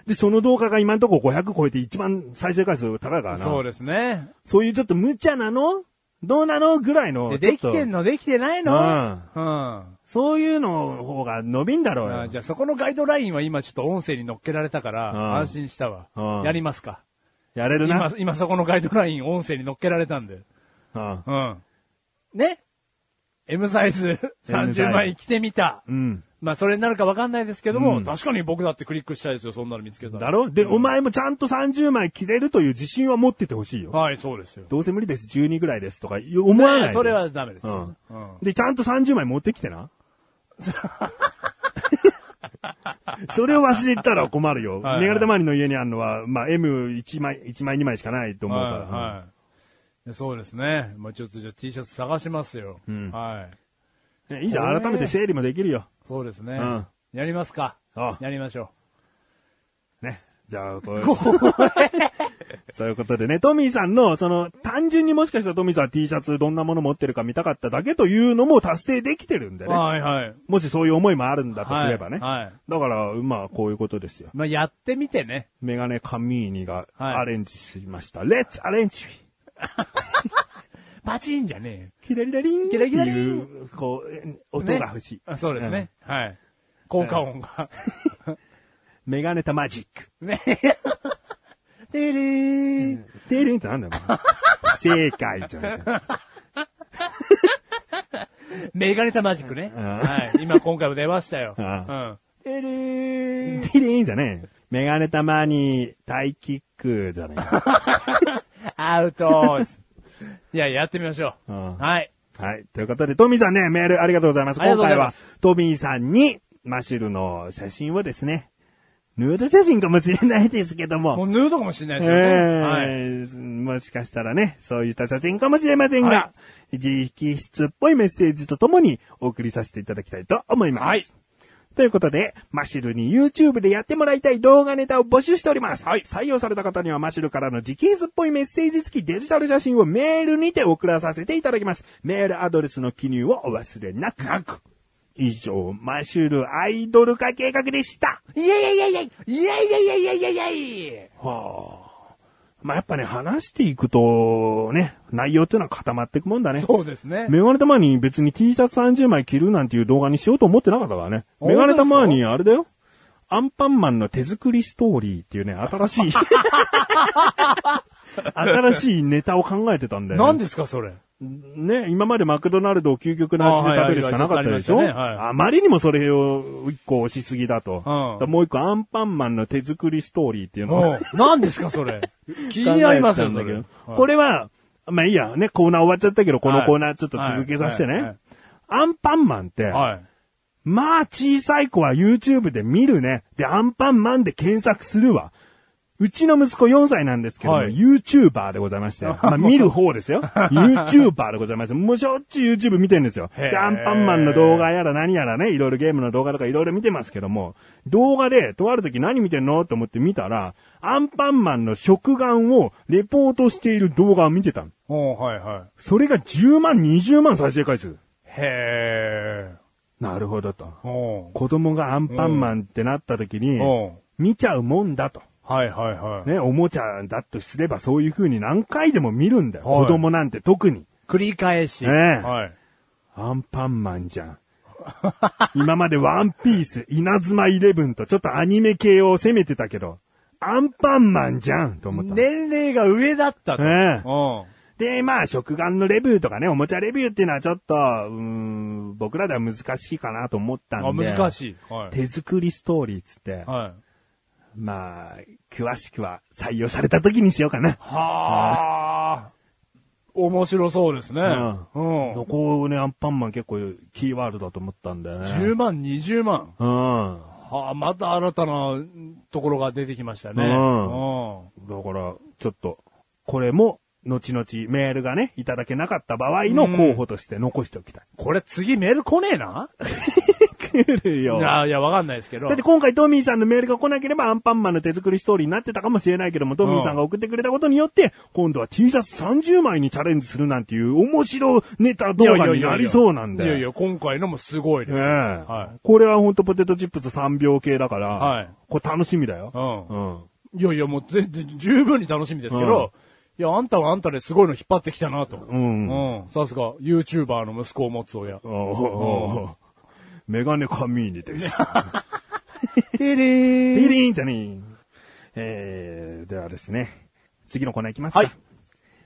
[SPEAKER 2] で、その動画が今んとこ500超えて一番再生回数高いからな。
[SPEAKER 3] そうですね。
[SPEAKER 2] そういうちょっと無茶なのどうなのぐらいの。
[SPEAKER 3] でできてん
[SPEAKER 2] の
[SPEAKER 3] のできてないの
[SPEAKER 2] う
[SPEAKER 3] うん。
[SPEAKER 2] そういうの方が伸びんだろう
[SPEAKER 3] あ
[SPEAKER 2] よ。
[SPEAKER 3] じゃあそこのガイドラインは今ちょっと音声に乗っけられたから
[SPEAKER 2] うん
[SPEAKER 3] 安心したわ
[SPEAKER 2] う。ん
[SPEAKER 3] やりますか。
[SPEAKER 2] やれるな
[SPEAKER 3] 今。、今そこのガイドライン音声に乗っけられたんで。
[SPEAKER 2] うん
[SPEAKER 3] うん。ね ?M サイズ30枚着てみた。
[SPEAKER 2] うん。
[SPEAKER 3] まあそれになるかわかんないですけども、
[SPEAKER 2] うん
[SPEAKER 3] 確かに僕だってクリックしたいですよ、そんなの見つけたら。
[SPEAKER 2] だろで、お前もちゃんと30枚切れるという自信は持っててほしいよ。
[SPEAKER 3] はい、そうですよ。
[SPEAKER 2] どうせ無理です、12ぐらいですとか思わない
[SPEAKER 3] ね
[SPEAKER 2] で。
[SPEAKER 3] それはダメです
[SPEAKER 2] う
[SPEAKER 3] よ
[SPEAKER 2] ん。
[SPEAKER 3] うん。
[SPEAKER 2] で、ちゃんと30枚持ってきてな。 <laughs> それを忘れたら困るよ。
[SPEAKER 3] はいはい
[SPEAKER 2] メガネたまりの家にあるのは、まあ、M1 枚、1枚2枚しかないと思うから。
[SPEAKER 3] はいはいいやそうですね。まあちょっとじゃあ T シャツ探しますよ。
[SPEAKER 2] ん
[SPEAKER 3] は
[SPEAKER 2] い
[SPEAKER 3] い。
[SPEAKER 2] やいいじゃ
[SPEAKER 3] これ
[SPEAKER 2] ん、改めて整理もできるよ。
[SPEAKER 3] そうですね。
[SPEAKER 2] うん
[SPEAKER 3] やりますか。
[SPEAKER 2] あ
[SPEAKER 3] やりましょ
[SPEAKER 2] ね。じゃあ、こう。 <laughs> そういうことでね、トミーさんの、その、単純にもしかしたらトミーさんは T シャツどんなもの持ってるか見たかっただけというのも達成できてるんで
[SPEAKER 3] う。
[SPEAKER 2] ね。
[SPEAKER 3] はいはい。
[SPEAKER 2] もしそういう思いもあるんだとすればね。
[SPEAKER 3] はいはい
[SPEAKER 2] だから、まあ、こういうことですよ。
[SPEAKER 3] まあやってみてね。
[SPEAKER 2] メガネカミーニが
[SPEAKER 3] はい
[SPEAKER 2] アレンジしました。Let's arrange!
[SPEAKER 3] パチンじゃね
[SPEAKER 2] キラリラリン
[SPEAKER 3] キラリラリン
[SPEAKER 2] っていう、こうえ、
[SPEAKER 3] えよ。
[SPEAKER 2] 音が欲しい
[SPEAKER 3] ね。あそうですね。はい。効果音が。
[SPEAKER 2] うん。メガネタマジック。
[SPEAKER 3] ね。 <laughs> てれーん。
[SPEAKER 2] テレンってなんだよ、お前正解じゃん。
[SPEAKER 3] メガネタマジックね。
[SPEAKER 2] うん
[SPEAKER 3] はい。今今回も出ましたよ。う
[SPEAKER 2] うん
[SPEAKER 3] ん。てれーん。
[SPEAKER 2] テレンじゃねえよメガネたまに、タイキックじゃねえか。
[SPEAKER 3] アウトいや、やってみましょう。
[SPEAKER 2] うん
[SPEAKER 3] はい。
[SPEAKER 2] はい。ということで、トミーさんね、メールありがとうございます。
[SPEAKER 3] あり
[SPEAKER 2] 今
[SPEAKER 3] がとうござい
[SPEAKER 2] 回
[SPEAKER 3] ま
[SPEAKER 2] は、トミーさんに、マシルの写真はですね、ヌード写真かもしれないですけど
[SPEAKER 3] も
[SPEAKER 2] も、
[SPEAKER 3] うヌードかもしれないですよね。はい。
[SPEAKER 2] えーもしかしたらね、そういった写真かもしれませんが、
[SPEAKER 3] は
[SPEAKER 2] 直筆っぽいメッセージとともにお送りさせていただきたいと思います。
[SPEAKER 3] はい
[SPEAKER 2] ということで、マシルに YouTube でやってもらいたい動画ネタを募集しております。採用された方にはマシルからの直筆っぽいメッセージ付きデジタル写真をメールにて送らさせていただきます。メールアドレスの記入をお忘れなく。以上、マシュルアイドル化計画でした。
[SPEAKER 3] いやいやいやいやいやいやいやいやいやいやいや
[SPEAKER 2] はあ。まあ、やっぱね、話していくと、ね、内容っていうのは固まっていくもんだね。
[SPEAKER 3] そうですね。
[SPEAKER 2] メガネたまに別に T シャツ30枚着るなんていう動画にしようと思ってなかったからね。メ
[SPEAKER 3] 本当ですか
[SPEAKER 2] ガネたまにあれだよ。アンパンマンの手作りストーリーっていうね、新しい、新しいネタを考えてたんだよ、ね。
[SPEAKER 3] 何ですか、それ。
[SPEAKER 2] ね、今までマクドナルドを究極の味で食べるしかなかったでしょ
[SPEAKER 3] あ
[SPEAKER 2] あ,、
[SPEAKER 3] はいはいはいはい
[SPEAKER 2] まりにもそれを一個押しすぎだと。だ
[SPEAKER 3] うん
[SPEAKER 2] からもう一個アンパンマンの手作りストーリーっていうのを
[SPEAKER 3] うん。何ですか、
[SPEAKER 2] <laughs>
[SPEAKER 3] それ。気になりますよ、
[SPEAKER 2] 考
[SPEAKER 3] そ
[SPEAKER 2] えてたん
[SPEAKER 3] れ。
[SPEAKER 2] だけどこれは、まあいいや、ね、コーナー終わっちゃったけど、このコーナーちょっと続けさせて
[SPEAKER 3] はいはいは
[SPEAKER 2] ね
[SPEAKER 3] い。
[SPEAKER 2] アンパンマンって、
[SPEAKER 3] はい。
[SPEAKER 2] まあ小さい子は YouTube で見るね。で、アンパンマンで検索するわ。うちの息子4歳なんですけども、
[SPEAKER 3] はい
[SPEAKER 2] YouTuber でございま <laughs> して、まあ見る方ですよ。YouTuber でございまして、もうしょっちゅう YouTube 見てるんですよ。
[SPEAKER 3] へ
[SPEAKER 2] で、
[SPEAKER 3] ー
[SPEAKER 2] アンパンマンの動画やら何やらね、いろいろゲームの動画とかいろいろ見てますけども、動画で、とある時何見てんのと思って見たら、アンパンマンの食玩をレポートしている動画を見てたの
[SPEAKER 3] おうはいはい。
[SPEAKER 2] それが10万、20万再生回数。
[SPEAKER 3] へえ。
[SPEAKER 2] なるほどと。
[SPEAKER 3] おう
[SPEAKER 2] 子供がアンパンマンってなった時に、
[SPEAKER 3] おう
[SPEAKER 2] 見ちゃうもんだと。
[SPEAKER 3] はいはいはい。
[SPEAKER 2] ね、おもちゃだとすればそういう風に何回でも見るんだよ。
[SPEAKER 3] はい
[SPEAKER 2] 子供なんて特に。
[SPEAKER 3] 繰り返し。
[SPEAKER 2] ねえ
[SPEAKER 3] はい。
[SPEAKER 2] アンパンマンじゃ
[SPEAKER 3] <laughs>
[SPEAKER 2] ん。今までワンピース、稲妻イレブンとちょっとアニメ系を攻めてたけど、アンパンマンじゃんと思ったの。
[SPEAKER 3] 年齢が上だったと。
[SPEAKER 2] ええ
[SPEAKER 3] おう
[SPEAKER 2] で、まあ、食玩のレビューとかね、おもちゃレビューっていうのはちょっと、うーん、僕らでは難しいかなと思った
[SPEAKER 3] あ、
[SPEAKER 2] んで。
[SPEAKER 3] 難
[SPEAKER 2] い。
[SPEAKER 3] しい。はい。
[SPEAKER 2] 手作りストーリーっつって、
[SPEAKER 3] はい。
[SPEAKER 2] まあ、詳しくは採用された時にしようかな。
[SPEAKER 3] はあ。面白そうですね。うん。
[SPEAKER 2] そこをね、アンパンマン結構キーワードだと思ったんだよね。
[SPEAKER 3] 10万、20万。
[SPEAKER 2] うん。
[SPEAKER 3] はあ、また新たなところが出てきましたね。
[SPEAKER 2] うん
[SPEAKER 3] うん
[SPEAKER 2] だから、ちょっと、これも、後々メールがね、いただけなかった場合の候補として残しておきたい。
[SPEAKER 3] これ次メール来ねえな
[SPEAKER 2] 来るよ
[SPEAKER 3] いや、いや、わかんないですけど。
[SPEAKER 2] だって今回トミーさんのメールが来なければアンパンマンの手作りストーリーになってたかもしれないけども、トミーさんが送ってくれたことによって、今度は T シャツ30枚にチャレンジするなんていう面白ネタ動画になりそうなんだ
[SPEAKER 3] い
[SPEAKER 2] よ。
[SPEAKER 3] やいや、今回のもすごいです
[SPEAKER 2] ねえ
[SPEAKER 3] よ。はい。
[SPEAKER 2] これはほんとポテトチップス3秒系だから、
[SPEAKER 3] はい
[SPEAKER 2] これ楽しみだよ。
[SPEAKER 3] う
[SPEAKER 2] うん。
[SPEAKER 3] ん。いやいや、もう全然十分に楽しみですけど、いや、あんたはあんたですごいの引っ張ってきたなと。うんうん。さすが、YouTuber の息子を持つ親。
[SPEAKER 2] おーメガネカミーニ
[SPEAKER 3] <laughs>
[SPEAKER 2] です。
[SPEAKER 3] てれ
[SPEAKER 2] ピ
[SPEAKER 3] ー。
[SPEAKER 2] リンじゃねーえー、ではですね、次のコーナーいきますか。
[SPEAKER 3] はい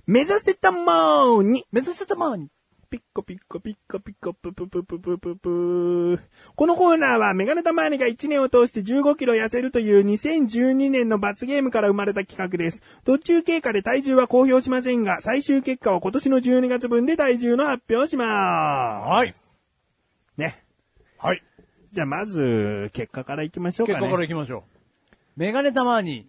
[SPEAKER 2] 目指せたまーに、
[SPEAKER 3] 目指せたまに。
[SPEAKER 2] ピッコピッコピッコピッコプププププププこのコーナーはメガネたまーにが1年を通して15キロ痩せるという2012年の罰ゲームから生まれた企画です。途中経過で体重は公表しませんが、最終結果は今年の12月分で体重の発表をします。
[SPEAKER 3] はい。
[SPEAKER 2] ね。
[SPEAKER 3] はい。
[SPEAKER 2] じゃあまず、結果からいきましょうか
[SPEAKER 3] 結
[SPEAKER 2] ね。
[SPEAKER 3] 果からいきましょう。メガネたまに、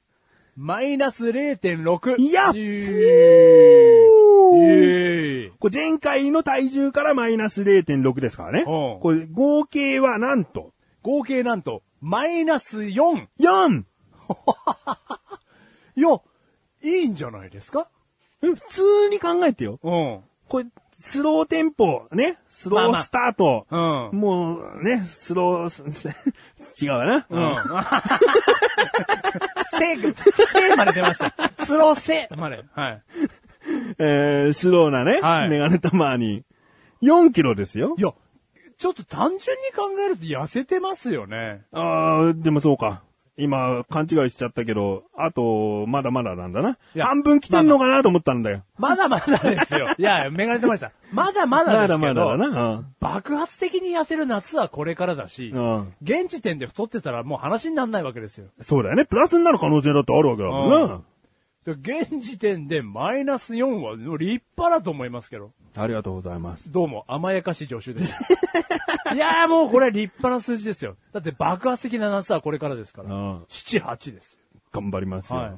[SPEAKER 3] マイナス0.6。
[SPEAKER 2] やっ
[SPEAKER 3] イエ
[SPEAKER 2] お
[SPEAKER 3] ーイ
[SPEAKER 2] ー
[SPEAKER 3] イエーイ
[SPEAKER 2] これ前回の体重からマイナス0.6ですからね。
[SPEAKER 3] うん
[SPEAKER 2] これ合計はなんと、
[SPEAKER 3] 合計なんと、マイナス 4!
[SPEAKER 2] 4!
[SPEAKER 3] いや、いいんじゃないですか
[SPEAKER 2] 普通に考えてよ。
[SPEAKER 3] うん。
[SPEAKER 2] これ、スローテンポ、ね、スロ
[SPEAKER 3] まあま
[SPEAKER 2] ー
[SPEAKER 3] あ
[SPEAKER 2] スタート。
[SPEAKER 3] うん。
[SPEAKER 2] もう、ね、スロー <laughs> ス、違うわな。
[SPEAKER 3] <laughs> うん。せ、せまで出ました。スローせまで。はい。
[SPEAKER 2] えー、スローなね、
[SPEAKER 3] はい
[SPEAKER 2] メガネたまに。4キロですよ
[SPEAKER 3] い。や、ちょっと単純に考えると痩せてますよね。
[SPEAKER 2] あー、でもそうか。今、勘違いしちゃったけど、あと、まだまだなんだな。
[SPEAKER 3] いや
[SPEAKER 2] 半分来てんのかなと思ったんだよ。
[SPEAKER 3] まだまだですよ。 <laughs> いや、メガネとまりさん。まだまだ
[SPEAKER 2] ま
[SPEAKER 3] で
[SPEAKER 2] だ
[SPEAKER 3] すけ
[SPEAKER 2] まだ
[SPEAKER 3] ど、
[SPEAKER 2] だな。
[SPEAKER 3] 爆発的に痩せる夏はこれからだし、
[SPEAKER 2] うん。うん
[SPEAKER 3] 現時点で太ってたらもう話にならないわけですよ。
[SPEAKER 2] そうだよね。プラスになる可能性だってあるわけだもんな。
[SPEAKER 3] 現時点でマイナス4は立派だと思いますけど。
[SPEAKER 2] ありがとうございます。
[SPEAKER 3] どうも、甘やかし助手です。 <laughs> いやーもうこれは立派な数字ですよ。だって爆発的な夏はこれからですから。
[SPEAKER 2] うん
[SPEAKER 3] 7、8です。
[SPEAKER 2] 頑張りますよ。
[SPEAKER 3] は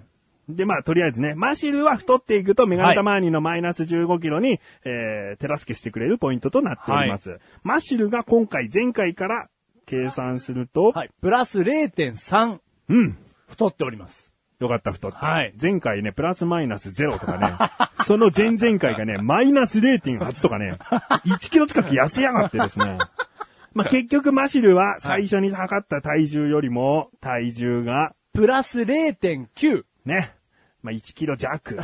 [SPEAKER 2] で、まあ、とりあえずね、マシルは太っていくと、メガネタマーニのマイナス15キロに、えー、手助けしてくれるポイントとなっております。マシルが今回、前回から計算すると、
[SPEAKER 3] はい。プラス0.3、
[SPEAKER 2] うん、
[SPEAKER 3] 太っております。
[SPEAKER 2] よかった、太って。
[SPEAKER 3] はい
[SPEAKER 2] 前回ね、プラスマイナス0とかね、そ <laughs> の前々回がね、マイナス0.8とかね、1キロ近く痩せやがってですね。まあ、
[SPEAKER 3] <laughs>
[SPEAKER 2] 結局、マシルは最初に測った体重よりも、体重が、
[SPEAKER 3] プラス0.9。
[SPEAKER 2] ね、まあ、1キロ弱。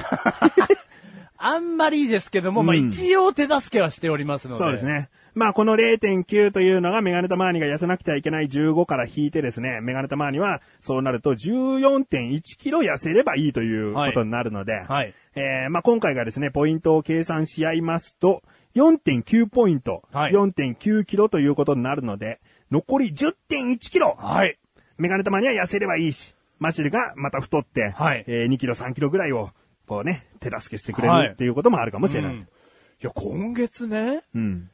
[SPEAKER 3] あんまりですけども、まあ
[SPEAKER 2] うん
[SPEAKER 3] 一応手助けはしておりますので。
[SPEAKER 2] そうです。ね。まあ、この0.9というのがメガネタマーニが痩せなくてはいけない15から引いてですね、メガネタマーニはそうなると14.1キロ痩せればいいということになるので、
[SPEAKER 3] はい
[SPEAKER 2] えーまあ、今回がですね、ポイントを計算し合いますと、4.9ポイント、
[SPEAKER 3] はい
[SPEAKER 2] 4.9キロということになるので、残り10.1キロ、
[SPEAKER 3] はい。
[SPEAKER 2] メガネたまには痩せればいいし、マシルがまた太って、
[SPEAKER 3] はい
[SPEAKER 2] えー2キロ、3キロぐらいを、こうね、手助けしてくれ
[SPEAKER 3] はい
[SPEAKER 2] るっていうこともあるかもしれ
[SPEAKER 3] う
[SPEAKER 2] ない。
[SPEAKER 3] ん。いや、今月ね、
[SPEAKER 2] うん。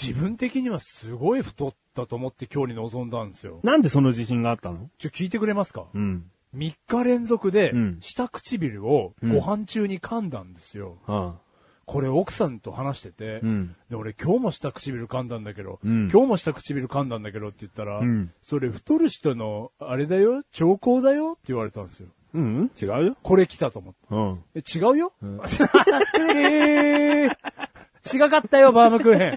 [SPEAKER 3] 自分的にはすごい太ったと思って今日に臨んだんですよ。
[SPEAKER 2] なんでその自信があったの
[SPEAKER 3] ちょ、聞いてくれますか
[SPEAKER 2] うん。
[SPEAKER 3] 3日連続で
[SPEAKER 2] うん、
[SPEAKER 3] 下唇をご飯中に噛んだんですよ。
[SPEAKER 2] は
[SPEAKER 3] これ奥さんと話してて、
[SPEAKER 2] うん
[SPEAKER 3] で、俺今日も下唇噛んだんだけど、
[SPEAKER 2] うん
[SPEAKER 3] 今日も下唇噛んだんだけどって言ったら、
[SPEAKER 2] うん
[SPEAKER 3] それ太る人の、あれだよ、兆候だよって言われたんですよ。
[SPEAKER 2] あ、うん違うよ。
[SPEAKER 3] これ来たと思って。
[SPEAKER 2] うん。
[SPEAKER 3] え <laughs> 違うよ、えー違かったよ、バームクーヘン。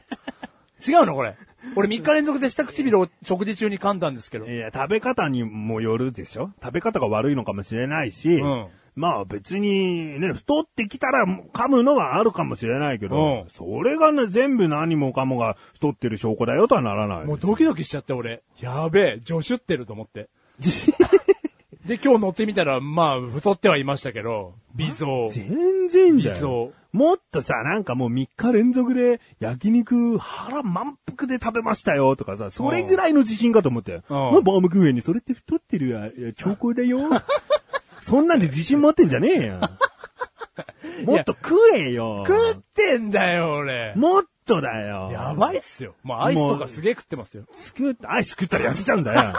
[SPEAKER 3] 違うのこれ。俺3日連続で下唇を食事中に噛んだんですけど。
[SPEAKER 2] いや、食べ方にもよるでしょ食べ方が悪いのかもしれないし、
[SPEAKER 3] うん
[SPEAKER 2] まあ別にね、太ってきたら噛むのはあるかもしれないけど、
[SPEAKER 3] うん
[SPEAKER 2] それがね、全部何もかもが太ってる証拠だよとはならない。
[SPEAKER 3] もうドキドキしちゃって俺。やべえ、助手ってると
[SPEAKER 2] <laughs>
[SPEAKER 3] 思って。で、今日乗ってみたら、まあ、太ってはいましたけど、微増。
[SPEAKER 2] 全然だ
[SPEAKER 3] 理
[SPEAKER 2] よ
[SPEAKER 3] 想。
[SPEAKER 2] もっとさ、なんかもう3日連続で焼肉腹満腹で食べましたよとかさ、それぐらいの自信かと思って。
[SPEAKER 3] うん
[SPEAKER 2] もうバームクーヘンにそれって太ってるや、いや兆候だ
[SPEAKER 3] <laughs>
[SPEAKER 2] よ。そんなんで自信持ってんじゃねえよ。もっと食えよ。
[SPEAKER 3] 食ってんだよ、俺。
[SPEAKER 2] もっとだよ。
[SPEAKER 3] やばいっすよ。もうアイスとかすげえ食ってますよ。
[SPEAKER 2] 作った、アイス食ったら痩せちゃうん
[SPEAKER 3] <laughs>
[SPEAKER 2] だよ。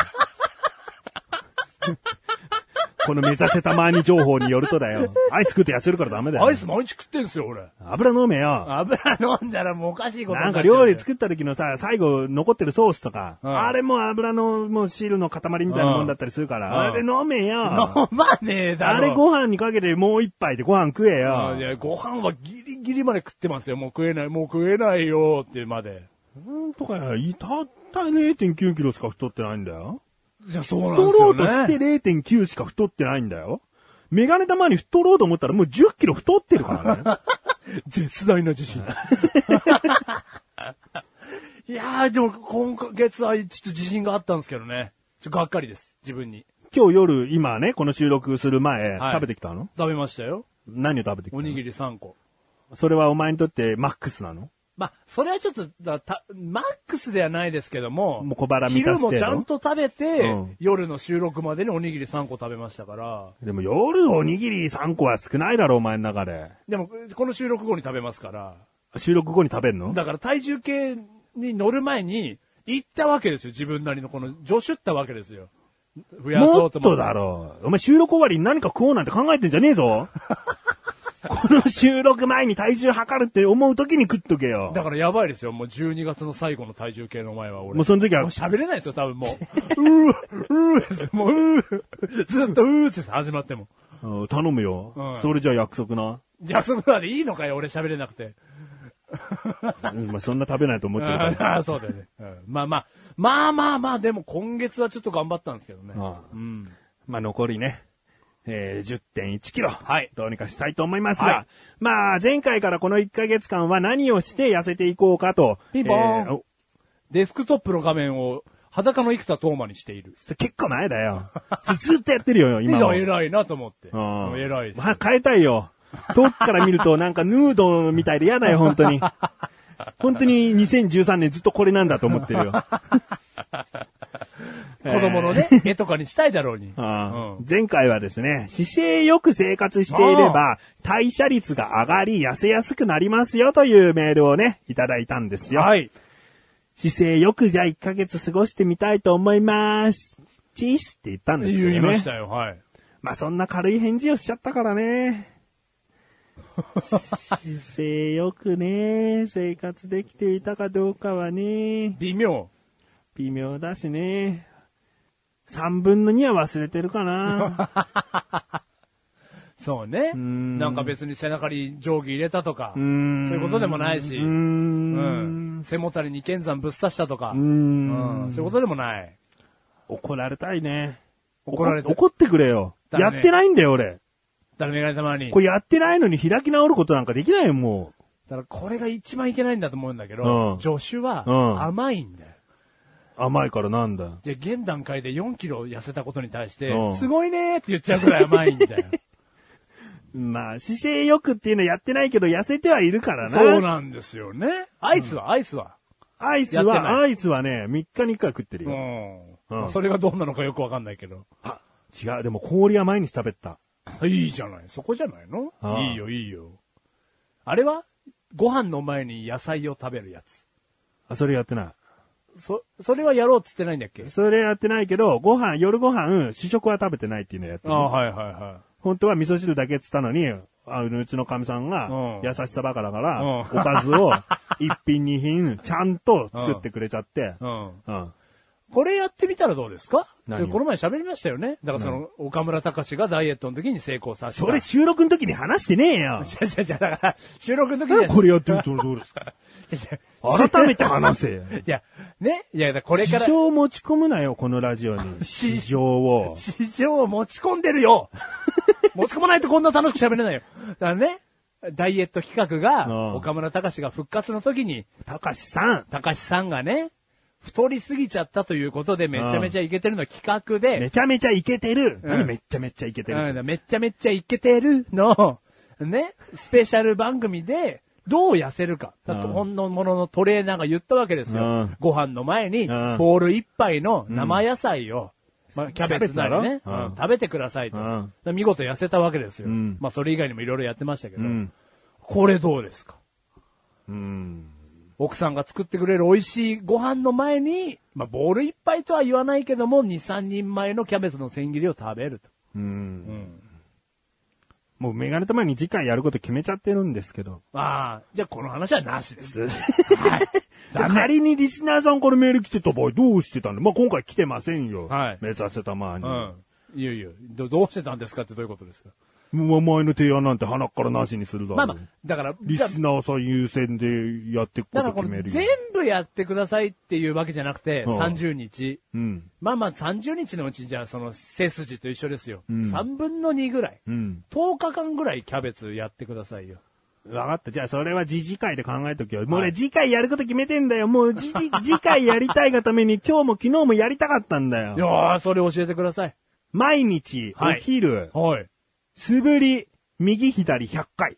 [SPEAKER 2] この目指せたまに情報によるとだよ。アイス食って痩せるからダメだよ。
[SPEAKER 3] アイス毎日食ってんすよ、俺。
[SPEAKER 2] 油飲めよ。
[SPEAKER 3] 油飲んだらもうおかしいことに
[SPEAKER 2] な
[SPEAKER 3] なんっち
[SPEAKER 2] か
[SPEAKER 3] ゃうよ
[SPEAKER 2] 料理作った時のさ、最後残ってるソースとか、
[SPEAKER 3] うん
[SPEAKER 2] あれも油のもう汁の塊みたいなもんだったりするから、あれ
[SPEAKER 3] うん
[SPEAKER 2] 飲めよ。
[SPEAKER 3] <laughs> 飲まねえだろ。
[SPEAKER 2] あれご飯にかけてもう一杯でご飯食え
[SPEAKER 3] あ
[SPEAKER 2] よ
[SPEAKER 3] い。や、ご飯はギリギリまで食ってますよ。もう食えない、もう食えないよってまで。
[SPEAKER 2] うんとか、いたった0.9キロしか太ってないんだよ。
[SPEAKER 3] いや、そうなん
[SPEAKER 2] 太
[SPEAKER 3] です
[SPEAKER 2] ろ
[SPEAKER 3] よ
[SPEAKER 2] うとして
[SPEAKER 3] ね。
[SPEAKER 2] 0.9しか太ってないんだよ。メガネ玉に太ろうと思ったらもう10キロ太ってるから
[SPEAKER 3] <laughs>
[SPEAKER 2] ね。
[SPEAKER 3] 絶大な自 <laughs> 信。いやー、でも今月はちょっと自信があったんですけどね。ちょっとがっかりです。自分に。
[SPEAKER 2] 今日夜、今ね、この収録する前、
[SPEAKER 3] はい
[SPEAKER 2] 食べてきたの
[SPEAKER 3] 食べましたよ。
[SPEAKER 2] 何を食べてきたの
[SPEAKER 3] おにぎり3個。
[SPEAKER 2] それはお前にとってマックスなの
[SPEAKER 3] まあ、それはちょっとだた、マックスではないですけども、
[SPEAKER 2] もう小腹満たす
[SPEAKER 3] 昼
[SPEAKER 2] 程度
[SPEAKER 3] もちゃんと食べて、
[SPEAKER 2] うん
[SPEAKER 3] 夜の収録までにおにぎり3個食べましたから、
[SPEAKER 2] でも夜おにぎり3個は少ないだろ、お前の中で。
[SPEAKER 3] でも、この収録後に食べますから、
[SPEAKER 2] 収録後に食べんの
[SPEAKER 3] だから体重計に乗る前に、行ったわけですよ、自分なりのこの、助手ったわけですよ。増やそ
[SPEAKER 2] もっ
[SPEAKER 3] うと思
[SPEAKER 2] とだろう。お前収録終わりに何か食おうなんて考えてんじゃねえぞ。
[SPEAKER 3] <laughs>
[SPEAKER 2] この収録前に体重測るって思う時に食っとけよ。
[SPEAKER 3] だからやばいですよ、もう12月の最後の体重計の前は俺。
[SPEAKER 2] もうその時は
[SPEAKER 3] もう喋れないですよ、多分もう。うー、うーですよ、もううー、ずっとうーです、始まっても。
[SPEAKER 2] うん頼むよ、
[SPEAKER 3] うん
[SPEAKER 2] それじゃあ約束な。
[SPEAKER 3] 約束までいいのかよ、俺喋れなくて。
[SPEAKER 2] うんまあそんな食べないと思ってるから。
[SPEAKER 3] ああ、そうだよね、うんまあまあ、まあまあまあ、でも今月はちょっと頑張ったんですけどね。
[SPEAKER 2] ああ
[SPEAKER 3] うん。
[SPEAKER 2] まあ残りね、えー、10.1キロ。
[SPEAKER 3] はい
[SPEAKER 2] どうにかしたいと思いますが、
[SPEAKER 3] は
[SPEAKER 2] まあ前回からこの1ヶ月間は何をして痩せていこうかと。
[SPEAKER 3] ピンポーン
[SPEAKER 2] ーお
[SPEAKER 3] デスクトップの画面を裸の生田斗真にしている。
[SPEAKER 2] それ結構前だよ。 <laughs> ずずっとやってる
[SPEAKER 3] <laughs>
[SPEAKER 2] よ、今も。
[SPEAKER 3] 偉いなと思って。
[SPEAKER 2] うん
[SPEAKER 3] 偉いです。
[SPEAKER 2] まあ、変えたいよ。遠くから見るとなんかヌードみたいで嫌だよ、本当
[SPEAKER 3] <laughs>
[SPEAKER 2] に。本当に2013年ずっとこれなんだと思ってるよ。え
[SPEAKER 3] 子供のね、 <laughs> 絵とかにしたいだろうに。
[SPEAKER 2] ああ
[SPEAKER 3] うん
[SPEAKER 2] 前回はですね、姿勢よく生活していれば、代謝率が上がり、痩せやすくなりますよというメールをね、いただいたんですよ。
[SPEAKER 3] はい。
[SPEAKER 2] 姿勢よくじゃあ1ヶ月過ごしてみたいと思います。チースって言ったんですけどね。
[SPEAKER 3] 言いましたよ、はい。
[SPEAKER 2] まあそんな軽い返事をしちゃったからね。
[SPEAKER 3] <laughs>
[SPEAKER 2] 姿勢よくね、生活できていたかどうかはね、
[SPEAKER 3] 微妙。
[SPEAKER 2] 微妙だしね。3分の2は忘れてるか
[SPEAKER 3] <laughs>
[SPEAKER 2] な。
[SPEAKER 3] そうね。
[SPEAKER 2] ん
[SPEAKER 3] なんか別に背中に定規入れたとか、そう
[SPEAKER 2] ーん
[SPEAKER 3] いうことでもないし、
[SPEAKER 2] うー
[SPEAKER 3] うん
[SPEAKER 2] ん。
[SPEAKER 3] 背もたれに剣山ぶっ刺したとか、
[SPEAKER 2] うーん
[SPEAKER 3] うんそういうことでもない。
[SPEAKER 2] 怒られたいね。
[SPEAKER 3] 怒られた
[SPEAKER 2] 怒ってくれよ。
[SPEAKER 3] だね
[SPEAKER 2] やってないんだよ、俺。
[SPEAKER 3] だからメガネたまに。
[SPEAKER 2] これやってないのに開き直ることなんかできないよ、もう。
[SPEAKER 3] だからこれが一番いけないんだと思うんだけ
[SPEAKER 2] う
[SPEAKER 3] ど、
[SPEAKER 2] ん
[SPEAKER 3] 助手
[SPEAKER 2] うん
[SPEAKER 3] は甘いんだよ。
[SPEAKER 2] 甘いからなんだ。
[SPEAKER 3] じゃあ現段階で4キロ痩せたことに対して
[SPEAKER 2] う、ん
[SPEAKER 3] すごいねーって言っちゃうぐらい甘いんだよ。
[SPEAKER 2] まあ、姿勢よくっていうのやってないけど、痩せてはいるからな。
[SPEAKER 3] そうなんですよね。アイスは、アイスは。
[SPEAKER 2] アイス
[SPEAKER 3] やってな
[SPEAKER 2] は、
[SPEAKER 3] い
[SPEAKER 2] アイスはね、3日に1回食ってる
[SPEAKER 3] う
[SPEAKER 2] よ。
[SPEAKER 3] ん。
[SPEAKER 2] うん
[SPEAKER 3] まあそれがどうなのかよくわかんないけど。
[SPEAKER 2] あ、違う。でも氷は毎日食べた。
[SPEAKER 3] いいじゃない。そこじゃないの
[SPEAKER 2] ああ
[SPEAKER 3] いいよ、いいよ。あれはご飯の前に野菜を食べるやつ。
[SPEAKER 2] あ、それやってな
[SPEAKER 3] そ、それはやろうっつってないんだっけ
[SPEAKER 2] い。それやってないけど、ご飯、夜ご飯、主食は食べてないっていうのやって
[SPEAKER 3] あ
[SPEAKER 2] る。
[SPEAKER 3] あ、はいはいは
[SPEAKER 2] 本当は味噌汁だけっつったのに、あうちのかみさんが
[SPEAKER 3] うん、
[SPEAKER 2] 優しさばかだから、
[SPEAKER 3] うん
[SPEAKER 2] おかず
[SPEAKER 3] <laughs>
[SPEAKER 2] を、一品二品、ちゃんと作ってくれちゃって、
[SPEAKER 3] い。うん。
[SPEAKER 2] うん。
[SPEAKER 3] これやってみたらどうですか
[SPEAKER 2] 何を
[SPEAKER 3] この前喋りましたよね。だからその、岡村隆史がダイエットの時に成功させた。
[SPEAKER 2] それ収録の時に話してねえよ。
[SPEAKER 3] じゃじゃじゃ、だから、収録の時には
[SPEAKER 2] これやってるとどうです
[SPEAKER 3] <laughs>
[SPEAKER 2] か
[SPEAKER 3] じゃじゃ
[SPEAKER 2] 改めて話せよ。
[SPEAKER 3] いや、ね、いや、だからこれか
[SPEAKER 2] 市
[SPEAKER 3] ら、
[SPEAKER 2] 場を持ち込むなよ、このラジオ
[SPEAKER 3] <laughs>
[SPEAKER 2] に。市場を。
[SPEAKER 3] 市場を持ち込んで
[SPEAKER 2] <laughs>
[SPEAKER 3] るよ持ち込まないとこんな楽しく喋れないよ。だからね、ダイエット企画
[SPEAKER 2] うん
[SPEAKER 3] が、岡村隆史が復活の時に、
[SPEAKER 2] たかしさん、
[SPEAKER 3] 隆史さんがね、太りすぎちゃったということでめちゃめちゃいけてるの企画で、
[SPEAKER 2] めちゃめちゃイケてる。
[SPEAKER 3] うん
[SPEAKER 2] 何めっちゃめっちゃイケて
[SPEAKER 3] うん
[SPEAKER 2] る。
[SPEAKER 3] めっちゃめっちゃイケてるの、ね、スペシャル番組で、どう痩せるか。だと、
[SPEAKER 2] うん
[SPEAKER 3] ほんのもののトレーナーが言ったわけですよ。
[SPEAKER 2] うん
[SPEAKER 3] ご飯の前
[SPEAKER 2] う
[SPEAKER 3] に、
[SPEAKER 2] ん
[SPEAKER 3] ボール一杯の生野菜を、まあ、キャベツなりね
[SPEAKER 2] キャベツ、だろ
[SPEAKER 3] うん
[SPEAKER 2] うん
[SPEAKER 3] 食べてくださいと。
[SPEAKER 2] うん
[SPEAKER 3] で見事痩せたわけですよ。
[SPEAKER 2] うん
[SPEAKER 3] まあ、それ以外にもいろいろやってましたけど、
[SPEAKER 2] うん
[SPEAKER 3] これどうですか
[SPEAKER 2] うん。
[SPEAKER 3] 奥さんが作ってくれる美味しいご飯の前に、まあ、ボール一杯とは言わないけども、2、3人前のキャベツの千切りを食べると。
[SPEAKER 2] うん。
[SPEAKER 3] うん
[SPEAKER 2] もうメガネたまに次回やること決めちゃってるんですけど。
[SPEAKER 3] ああ、じゃあこの話はなしです。はい。残念。
[SPEAKER 2] 仮にリスナーさんからメール来てた場合どうしてたのまあ、今回来てませんよ。
[SPEAKER 3] はい
[SPEAKER 2] 目指せたまに。
[SPEAKER 3] うん。いやいやど、どうしてたんですかってどういうことですか
[SPEAKER 2] もうお前の提案なんて鼻からなしにするだろう。
[SPEAKER 3] まあまあ、だから、
[SPEAKER 2] リ
[SPEAKER 3] じ
[SPEAKER 2] ス
[SPEAKER 3] ゃあ
[SPEAKER 2] ナーさん優先でやっていくこ
[SPEAKER 3] だから
[SPEAKER 2] と
[SPEAKER 3] こ
[SPEAKER 2] 決め
[SPEAKER 3] れ
[SPEAKER 2] るよ。
[SPEAKER 3] 全部やってくださいっていうわけじゃなくて、
[SPEAKER 2] うん
[SPEAKER 3] 30日。
[SPEAKER 2] うん。
[SPEAKER 3] まあまあ30日のうちじゃあその背筋と一緒ですよ。3分の2ぐらい。
[SPEAKER 2] うん。
[SPEAKER 3] 10日間ぐらいキャベツやってくださいよ。
[SPEAKER 2] わかった。じゃあ、それは次次回で考えときよ。もう
[SPEAKER 3] は
[SPEAKER 2] 俺、
[SPEAKER 3] い
[SPEAKER 2] 次回やること決めてんだよ。もう、次、 <laughs> 次回やりたいがために、今日も昨日もやりたかったんだ
[SPEAKER 3] い
[SPEAKER 2] よ。
[SPEAKER 3] やー、それ教えてください。
[SPEAKER 2] 毎日、
[SPEAKER 3] はい
[SPEAKER 2] お昼、
[SPEAKER 3] はい。
[SPEAKER 2] 素振り、右左100回。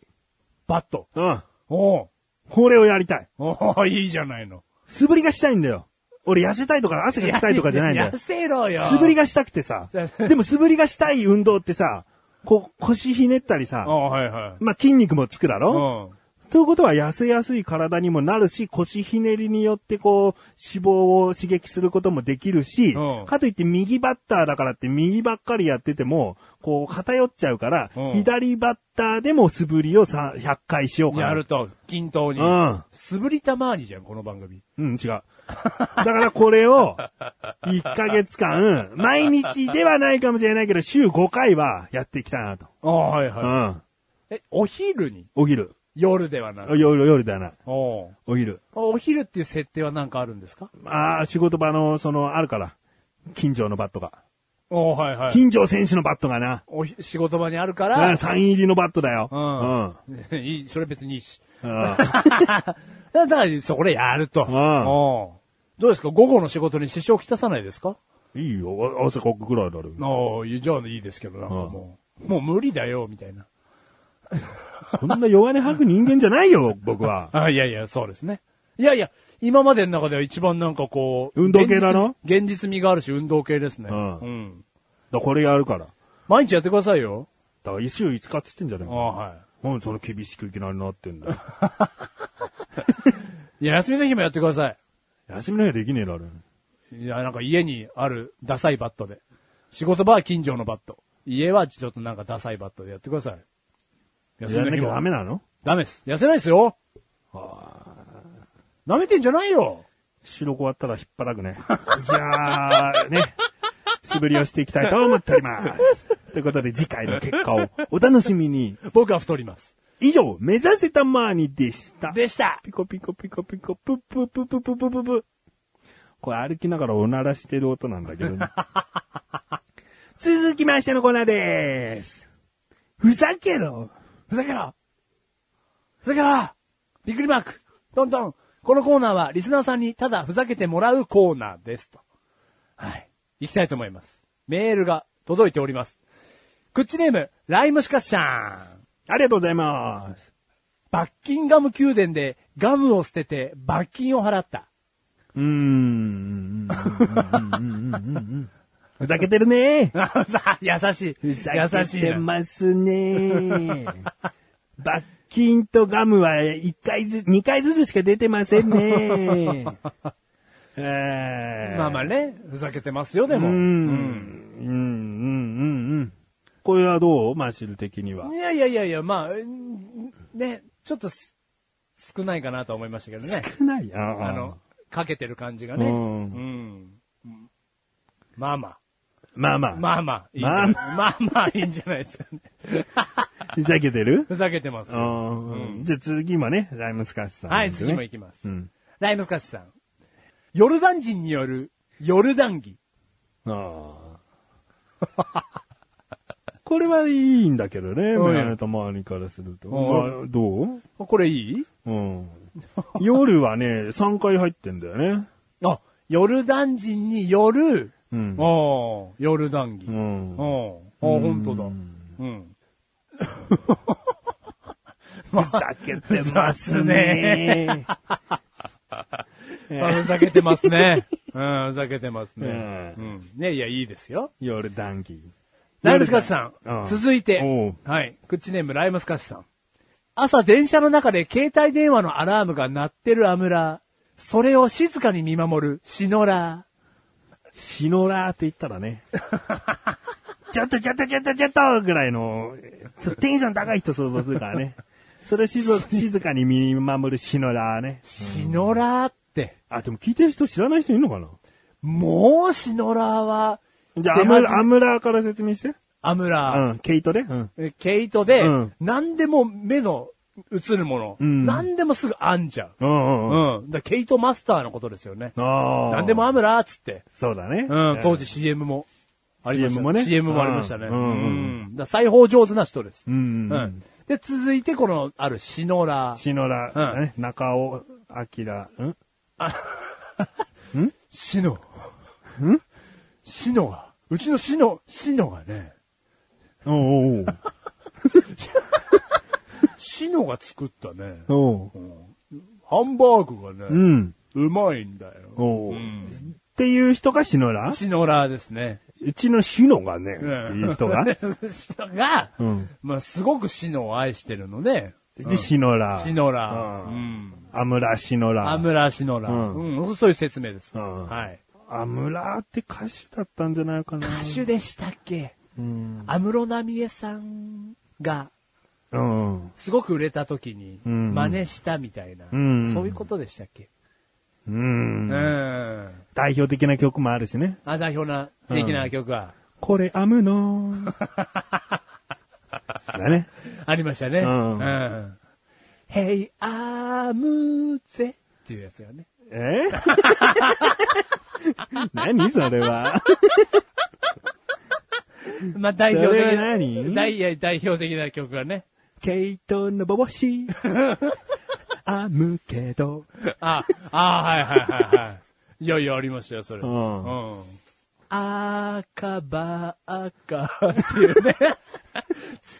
[SPEAKER 3] バット。
[SPEAKER 2] うん。
[SPEAKER 3] おう
[SPEAKER 2] これをやりたい。
[SPEAKER 3] おういいじゃないの。
[SPEAKER 2] 素振りがしたいんだよ。俺、痩せたいとか、汗がきたいとかじゃないんだ
[SPEAKER 3] <laughs> 痩
[SPEAKER 2] よ。
[SPEAKER 3] せろよ。。
[SPEAKER 2] 素振りがしたくてさ
[SPEAKER 3] <laughs>
[SPEAKER 2] でも、素振りがしたい運動ってさ、こう、腰ひねったり
[SPEAKER 3] あ
[SPEAKER 2] さ、
[SPEAKER 3] あ、はいはい。
[SPEAKER 2] まあ、筋肉もつくだろ
[SPEAKER 3] うん。
[SPEAKER 2] ということは痩せやすい体にもなるし、腰ひねりによってこう、脂肪を刺激することもできるし、
[SPEAKER 3] うん
[SPEAKER 2] かといって右バッターだからって右ばっかりやってても、こう偏っちゃうから、
[SPEAKER 3] うん
[SPEAKER 2] 左バッターでも素振りをさ100回しようかな。
[SPEAKER 3] やると、均等に。
[SPEAKER 2] うん
[SPEAKER 3] 素振りたまわりじゃん、この番組。
[SPEAKER 2] うん、違う。だからこれを、1ヶ月間、毎日ではないかもしれないけど、週5回はやっていきたいなと。
[SPEAKER 3] ああ、はいうは
[SPEAKER 2] ん。
[SPEAKER 3] い。え、お昼に
[SPEAKER 2] お昼。
[SPEAKER 3] 夜ではなく。
[SPEAKER 2] 夜、夜だな。
[SPEAKER 3] おう
[SPEAKER 2] お昼。
[SPEAKER 3] お昼っていう設定は何かあるんですか
[SPEAKER 2] ああ、仕事場の、その、あるから。近所のバットが。
[SPEAKER 3] おうはいは。
[SPEAKER 2] 近所選手のバットがな。
[SPEAKER 3] おひ仕事場にあるか
[SPEAKER 2] う
[SPEAKER 3] ら
[SPEAKER 2] ん、、サイン入りのバットだよ。
[SPEAKER 3] うん。 <laughs> いい、それ別にいいし。
[SPEAKER 2] うん。うん。
[SPEAKER 3] だから、そこでやると。
[SPEAKER 2] ん
[SPEAKER 3] おうどうですか午後の仕事に支障をきたさないですか
[SPEAKER 2] いいよ、あ汗かくくらいだろ。
[SPEAKER 3] おうじゃあいいですけど、なんかもう、もう無理だよ、みたいな。
[SPEAKER 2] そんな弱音吐く人間じゃないよ、僕は。
[SPEAKER 3] あいやいや、そうですね。いやいや、今までの中では一番なんかこう。
[SPEAKER 2] 運動系だろ
[SPEAKER 3] 現実現実味があるし、運動系ですね。
[SPEAKER 2] うん
[SPEAKER 3] うん。
[SPEAKER 2] らこれやるから。
[SPEAKER 3] 毎日やってくださいよ。
[SPEAKER 2] だから、週5日って言ってんじゃねえ
[SPEAKER 3] あ
[SPEAKER 2] か
[SPEAKER 3] あ、は
[SPEAKER 2] なんでその厳しくいきなりなってんだよ。
[SPEAKER 3] い。いや、休みの日もやってください。
[SPEAKER 2] 休みの日はできねえだろ。
[SPEAKER 3] いや、なんか家にあるダサいバットで。仕事場は近所のバット。家はちょっとなんかダサいバットでやってください。休
[SPEAKER 2] や
[SPEAKER 3] み
[SPEAKER 2] んな
[SPEAKER 3] の
[SPEAKER 2] きゃ
[SPEAKER 3] 日も
[SPEAKER 2] ダメなの
[SPEAKER 3] ダメです。痩せないですよ。舐めてんじゃないよ。
[SPEAKER 2] 白子割ったら引っ張らくね。じゃあ、ね、素振りをしていきたいと思っております。 <laughs> ということで次回の結果をお楽しみに。
[SPEAKER 3] 僕は太ります。
[SPEAKER 2] 以上、目指せたまーにでした。
[SPEAKER 3] でした。
[SPEAKER 2] ピコピコピコピコ、プップップップップップップップ。これ歩きながらおならしてる音なんだけど <laughs> ね。続きましてのコーナーでーす。ふざけろ。
[SPEAKER 3] ふざけろふざけろびっくりマークどんどんこのコーナーはリスナーさんにただふざけてもらうコーナーですと。はい。行きたいと思います。メールが届いております。クッチネーム、ライムシカッシャーン。
[SPEAKER 2] ありがとうございます。
[SPEAKER 3] バッキンガム宮殿でガムを捨てて罰金を払った。 <laughs>
[SPEAKER 2] うーん。ふざけてるねー。
[SPEAKER 3] あさ優しい。
[SPEAKER 2] ふざ
[SPEAKER 3] 優
[SPEAKER 2] け
[SPEAKER 3] しい
[SPEAKER 2] て
[SPEAKER 3] な。
[SPEAKER 2] ますねー。 <laughs> 罰金とガムは一回ず、二回ずつしか出てません <laughs> ねー。えー
[SPEAKER 3] まあまあね、ふざけてますよ、でも。
[SPEAKER 2] う
[SPEAKER 3] うん
[SPEAKER 2] ん。うん、うん、うん、うん。これはどうマシル的には。
[SPEAKER 3] いやいやいやいや、まあ、うんね、ちょっとす少ないかなと思いましたけどね。
[SPEAKER 2] 少ないああ
[SPEAKER 3] あの、かけてる感じがね。
[SPEAKER 2] う
[SPEAKER 3] うんん。まあま
[SPEAKER 2] まあま
[SPEAKER 3] あ、
[SPEAKER 2] あ。
[SPEAKER 3] まあまあ、いいんじゃないまあまあ、いいんじゃないですかね。
[SPEAKER 2] ふざけてる
[SPEAKER 3] ふざけてます
[SPEAKER 2] う
[SPEAKER 3] よ。
[SPEAKER 2] ん。じゃあ次もね、ライムスカッシュさん、
[SPEAKER 3] はい、次も行
[SPEAKER 2] き
[SPEAKER 3] きます。
[SPEAKER 2] うん。
[SPEAKER 3] ライムスカッシュさん。ヨルダン人による、ヨルダン儀。
[SPEAKER 2] あ <laughs> あ。これはいいんだけどね、
[SPEAKER 3] うん
[SPEAKER 2] メガネと周りからすると。
[SPEAKER 3] うん
[SPEAKER 2] まあ、どう
[SPEAKER 3] これいい
[SPEAKER 2] うん。夜はね、3回入ってんだよね。
[SPEAKER 3] あ、ヨルダン人による、
[SPEAKER 2] うん。
[SPEAKER 3] おーヨルダン儀。
[SPEAKER 2] う
[SPEAKER 3] お
[SPEAKER 2] ん。
[SPEAKER 3] ーあ、ほんとだ。うん。
[SPEAKER 2] ふざけてますね。
[SPEAKER 3] あふざけてます <laughs> ね。うん、ふざけてますね。
[SPEAKER 2] う
[SPEAKER 3] うん。ね、いや、いいですよ。
[SPEAKER 2] 夜談義。
[SPEAKER 3] ライムスカッシュさ
[SPEAKER 2] うん
[SPEAKER 3] ん。続いて
[SPEAKER 2] おう。
[SPEAKER 3] はい。クッチネームライムスカッシュさん。朝電車の中で携帯電話のアラームが鳴ってるアムラー。それを静かに見守るシノラ
[SPEAKER 2] シノラーって言ったら <laughs> ね。ちょっとちょっとちょっとちょっとぐらいの、ちょっとテンション高い人想像するからね。それを <laughs> 静静かに見守るシノラーね
[SPEAKER 3] ー。。シノラーって、
[SPEAKER 2] あ、でも聞いてる人知らない人いるのかな
[SPEAKER 3] もうシノラーは、
[SPEAKER 2] じゃあア
[SPEAKER 3] 出始
[SPEAKER 2] ム
[SPEAKER 3] め
[SPEAKER 2] ラ、アムラーから説明して。
[SPEAKER 3] アム
[SPEAKER 2] う
[SPEAKER 3] ラ
[SPEAKER 2] ん、毛糸で。うん。
[SPEAKER 3] ー、え毛糸で
[SPEAKER 2] うん、
[SPEAKER 3] 何でも目の映るもの、
[SPEAKER 2] うん
[SPEAKER 3] 何でもすぐ編んじゃう。
[SPEAKER 2] うんうんうん。
[SPEAKER 3] うん。だから毛糸マスターのことですよね。
[SPEAKER 2] ああ。
[SPEAKER 3] 何でもアムラーっつって。
[SPEAKER 2] そうだね。
[SPEAKER 3] うん、当時 CM も。ありました
[SPEAKER 2] CM もね
[SPEAKER 3] CM もありましたね。
[SPEAKER 2] うんうん
[SPEAKER 3] うんだから裁縫上手な人です。
[SPEAKER 2] うんうんうん
[SPEAKER 3] で、続いてこの、あるシノラ。
[SPEAKER 2] シノラー、
[SPEAKER 3] うん
[SPEAKER 2] ね中尾、明、うん
[SPEAKER 3] シノ。んシノが。うちのシノ、シノがね、
[SPEAKER 2] おう
[SPEAKER 3] シノが作ったね、
[SPEAKER 2] おうおう
[SPEAKER 3] ハンバーグが
[SPEAKER 2] う
[SPEAKER 3] ね、
[SPEAKER 2] ん。
[SPEAKER 3] うまいんだよ。
[SPEAKER 2] おう
[SPEAKER 3] うん
[SPEAKER 2] っていう人がシノラー
[SPEAKER 3] シノラですね。
[SPEAKER 2] うちのシノがね、って
[SPEAKER 3] うん
[SPEAKER 2] いう人が。
[SPEAKER 3] <laughs> 人が
[SPEAKER 2] うん、
[SPEAKER 3] まあ、すごくシノを愛してるのね。
[SPEAKER 2] で、シノラ。
[SPEAKER 3] シノラ。
[SPEAKER 2] う
[SPEAKER 3] うんん。
[SPEAKER 2] アムラシノラ。
[SPEAKER 3] アムラシノラ。
[SPEAKER 2] うん
[SPEAKER 3] うん。そういう説明です。
[SPEAKER 2] うん
[SPEAKER 3] はい。
[SPEAKER 2] アムラって歌手だったんじゃないかな。
[SPEAKER 3] 歌手でしたっけ
[SPEAKER 2] うん。
[SPEAKER 3] 安室奈美恵さんが、
[SPEAKER 2] うん。
[SPEAKER 3] すごく売れた時に、
[SPEAKER 2] うん
[SPEAKER 3] 真似したみたいな、
[SPEAKER 2] ん
[SPEAKER 3] そういうことでしたっけ
[SPEAKER 2] う。
[SPEAKER 3] うんん。
[SPEAKER 2] 代表的な曲もあるしね。
[SPEAKER 3] あ、代表な、的な曲が
[SPEAKER 2] これアムの。だね。
[SPEAKER 3] ありましたね。
[SPEAKER 2] うん
[SPEAKER 3] うん。Hey, I'm ぜっていうやつがね。
[SPEAKER 2] え <laughs> 何それは。
[SPEAKER 3] まあ、代表
[SPEAKER 2] そ
[SPEAKER 3] 的
[SPEAKER 2] れは何
[SPEAKER 3] な、代いや代表的な曲がね。
[SPEAKER 2] ケイトの帽子。アムけど。
[SPEAKER 3] あ、あ、はいはいはいはい。いやいや、ありましたよ、それ。
[SPEAKER 2] うん
[SPEAKER 3] うん。赤ば赤っていうね。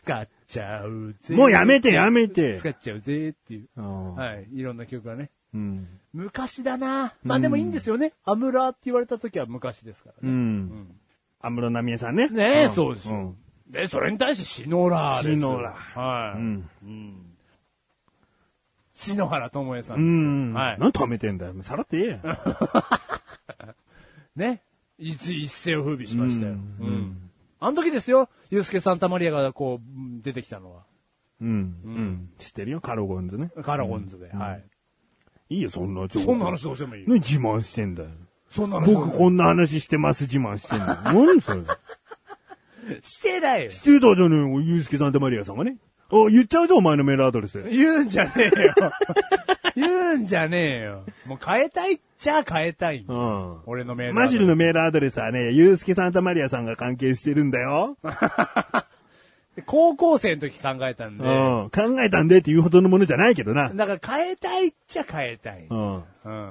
[SPEAKER 3] 使っちゃうぜ。
[SPEAKER 2] もうやめてやめて
[SPEAKER 3] 使。っちゃうぜっていう。
[SPEAKER 2] うん
[SPEAKER 3] はい。いろんな曲がね。
[SPEAKER 2] うん。
[SPEAKER 3] 昔だな。まあでもいいんですよね。アムラーって言われた時は昔ですから
[SPEAKER 2] う
[SPEAKER 3] ね。
[SPEAKER 2] ん。安室奈美恵さんね。
[SPEAKER 3] ねえ、
[SPEAKER 2] ん
[SPEAKER 3] そうですよ、
[SPEAKER 2] ん
[SPEAKER 3] で、それに対してシノラーです。
[SPEAKER 2] シノラ
[SPEAKER 3] はい。
[SPEAKER 2] うん。
[SPEAKER 3] 篠原智恵さ
[SPEAKER 2] う
[SPEAKER 3] んですよ。
[SPEAKER 2] ん。
[SPEAKER 3] はい。
[SPEAKER 2] 何貯めてんだよ。さらって言えよ。
[SPEAKER 3] ね。いつ一世を風靡しましたよ。うん。あの時ですよ。ユースケ・サンタマリアがこう、うん出てきたのは。
[SPEAKER 2] うん。うん。知ってるよ、カロゴンズね。
[SPEAKER 3] カラゴンズで。はい。
[SPEAKER 2] いいよ、そんな情報
[SPEAKER 3] そんな話どうしてもいい。
[SPEAKER 2] 何自慢してんだよ。
[SPEAKER 3] そんな話どう
[SPEAKER 2] 僕
[SPEAKER 3] してもい
[SPEAKER 2] こんな話してます自慢してんの。 <laughs> 何それ。
[SPEAKER 3] い。してないよ。 <laughs>
[SPEAKER 2] してたじゃねえよ、ゆうすけさんとマリアさんがね。あ、言っちゃうぞ、お前のメールアドレス。
[SPEAKER 3] 言うんじゃねえよ。言うんじゃねえよ。もう変えたいっちゃ変えたい。
[SPEAKER 2] うん。
[SPEAKER 3] 俺のメール。
[SPEAKER 2] マジルのメールアドレスはね、ゆうすけさんとマリアさんが関係してるんだよ。
[SPEAKER 3] 高校生の時考えたん
[SPEAKER 2] う
[SPEAKER 3] で、
[SPEAKER 2] ん。考えたんでっていうほどのものじゃないけどな。
[SPEAKER 3] なんか変えたいっちゃ変えたい。
[SPEAKER 2] う。
[SPEAKER 3] うんん。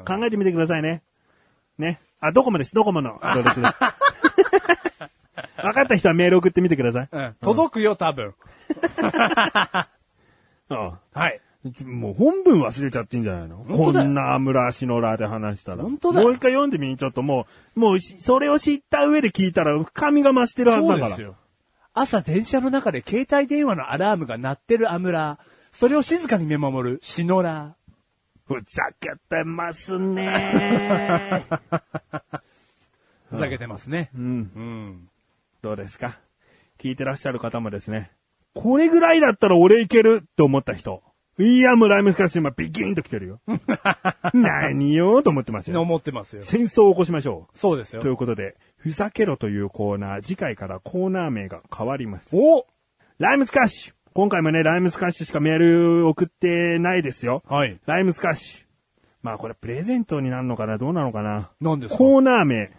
[SPEAKER 2] 考えてみてくださいね。ね。あ、ドコモです。ドコモのアドレス
[SPEAKER 3] <laughs>
[SPEAKER 2] です。分かった人はメール送ってみてください。
[SPEAKER 3] うん。届くよ、多分。
[SPEAKER 2] うん。
[SPEAKER 3] はい。
[SPEAKER 2] もう本文忘れちゃってんじゃないの
[SPEAKER 3] 当
[SPEAKER 2] こ
[SPEAKER 3] だよ
[SPEAKER 2] んなアムラシノラで話したら。
[SPEAKER 3] 本当だよ
[SPEAKER 2] もう一回読んでみにちょっともう、もうしそれを知った上で聞いたら深みが増してるはず
[SPEAKER 3] そ
[SPEAKER 2] だ
[SPEAKER 3] う
[SPEAKER 2] か
[SPEAKER 3] で
[SPEAKER 2] ら。
[SPEAKER 3] すよ。朝電車の中で携帯電話のアラームが鳴ってるアムラー。それを静かに見守るシノラ
[SPEAKER 2] ふざけてます
[SPEAKER 3] <laughs>
[SPEAKER 2] ね
[SPEAKER 3] ー。ふざけてますね。
[SPEAKER 2] うん。
[SPEAKER 3] うん。
[SPEAKER 2] どうですか聞いてらっしゃる方もですね。これぐらいだったら俺いけるって思った人。いや、ムライムスカッシュ今ビキーンと来て
[SPEAKER 3] <laughs>
[SPEAKER 2] るよ。何よと思ってますよ。
[SPEAKER 3] 思ってますよ。
[SPEAKER 2] 戦争を起こしましょ
[SPEAKER 3] そうです
[SPEAKER 2] う。とい
[SPEAKER 3] よ。
[SPEAKER 2] うことで、ふざけろというコーナー、次回からコーナー名が変わります。
[SPEAKER 3] お
[SPEAKER 2] ライムスカッシュ今回もね、ライムスカッシュしかメール送ってないですよ。
[SPEAKER 3] はい。
[SPEAKER 2] ライムスカッシュ。まあこれプレゼントになるのかなどうなのかな
[SPEAKER 3] 何ですか
[SPEAKER 2] コーナー名。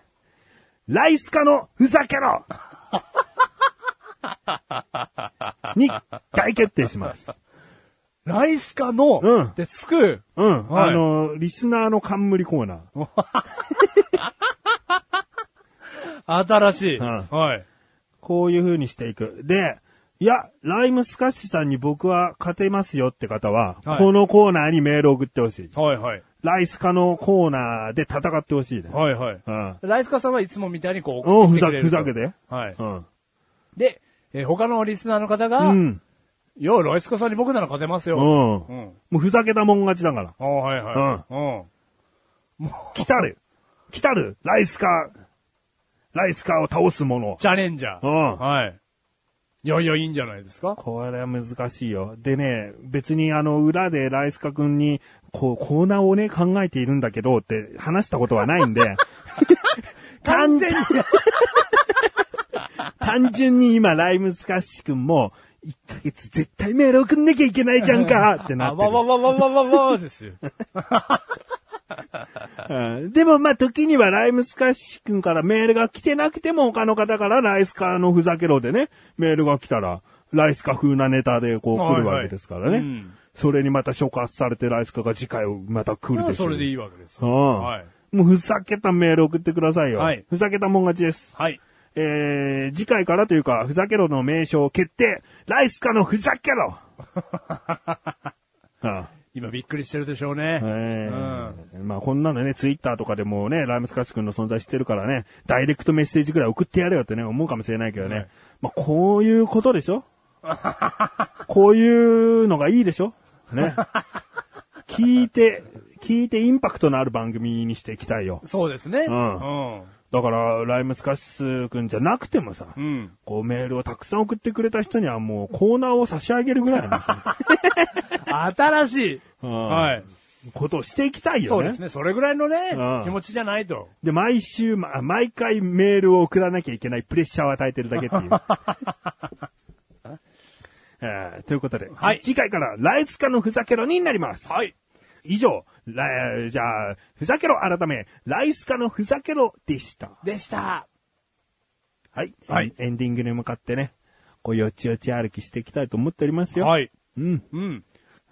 [SPEAKER 2] ライスカのふざけ
[SPEAKER 3] <laughs>
[SPEAKER 2] ろに大決定します。
[SPEAKER 3] ライスカの、
[SPEAKER 2] うん
[SPEAKER 3] でつく、
[SPEAKER 2] うん。
[SPEAKER 3] はい
[SPEAKER 2] あの、リスナーの冠コーナー。
[SPEAKER 3] 新しい。
[SPEAKER 2] うん
[SPEAKER 3] はい。
[SPEAKER 2] こういう風にしていく。で、いや、ライムスカッシュさんに僕は勝てますよって方は、
[SPEAKER 3] はい
[SPEAKER 2] このコーナーにメール送ってほしい。
[SPEAKER 3] はいはい。
[SPEAKER 2] ライスカのコーナーで戦ってほしいです。
[SPEAKER 3] はいはい。
[SPEAKER 2] うん。
[SPEAKER 3] ライスカさんはいつもみたいにこう
[SPEAKER 2] お
[SPEAKER 3] 送
[SPEAKER 2] ふ
[SPEAKER 3] って
[SPEAKER 2] ざ
[SPEAKER 3] く
[SPEAKER 2] け、
[SPEAKER 3] れ
[SPEAKER 2] ふ
[SPEAKER 3] ると、
[SPEAKER 2] ざけて。
[SPEAKER 3] はい。
[SPEAKER 2] うん。
[SPEAKER 3] で、えー他のリスナーの方
[SPEAKER 2] う
[SPEAKER 3] が、
[SPEAKER 2] ん。
[SPEAKER 3] よ、ライスカさんに僕なら勝てます
[SPEAKER 2] うん。
[SPEAKER 3] よ。
[SPEAKER 2] も
[SPEAKER 3] うん。
[SPEAKER 2] うふざけたもん勝ちだから。
[SPEAKER 3] あはいはい。うん。
[SPEAKER 2] 来たる。来たる。ライスカー。ライスカーを倒すもの。
[SPEAKER 3] チャレンジャー。
[SPEAKER 2] うん
[SPEAKER 3] はい。いやいや、いいんじゃないですか
[SPEAKER 2] これは難しいよ。でね、別にあの、裏でライスカくんに、こう、コーナーをね、考えているんだけどって話したことはないん
[SPEAKER 3] <laughs>
[SPEAKER 2] で。完全に。単純に今、ライムスカッシュくんも、1ヶ月絶対メール送んなきゃいけないじゃんかってな
[SPEAKER 3] あ、
[SPEAKER 2] ってる
[SPEAKER 3] わ。わわわわわわです
[SPEAKER 2] <laughs>
[SPEAKER 3] よ。
[SPEAKER 2] うんでもまあ時にはライムスカッシュ君からメールが来てなくても他の方からライスカのふざけろでね、メールが来たら、ライスカ風なネタでこう来るわけですからね。
[SPEAKER 3] はいはいうん
[SPEAKER 2] それにまた触発されてライスカが次回をまた来るでしょ。
[SPEAKER 3] そうれでいいわけです
[SPEAKER 2] う
[SPEAKER 3] よ。
[SPEAKER 2] ん
[SPEAKER 3] はい。
[SPEAKER 2] もうふざけたメール送ってくださいよ。
[SPEAKER 3] はい
[SPEAKER 2] ふざけたもん勝ちです。
[SPEAKER 3] はい。
[SPEAKER 2] えー、次回からというか、ふざけろの名称決定ライスカのふざけ
[SPEAKER 3] <laughs>
[SPEAKER 2] ろうん
[SPEAKER 3] 今びっくりしてるでしょうね。
[SPEAKER 2] ええまあこんなのね、ツイッターとかでもね、ライムスカッシュ君の存在してるからね、ダイレクトメッセージぐらい送ってやれよってね、思うかもしれないけどね。
[SPEAKER 3] はい
[SPEAKER 2] まあこういうことでし
[SPEAKER 3] <laughs>
[SPEAKER 2] ょこういうのがいいでしょ
[SPEAKER 3] <laughs>
[SPEAKER 2] ね。聞いて、聞いてインパクトのある番組にしていきたいよ。
[SPEAKER 3] そうですね。
[SPEAKER 2] ん
[SPEAKER 3] うん。
[SPEAKER 2] だから、ライムスカッシュ君じゃなくてもさ、
[SPEAKER 3] うん。
[SPEAKER 2] こうメールをたくさん送ってくれた人にはもうコーナーを差し上げるぐらいの
[SPEAKER 3] <laughs>
[SPEAKER 2] さ
[SPEAKER 3] 新しい。
[SPEAKER 2] うん
[SPEAKER 3] はい。
[SPEAKER 2] ことをしていきたいよね。
[SPEAKER 3] そうですね。それぐらいのね
[SPEAKER 2] うん、
[SPEAKER 3] 気持ちじゃないと。
[SPEAKER 2] で、毎週、ま、毎回メールを送らなきゃいけないプレッシャーを与えてるだけって
[SPEAKER 3] <laughs>
[SPEAKER 2] いう。えーということで、
[SPEAKER 3] はい
[SPEAKER 2] 次回からライスカのふざけろになります。
[SPEAKER 3] はい。
[SPEAKER 2] 以上、ラえーじゃあ、ふざけろ改め、ライスカのふざけろでした。
[SPEAKER 3] でした。
[SPEAKER 2] はい。
[SPEAKER 3] はい
[SPEAKER 2] エンエンディングに向かってね、こう、よちよち歩きしていきたいと思っておりますよ。
[SPEAKER 3] はい。
[SPEAKER 2] うん。
[SPEAKER 3] うん。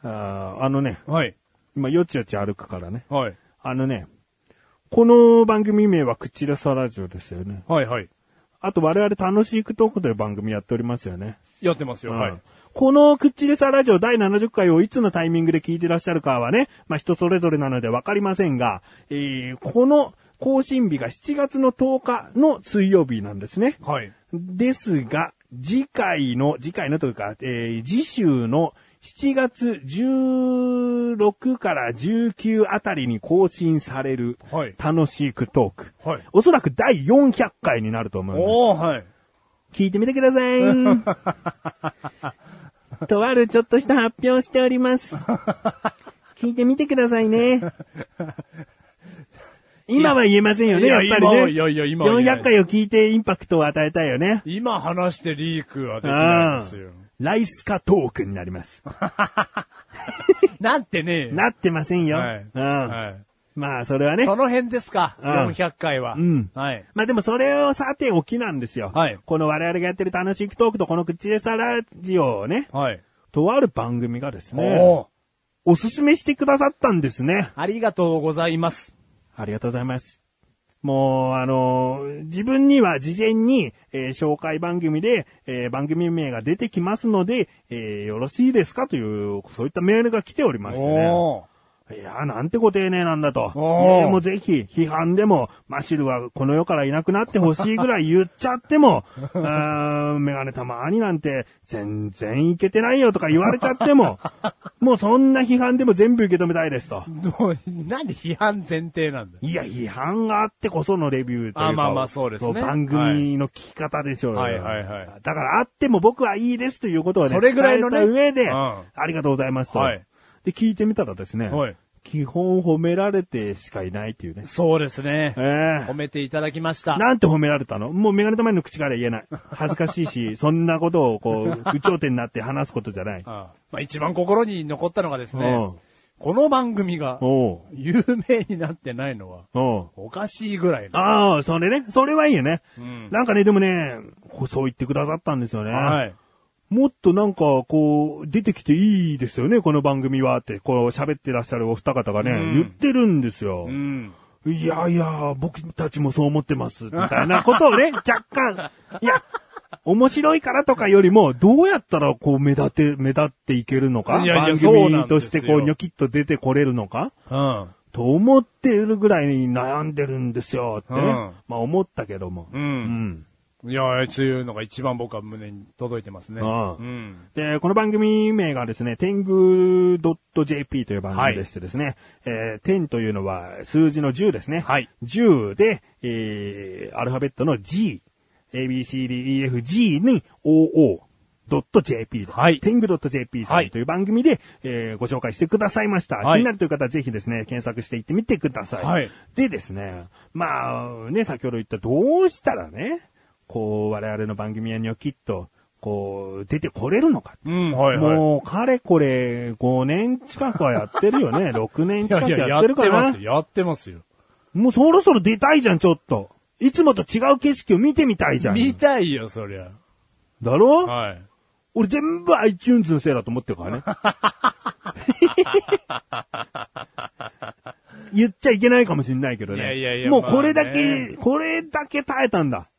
[SPEAKER 2] あーあのね、
[SPEAKER 3] はい。
[SPEAKER 2] 今、よちよち歩くからね。
[SPEAKER 3] はい。
[SPEAKER 2] あのね、この番組名は口レサラジオですよね。
[SPEAKER 3] はいはい。
[SPEAKER 2] あと我々楽しいクトークという番組やっておりますよね。
[SPEAKER 3] やってますよ。は
[SPEAKER 2] うん
[SPEAKER 3] い。
[SPEAKER 2] このクッチレサラジオ第70回をいつのタイミングで聞いてらっしゃるかはね、まあ人それぞれなのでわかりませんが、えー、この更新日が7月の10日の水曜日なんですね。
[SPEAKER 3] はい。
[SPEAKER 2] ですが、次回の、次回のというか、えー次週の7月16から19あたりに更新される、
[SPEAKER 3] はい
[SPEAKER 2] 楽しくトーク。
[SPEAKER 3] はい
[SPEAKER 2] おそらく第400回になると思います。
[SPEAKER 3] おー、はい。
[SPEAKER 2] 聞いてみてください。
[SPEAKER 3] <laughs>
[SPEAKER 2] とあるちょっとした発表をしております。聞いてみてくださいね。今は言えませんよね、
[SPEAKER 3] い
[SPEAKER 2] や
[SPEAKER 3] や
[SPEAKER 2] っぱりね。
[SPEAKER 3] いやいや今は言えない
[SPEAKER 2] 400回を聞いてインパクトを与えたいよね。
[SPEAKER 3] 今話してリークはで
[SPEAKER 2] う
[SPEAKER 3] きないん
[SPEAKER 2] ん
[SPEAKER 3] ですよ。。
[SPEAKER 2] ライスカトークになります。
[SPEAKER 3] なんてね
[SPEAKER 2] なってませんよ。
[SPEAKER 3] はい。
[SPEAKER 2] うん。
[SPEAKER 3] はい
[SPEAKER 2] ままあ、それはね。
[SPEAKER 3] その辺ですか、
[SPEAKER 2] うん
[SPEAKER 3] 400回は。
[SPEAKER 2] うん
[SPEAKER 3] はい。
[SPEAKER 2] まあでもそれをさておきなんですよ。
[SPEAKER 3] はい
[SPEAKER 2] この我々がやってる楽しいトークとこの口でさラジオをね、
[SPEAKER 3] はい。
[SPEAKER 2] とある番組がですね、
[SPEAKER 3] おー
[SPEAKER 2] おすすめしてくださったんですね。
[SPEAKER 3] ありがとうございます。
[SPEAKER 2] ありがとうございます。もう、あのー自分には事前に、えー紹介番組で、えー番組名が出てきますので、えーよろしいですかという、そういったメールが来ておりましてね。
[SPEAKER 3] おー
[SPEAKER 2] いやー、なんてご丁寧なんだと。
[SPEAKER 3] おー
[SPEAKER 2] ねもうぜひ、批判でも、マシルはこの世からいなくなってほしいぐらい言っちゃって
[SPEAKER 3] <laughs>
[SPEAKER 2] も、うーんメガネたまになんて、全然いけてないよとか言われちゃっても、もうそんな批判でも全部受け止めたいですと。
[SPEAKER 3] どう <laughs> なんで批判前提なんだよ
[SPEAKER 2] いや、批判があってこそのレビューというか。
[SPEAKER 3] あまあまあそうですね
[SPEAKER 2] 番組の聞き方でしょうよ
[SPEAKER 3] はいはいはいは
[SPEAKER 2] だからあっても僕はいいですということをね、
[SPEAKER 3] それぐらいのね
[SPEAKER 2] 伝えた上で、
[SPEAKER 3] うん
[SPEAKER 2] ありがとうございますと。
[SPEAKER 3] はい
[SPEAKER 2] で、聞いてみたらですね、
[SPEAKER 3] はい
[SPEAKER 2] 基本褒められてしかいないっていうね。
[SPEAKER 3] そうですね。
[SPEAKER 2] ええ
[SPEAKER 3] 褒めていただきました。
[SPEAKER 2] なんて褒められたのもうメガネたまにの口から言えない。恥ずかしい
[SPEAKER 3] <laughs>
[SPEAKER 2] し、そんなことをこう、有頂天になって話すことじゃない。
[SPEAKER 3] ああまあ、一番心に残ったのがです <laughs> ね
[SPEAKER 2] うん、
[SPEAKER 3] この番組が
[SPEAKER 2] おう
[SPEAKER 3] 有名になってないのは
[SPEAKER 2] おう
[SPEAKER 3] おかしいぐらいの。
[SPEAKER 2] ああ、それね。それはいいよね。
[SPEAKER 3] うん
[SPEAKER 2] なんかね、でもね、こうそう言ってくださったんですよね。
[SPEAKER 3] はい。
[SPEAKER 2] もっとなんか、こう、出てきていいですよね、この番組はって、こう、喋ってらっしゃるお二方がね、
[SPEAKER 3] うん
[SPEAKER 2] 言ってるんですよ
[SPEAKER 3] う。ん。
[SPEAKER 2] いやいや、僕たちもそう思ってます、みたいなことを
[SPEAKER 3] <laughs>
[SPEAKER 2] ね、若干、いや、面白いからとかよりも、どうやったらこう、目立て、目立っていけるのか
[SPEAKER 3] いやいや
[SPEAKER 2] 番
[SPEAKER 3] そうなん
[SPEAKER 2] 組
[SPEAKER 3] で
[SPEAKER 2] と
[SPEAKER 3] すよ
[SPEAKER 2] してこう、ニョキッと出てこれるのか
[SPEAKER 3] うん。
[SPEAKER 2] と思っているぐらいに悩んでるんですよ、ってね。
[SPEAKER 3] うん
[SPEAKER 2] まあ思ったけども。
[SPEAKER 3] う。
[SPEAKER 2] うんん
[SPEAKER 3] いや、そういうのが一番僕は胸に届いてますね。
[SPEAKER 2] ああ
[SPEAKER 3] うん。
[SPEAKER 2] で、この番組名がですね、天狗 .jp という番組でしてですね、えー、天というのは数字の10ですね。
[SPEAKER 3] はい
[SPEAKER 2] 10で、えー、アルファベットの G、ABCDEFG に OO.jp で、
[SPEAKER 3] はい
[SPEAKER 2] 天狗 .jp さ
[SPEAKER 3] はい
[SPEAKER 2] んという番組で、えー、ご紹介してくださいました。
[SPEAKER 3] は
[SPEAKER 2] 気
[SPEAKER 3] い
[SPEAKER 2] になるという方はぜひですね、検索していってみてください。
[SPEAKER 3] はい
[SPEAKER 2] でですね、まあ、ね、先ほど言ったどうしたらね、こう、我々の番組やにょきっと、こう、出てこれるのか。
[SPEAKER 3] うん、はいはい。
[SPEAKER 2] もう、かれこれ、5年近くはやってるよ
[SPEAKER 3] <laughs>
[SPEAKER 2] ね。6年
[SPEAKER 3] い
[SPEAKER 2] 近
[SPEAKER 3] や
[SPEAKER 2] く
[SPEAKER 3] いや、
[SPEAKER 2] や
[SPEAKER 3] や
[SPEAKER 2] っ
[SPEAKER 3] ってて
[SPEAKER 2] るかな。
[SPEAKER 3] ますよ。やってますよ。
[SPEAKER 2] もうそろそろ出たいじゃん、ちょっと。いつもと違う景色を見てみたいじゃん。
[SPEAKER 3] 見たいよ、そりゃ。
[SPEAKER 2] だろ、
[SPEAKER 3] はい。
[SPEAKER 2] 俺全部 iTunes のせいだと思ってるからね。
[SPEAKER 3] <laughs>
[SPEAKER 2] 言っちゃいけないかもしれないけどね。
[SPEAKER 3] いやいやいや
[SPEAKER 2] もうこれだけ、
[SPEAKER 3] まあね
[SPEAKER 2] これだけ耐えたんだ。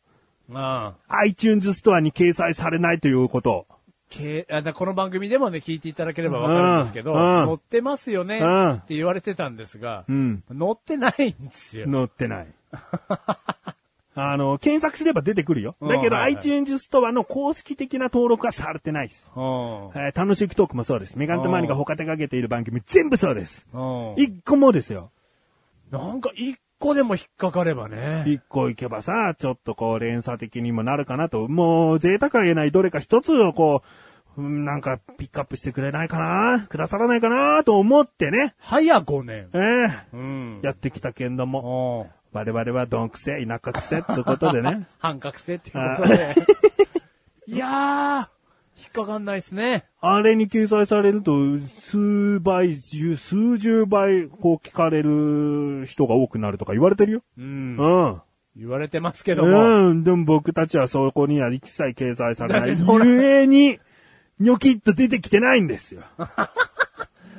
[SPEAKER 3] ああ。
[SPEAKER 2] iTunes ストアに掲載されないということ。
[SPEAKER 3] けあだこの番組でもね、聞いていただければわかるんですけど、
[SPEAKER 2] うんうん
[SPEAKER 3] 載ってますよね
[SPEAKER 2] うん
[SPEAKER 3] って言われてたんですが、
[SPEAKER 2] うん
[SPEAKER 3] 載ってないんですよ。
[SPEAKER 2] 載ってない。あの、検索すれば出てくるよ。だけ
[SPEAKER 3] うん
[SPEAKER 2] ど、
[SPEAKER 3] はいはい
[SPEAKER 2] iTunes ストアの公式的な登録はされてないです。
[SPEAKER 3] うん。
[SPEAKER 2] えー楽しいトークもそうです。メガネとマニが他手掛けている番組全部そうです。
[SPEAKER 3] うん
[SPEAKER 2] 一個もですよ。
[SPEAKER 3] なんか一個でも引っかかればね。
[SPEAKER 2] <laughs> 一個いけばさ、ちょっとこう連鎖的にもなるかなと。もう贅沢は言えないどれか一つをこう、うんなんかピックアップしてくれないかなくださらないかなと思ってね。
[SPEAKER 3] 早5年。
[SPEAKER 2] ええ
[SPEAKER 3] うん。
[SPEAKER 2] やってきたけんども、
[SPEAKER 3] うん。
[SPEAKER 2] 我々はどんくせ、田舎くせ、つうことでね。
[SPEAKER 3] 半角性っていうことで。いやー、引っかかんないですね。
[SPEAKER 2] あれに掲載されると、数倍、十数十倍、こう聞かれる人が多くなるとか言われてるよ。
[SPEAKER 3] うん。
[SPEAKER 2] うん。
[SPEAKER 3] 言われてますけども。
[SPEAKER 2] うん。でも僕たちはそこには一切掲
[SPEAKER 3] <laughs>
[SPEAKER 2] 載されない。
[SPEAKER 3] だってほら
[SPEAKER 2] ゆえに、ニョキッと出てきてないんですよ。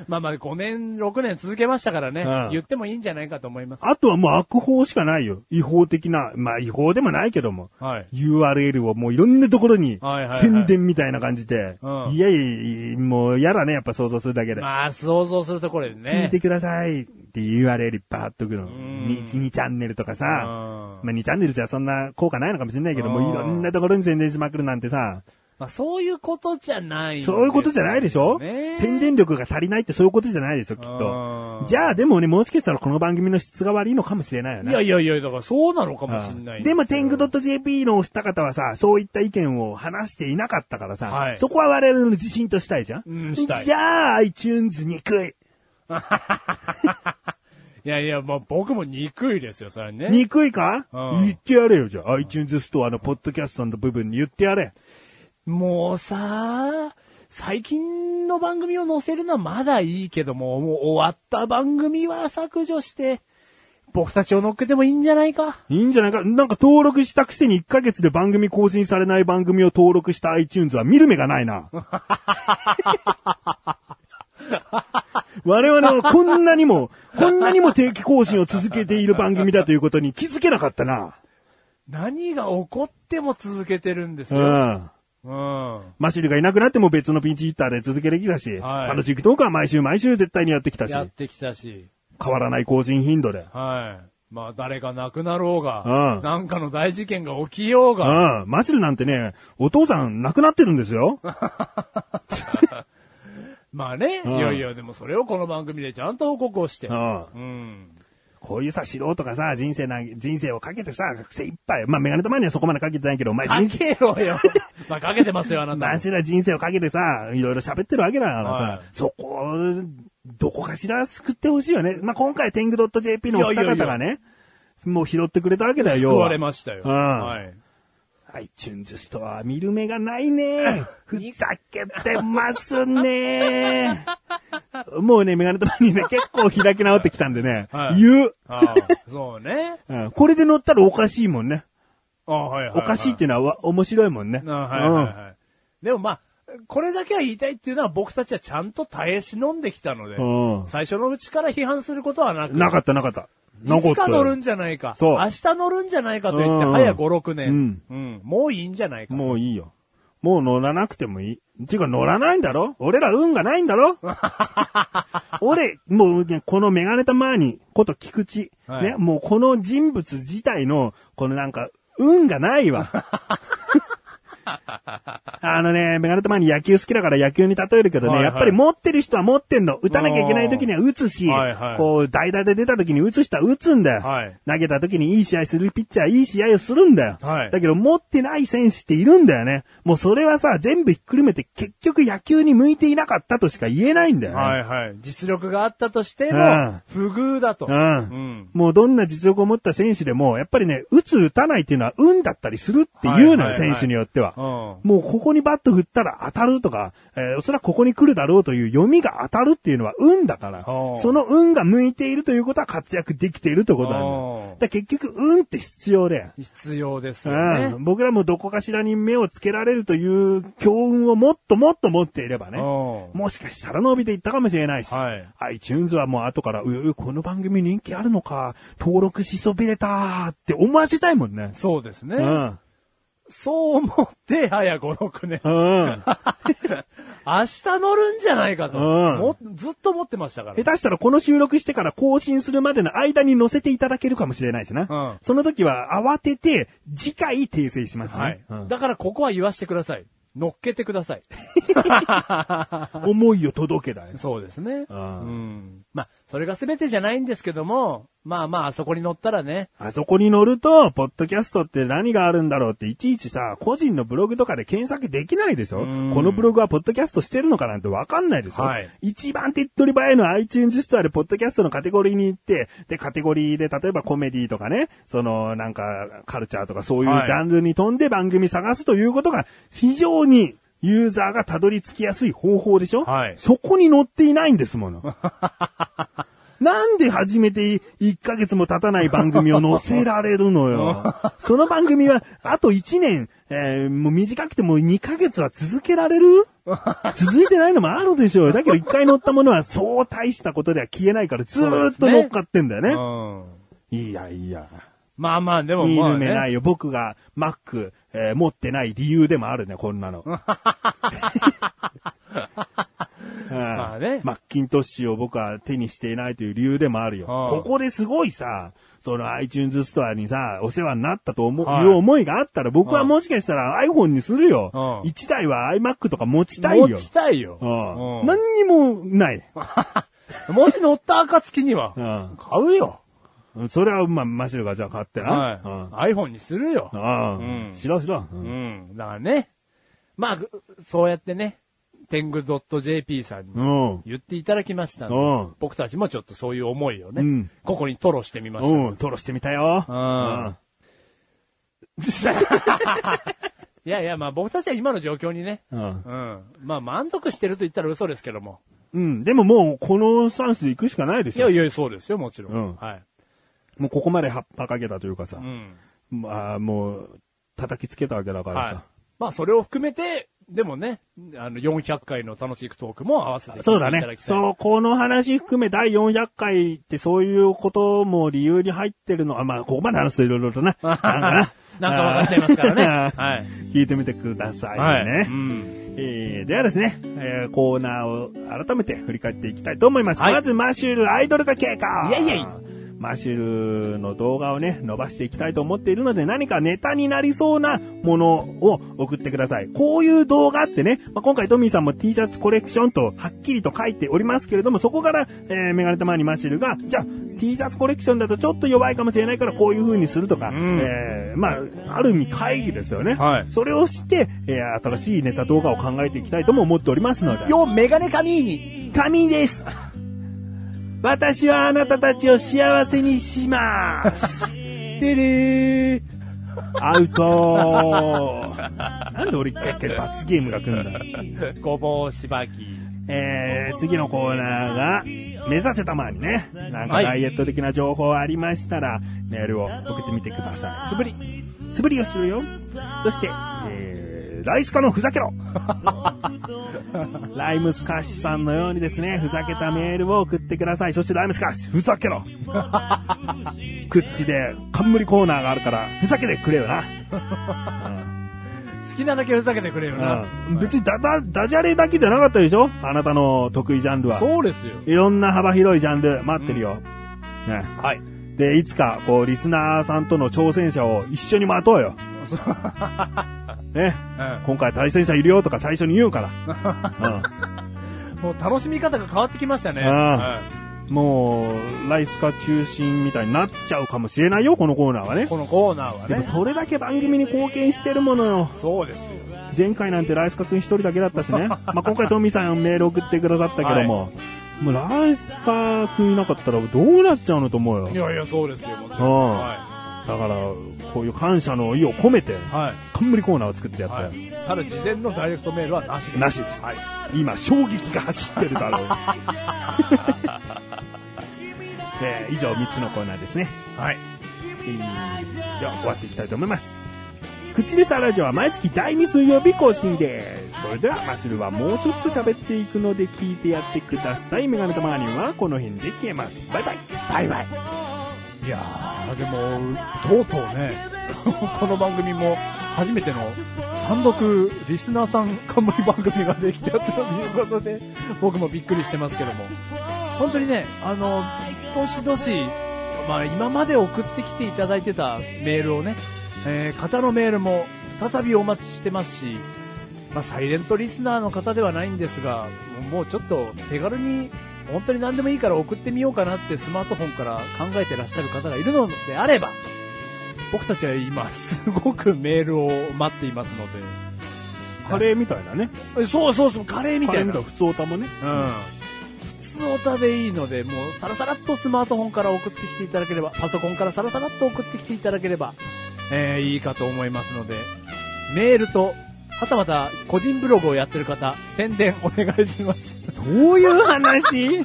[SPEAKER 3] まあまあ、5年、6年続けましたからね、
[SPEAKER 2] うん
[SPEAKER 3] 言ってもいいんじゃないかと思います。
[SPEAKER 2] あとはもう悪法しかないよ。違法的な、まあ違法でもないけども。
[SPEAKER 3] はい。
[SPEAKER 2] URL をもういろんなところに
[SPEAKER 3] はいはいはい
[SPEAKER 2] 宣伝みたいな感じで、
[SPEAKER 3] うん
[SPEAKER 2] いやいやいや、もうやだね、やっぱ想像するだけで。
[SPEAKER 3] <laughs> まあ、想像するところでね。
[SPEAKER 2] 聞いてくださいって URL バーっとくの。
[SPEAKER 3] ん
[SPEAKER 2] に2チャンネルとかさ、
[SPEAKER 3] うん
[SPEAKER 2] まあ2チャンネルじゃそんな効果ないのかもしれないけど、
[SPEAKER 3] う
[SPEAKER 2] も
[SPEAKER 3] ん
[SPEAKER 2] ういろんなところに宣伝しまくるなんてさ、
[SPEAKER 3] まあ、そういうことじゃない、
[SPEAKER 2] そういうことじゃないでしょ
[SPEAKER 3] ね
[SPEAKER 2] 宣伝力が足りないってそういうことじゃないでしょ、きっ
[SPEAKER 3] う
[SPEAKER 2] と
[SPEAKER 3] ん。
[SPEAKER 2] じゃあでもね、もしかしたらこの番組の質が悪いのかもしれないよね。
[SPEAKER 3] いやいやいや、だからそうなのかもしれない
[SPEAKER 2] でも、天狗
[SPEAKER 3] と
[SPEAKER 2] .jp のお二方はさ、そういった意見を話していなかったからさ、
[SPEAKER 3] はい
[SPEAKER 2] そこは我々の自信としたいじゃん、
[SPEAKER 3] うんしたい
[SPEAKER 2] じゃあ、iTunes にくい。
[SPEAKER 3] いやいや、まあ僕も憎いですよ、それはね。
[SPEAKER 2] にくいか、
[SPEAKER 3] うん
[SPEAKER 2] 言ってやれよ、じゃあ。iTunes ストアのポッドキャストの部分に言ってやれ。
[SPEAKER 3] もうさ、最近の番組を載せるのはまだいいけども、もう終わった番組は削除して、僕たちを乗っけてもいいんじゃないか。
[SPEAKER 2] いいんじゃないかなんか登録したくせに1ヶ月で番組更新されない番組を登録した iTunes は見る目がない
[SPEAKER 3] <laughs>
[SPEAKER 2] な。我々はこんなにも、こんなにも定期更新を続けている番組だということに気づけなかったな。
[SPEAKER 3] 何が起こっても続けてるんです
[SPEAKER 2] う
[SPEAKER 3] よ。
[SPEAKER 2] ん。
[SPEAKER 3] うん。
[SPEAKER 2] マシルがいなくなっても別のピンチヒッターで続けてきたし、
[SPEAKER 3] はい
[SPEAKER 2] 楽しいトークは毎週毎週絶対にやってきたし、
[SPEAKER 3] やってきたし。
[SPEAKER 2] 変わらない更新頻度で。
[SPEAKER 3] はい。まあ誰が亡くなろう
[SPEAKER 2] う
[SPEAKER 3] が
[SPEAKER 2] ん、
[SPEAKER 3] なんかの大事件が起きよう
[SPEAKER 2] う
[SPEAKER 3] が、
[SPEAKER 2] ん。マシルなんてね、お父さん亡くなってるんですよ。
[SPEAKER 3] まあね、
[SPEAKER 2] うん
[SPEAKER 3] いやいや、でもそれをこの番組でちゃんと報告をして
[SPEAKER 2] う、ん。
[SPEAKER 3] うん。
[SPEAKER 2] こういうさ、素人がさ、人生な、人生をかけてさ、学生いっぱい。まあ、メガネと前にはそこまでかけてないけど、お前
[SPEAKER 3] か
[SPEAKER 2] 人生、
[SPEAKER 3] けろ
[SPEAKER 2] <laughs>
[SPEAKER 3] よ。まあかけてますよ、あな
[SPEAKER 2] マ
[SPEAKER 3] た。
[SPEAKER 2] シな人生をかけてさ、いろいろ喋ってるわけだからさ、
[SPEAKER 3] はい
[SPEAKER 2] そこを、どこかしら救ってほしいよね。まあ、今回、天狗 .jp のお二方がね、もう拾ってくれたわけだよ、
[SPEAKER 3] 救
[SPEAKER 2] 要は
[SPEAKER 3] われましたよ。
[SPEAKER 2] うん
[SPEAKER 3] はい。
[SPEAKER 2] iTunes ストア見る目がない <laughs> ね。ふざけてますね。もうね、メガネとマニね、結構開き直ってきたんでね、
[SPEAKER 3] はい
[SPEAKER 2] 言う、
[SPEAKER 3] ああ、そうね。
[SPEAKER 2] うんこれで乗ったらおかしいもんね。
[SPEAKER 3] ああはいはいは
[SPEAKER 2] おかしいっていうのはわ面白いもんね。
[SPEAKER 3] ああはいはいはい。でもまあ、これだけは言いたいっていうのは僕たちはちゃんと耐え忍んできたので
[SPEAKER 2] うん、
[SPEAKER 3] 最初のうちから批判することはな
[SPEAKER 2] う
[SPEAKER 3] く
[SPEAKER 2] ん。、なかったなかった。ないか
[SPEAKER 3] つ
[SPEAKER 2] った
[SPEAKER 3] か
[SPEAKER 2] よ
[SPEAKER 3] 乗るんじゃないか。
[SPEAKER 2] そう
[SPEAKER 3] 明日乗るんじゃないかと言って、
[SPEAKER 2] うん
[SPEAKER 3] 早5、6年。
[SPEAKER 2] う
[SPEAKER 3] うん。もういいんじゃないか。
[SPEAKER 2] もういいよ。もう乗らなくてもいい。ていうか乗らないんだろ俺ら運がないんだ
[SPEAKER 3] <laughs>
[SPEAKER 2] ろ俺、もうね、このメガネたマーニこと菊池、
[SPEAKER 3] はい
[SPEAKER 2] ね、もうこの人物自体の、このなんか、運がない
[SPEAKER 3] <laughs>
[SPEAKER 2] わ。あのね、メガネたマーニ野球好きだから野球に例えるけどね、
[SPEAKER 3] はいはい
[SPEAKER 2] やっぱり持ってる人は持ってんの。打たなきゃいけない時には打つし、
[SPEAKER 3] はいはい
[SPEAKER 2] こう、代打で出た時に打つ人は打つんだよ。
[SPEAKER 3] はい
[SPEAKER 2] 投げた時にいい試合するピッチャー、いい試合をするんだよ。
[SPEAKER 3] はい
[SPEAKER 2] だけど持ってない選手っているんだよね。もうそれはさ、全部ひっくるめて結局野球に向いていなかったとしか言えないんだよね。
[SPEAKER 3] はいはい。実力があったとして
[SPEAKER 2] うん
[SPEAKER 3] も、不遇だと。
[SPEAKER 2] うん
[SPEAKER 3] うん。
[SPEAKER 2] もうどんな実力を持った選手でも、やっぱりね、打つ打たないっていうのは運だったりするっていうのよ、
[SPEAKER 3] はいはいはい
[SPEAKER 2] 選手によっては。
[SPEAKER 3] うん。
[SPEAKER 2] もうここにバット振ったら当たるとか、えーおそらくここに来るだろうという読みが当たるっていうのは運だから、
[SPEAKER 3] おう
[SPEAKER 2] その運が向いているということは活躍できているということなんだよ
[SPEAKER 3] おう。
[SPEAKER 2] だから結局運って必要で、
[SPEAKER 3] 必要ですよね
[SPEAKER 2] う。ん、僕らもどこかしらに目をつけられるという強運をもっともっと持っていればね、
[SPEAKER 3] うん
[SPEAKER 2] もしかしたら伸びていったかもしれないし、
[SPEAKER 3] はい。
[SPEAKER 2] iTunes はもう後から、うう、この番組人気あるのか、登録しそびれたーって思わせたいもんね。
[SPEAKER 3] そうですね。
[SPEAKER 2] うん。
[SPEAKER 3] そう思って、早5、6年。 <laughs>
[SPEAKER 2] うん。
[SPEAKER 3] 明日乗るんじゃないかと。
[SPEAKER 2] うん
[SPEAKER 3] もずっと思ってましたから。
[SPEAKER 2] 下手したらこの収録してから更新するまでの間に載せていただけるかもしれないしな。
[SPEAKER 3] うん
[SPEAKER 2] その時は慌てて、次回訂正しますね。
[SPEAKER 3] はい、
[SPEAKER 2] うん
[SPEAKER 3] だからここは言わしてください。乗っけてください。
[SPEAKER 2] 思いを届けだよ。
[SPEAKER 3] そうですね。
[SPEAKER 2] う
[SPEAKER 3] うんん。まあ、それが全てじゃないんですけども、まあまあ、あそこに乗ったらね。
[SPEAKER 2] あそこに乗ると、ポッドキャストって何があるんだろうっていちいちさ、個人のブログとかで検索できないでしょこ
[SPEAKER 3] うん
[SPEAKER 2] のブログはポッドキャストしてるのかなんてわかんないでしょ、
[SPEAKER 3] はい
[SPEAKER 2] 一番手っ取り早いのは iTunes ストアでポッドキャストのカテゴリーに行って、で、カテゴリーで例えばコメディとかね、そのなんかカルチャーとかそうい
[SPEAKER 3] は
[SPEAKER 2] う
[SPEAKER 3] い
[SPEAKER 2] ジャンルに飛んで番組探すということが非常にユーザーがたどり着きやすい方法でしょ、
[SPEAKER 3] はい
[SPEAKER 2] そこに乗っていないんですもの。なんで始めて1ヶ月も経たない番組を載せられるのよ。その番組は、あと1年、えーもう短くても2ヶ月は続けられる続いてないのもあるでしょうよ。だけど1回乗ったものはそう大したことでは消えないからずーっと乗っかってんだよね。
[SPEAKER 3] うん。
[SPEAKER 2] いやいや。
[SPEAKER 3] まあまあ、でも
[SPEAKER 2] 見
[SPEAKER 3] まあ、
[SPEAKER 2] る目な
[SPEAKER 3] ね。
[SPEAKER 2] いよ。僕が Mac、えー持ってない理由でもあるね、こんな
[SPEAKER 3] <laughs>
[SPEAKER 2] の。ま
[SPEAKER 3] あね
[SPEAKER 2] マッキントッシュを僕は手にしていないという理由でもあるよ。
[SPEAKER 3] はあ
[SPEAKER 2] ここですごいさ、その iTunes ストアにさ、お世話になったと思う、
[SPEAKER 3] はい
[SPEAKER 2] いう思いがあったら、僕はもしかしたら iPhone にするよ。
[SPEAKER 3] うん
[SPEAKER 2] 一1台は iMac とか持ちたいよ。
[SPEAKER 3] 持ちたいよ。
[SPEAKER 2] うん
[SPEAKER 3] うん
[SPEAKER 2] 何にも
[SPEAKER 3] <laughs>
[SPEAKER 2] ない。
[SPEAKER 3] もし乗った暁には
[SPEAKER 2] う、ん
[SPEAKER 3] 買うよ。
[SPEAKER 2] それは、まあ、マシルがじゃあ買ってな。
[SPEAKER 3] はい。
[SPEAKER 2] うん
[SPEAKER 3] iPhone にするよ。
[SPEAKER 2] ああ、
[SPEAKER 3] うん
[SPEAKER 2] しろしろ。うん
[SPEAKER 3] うん。だからね。まあ、そうやってね、天狗 .jp さんに
[SPEAKER 2] うん。
[SPEAKER 3] 言っていただきました
[SPEAKER 2] う
[SPEAKER 3] の
[SPEAKER 2] ん
[SPEAKER 3] で、僕たちもちょっとそういう思いをね、
[SPEAKER 2] うん
[SPEAKER 3] ここに吐露してみました。
[SPEAKER 2] うん、トロしてみたよ。
[SPEAKER 3] うん
[SPEAKER 2] うん
[SPEAKER 3] <laughs> いやいや、まあ僕たちは今の状況にね、
[SPEAKER 2] うん。
[SPEAKER 3] うん。まあ満足してると言ったら嘘ですけども。
[SPEAKER 2] うん。でももう、このスタンスで行くしかないで
[SPEAKER 3] い
[SPEAKER 2] し
[SPEAKER 3] や
[SPEAKER 2] ょ。
[SPEAKER 3] いや、そうですよ、もちろん。
[SPEAKER 2] うん
[SPEAKER 3] はい。
[SPEAKER 2] もうここまで葉っぱかけたというかさ
[SPEAKER 3] う、ん。
[SPEAKER 2] まあ、もう、叩きつけたわけだから
[SPEAKER 3] はい
[SPEAKER 2] さ。。
[SPEAKER 3] まあそれを含めて、でもね、あの、400回の楽しいトークも合わせて聞いて
[SPEAKER 2] そうだ
[SPEAKER 3] いた
[SPEAKER 2] ね
[SPEAKER 3] き。たい
[SPEAKER 2] そう、この話含め第400回ってそういうことも理由に入ってるのは、まあ、ここまで話すといろいろと
[SPEAKER 3] <laughs>
[SPEAKER 2] な。なんかな。
[SPEAKER 3] なんかわかっちゃいますからねはい
[SPEAKER 2] い。 <laughs> 聞いてみてくださいね。
[SPEAKER 3] はい。うん。
[SPEAKER 2] えーではですね、えーコーナーを改めて振り返っていきたいと思います。
[SPEAKER 3] はい
[SPEAKER 2] まず、マシュルアイドル化計画
[SPEAKER 3] イェイイ
[SPEAKER 2] マシュルの動画をね、伸ばしていきたいと思っているので、何かネタになりそうなものを送ってください。こういう動画ってね、まあ、今回トミーさんも T シャツコレクションとはっきりと書いておりますけれども、そこから、えーメガネたまにマシュルが、じゃあ、T シャツコレクションだとちょっと弱いかもしれないから、こういう風にするとか、
[SPEAKER 3] ん
[SPEAKER 2] えーまあ、ある意味会議ですよね。
[SPEAKER 3] はい
[SPEAKER 2] それをして、えー新しいネタ動画を考えていきたいとも思っておりますので。
[SPEAKER 3] よ、メガネカミーニ
[SPEAKER 2] 神です私はあなたたちを幸せにし
[SPEAKER 3] <laughs>
[SPEAKER 2] ますてれーアウトなんで俺一回一回罰ゲームが来るんだ
[SPEAKER 3] ごぼうしばき。
[SPEAKER 2] えー、次のコーナーが、目指せたまにね、なんか
[SPEAKER 3] はい
[SPEAKER 2] ダイエット的な情報ありましたら、メールを送ってみてください。素振り。素振りをするよ。そして、えー、ライスカのふざけろ <laughs> ライムスカッシュさんのようにですね、ふざけたメールを送ってください。そしてライムスカッシュ、ふざけろ <laughs> クッチで冠コーナーがあるから、ふざけてくれよな。
[SPEAKER 3] 好きなだけふざけてくれるな。
[SPEAKER 2] うん、別にダダダジャレだけじゃなかったでしょあなたの得意ジャンルは。
[SPEAKER 3] そうですよ。
[SPEAKER 2] いろんな幅広いジャンル待ってるよ。ね。
[SPEAKER 3] はい。
[SPEAKER 2] で、いつか、こう、リスナーさんとの挑戦者を一緒に待とうよ。ね。今回対戦者いるよとか最初に言うから。
[SPEAKER 3] もう楽しみ方が変わってきましたね。
[SPEAKER 2] うん
[SPEAKER 3] は
[SPEAKER 2] うん、もう、ライスカ中心みたいになっちゃうかもしれないよ、このコーナーはいね。
[SPEAKER 3] このコーナーは
[SPEAKER 2] でも
[SPEAKER 3] ね。
[SPEAKER 2] それだけ番組に貢献してるものよ。
[SPEAKER 3] そうですよ。
[SPEAKER 2] 前回なんてライスカ君一人だけだったし
[SPEAKER 3] <laughs>
[SPEAKER 2] ね。まあ今回トミーさんメール送ってくださったけども。もうライスカ君いなかったらどうなっちゃうのと思うよ。
[SPEAKER 3] いやいや、そうですよ、もちろ。
[SPEAKER 2] うんん
[SPEAKER 3] は
[SPEAKER 2] だから、こういう感謝の意を込めて、
[SPEAKER 3] い。はい。
[SPEAKER 2] 冠コーナーを作ってやったよ。
[SPEAKER 3] はい。ただ、事前のダイレクトメールはなしです。
[SPEAKER 2] なしです
[SPEAKER 3] はい。
[SPEAKER 2] 今、衝撃が走ってるだ
[SPEAKER 3] <laughs>
[SPEAKER 2] ろう。えー以上、3つのコーナーですね。
[SPEAKER 3] はい。
[SPEAKER 2] えーでは、終わっていきたいと思います。口でさラジオは毎月第2水曜日更新です。それでは、マシュルはもうちょっと喋っていくので聞いてやってください。メガネたまにはこの辺で消えます。バイバイ。バイバイ。
[SPEAKER 3] いやー、でも、とうとうね、 <laughs> この番組も初めての単独リスナーさん冠番組ができたということで、僕もびっくりしてますけども。本当にね、あの、どしどし、まあ今まで送ってきていただいてたメールをね、えー方のメールも再びお待ちしてますし、まあサイレントリスナーの方ではないんですが、もうちょっと手軽に、本当に何でもいいから送ってみようかなってスマートフォンから考えてらっしゃる方がいるのであれば、僕たちは今すごくメールを待っていますの
[SPEAKER 2] カレーみたいなね。
[SPEAKER 3] で、えそうそうそう、カレーみ
[SPEAKER 2] カ
[SPEAKER 3] た
[SPEAKER 2] レー
[SPEAKER 3] い
[SPEAKER 2] み
[SPEAKER 3] な
[SPEAKER 2] たい。な普通歌もね。
[SPEAKER 3] うん。普通オタでいいので、もうサラサラっとスマートフォンから送ってきていただければ、パソコンからサラサラっと送ってきていただければ、えー、いいかと思いますので、メールと、はたまた個人ブログをやってる方、宣伝お願いします。
[SPEAKER 2] どういう話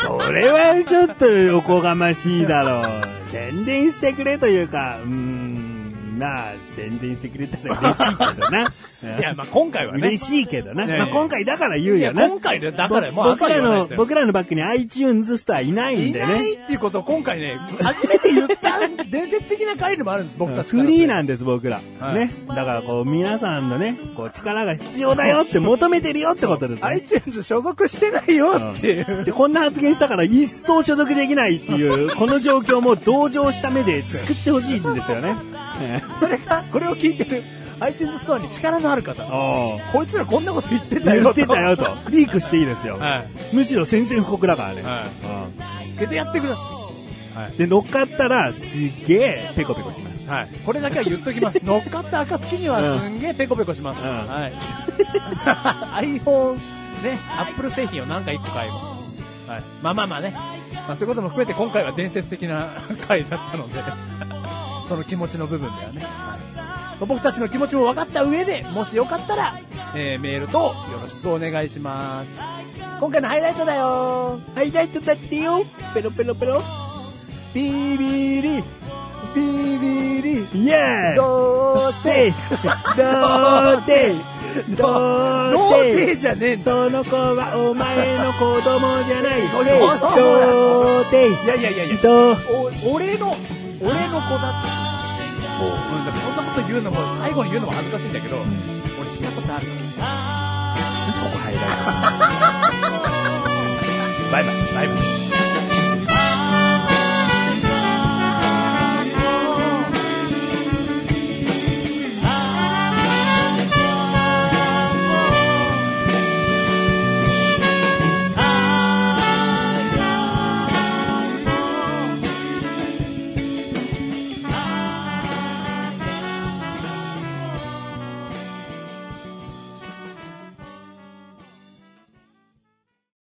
[SPEAKER 2] それはちょっとおこがましいだろう。宣伝してくれというか、うーん、まあ、宣伝してくれたら嬉しいけどな。
[SPEAKER 3] <laughs> いや、まあ今回はね。
[SPEAKER 2] 嬉しいけどな。
[SPEAKER 3] いやいや
[SPEAKER 2] まあ、今回だから言うよ
[SPEAKER 3] い
[SPEAKER 2] な。
[SPEAKER 3] や今回でだから
[SPEAKER 2] ぼ
[SPEAKER 3] もう
[SPEAKER 2] 僕ら
[SPEAKER 3] 後は言わないで
[SPEAKER 2] の
[SPEAKER 3] す、よ
[SPEAKER 2] 僕らのバックに iTunes ストアいないん
[SPEAKER 3] い
[SPEAKER 2] で
[SPEAKER 3] な
[SPEAKER 2] ね。
[SPEAKER 3] いっていうことを今回ね、初めて言った伝説的な回でもあるんです、僕たちから
[SPEAKER 2] フリーなんです、僕ら。
[SPEAKER 3] はい
[SPEAKER 2] ね。だからこう、皆さんのね、こう、力が必要だよって求めてるよってことですね。
[SPEAKER 3] iTunes 所属してないよっていう。
[SPEAKER 2] で、こんな発言したから一層所属できないっていう、この状況も同情した目で作ってほしいんですよね。
[SPEAKER 3] それが、これを聞いてる iTunes ストアに力のある方。
[SPEAKER 2] お
[SPEAKER 3] こいつらこんなこと言ってた
[SPEAKER 2] 言
[SPEAKER 3] よと。
[SPEAKER 2] ってたよと。リークしていいですよ。
[SPEAKER 3] はい。
[SPEAKER 2] むしろ宣戦布告だからね。
[SPEAKER 3] は
[SPEAKER 2] う
[SPEAKER 3] い。けどやってくださ
[SPEAKER 2] んで、乗っかったら、すげえ、ペコペコします。
[SPEAKER 3] い。はい。これだけは言っと
[SPEAKER 2] <laughs>
[SPEAKER 3] きます。乗っかった暁にはすんげえペコペコします。
[SPEAKER 2] うん
[SPEAKER 3] はい。iPhone、ね、Apple 製品を何か一個買います。はい。まあまあまあね。まあそういうことも含めて今回は伝説的な回だったので、 <laughs> その気持ちの部分ではね。はい僕たちの気持ちも分かった上で、もしよかったら、えーメールとよろしくお願いします。今回のハイライトだよ
[SPEAKER 2] ハイライトだってよ。ペロペロペロ。
[SPEAKER 3] ビビリビビリ
[SPEAKER 2] イエーイ
[SPEAKER 3] どう
[SPEAKER 2] ていどうていど
[SPEAKER 3] 童
[SPEAKER 2] うてい
[SPEAKER 3] 貞じゃねえんだ
[SPEAKER 2] その子はお前の子供じゃない。
[SPEAKER 3] 子供
[SPEAKER 2] ていどうてい
[SPEAKER 3] いやいやいやいや
[SPEAKER 2] どう
[SPEAKER 3] お俺の俺の子だってうんだからそんなこと言うのも最後に言うのも恥ずかしいんだけど、俺したことある
[SPEAKER 2] バイバイ、バイバイ。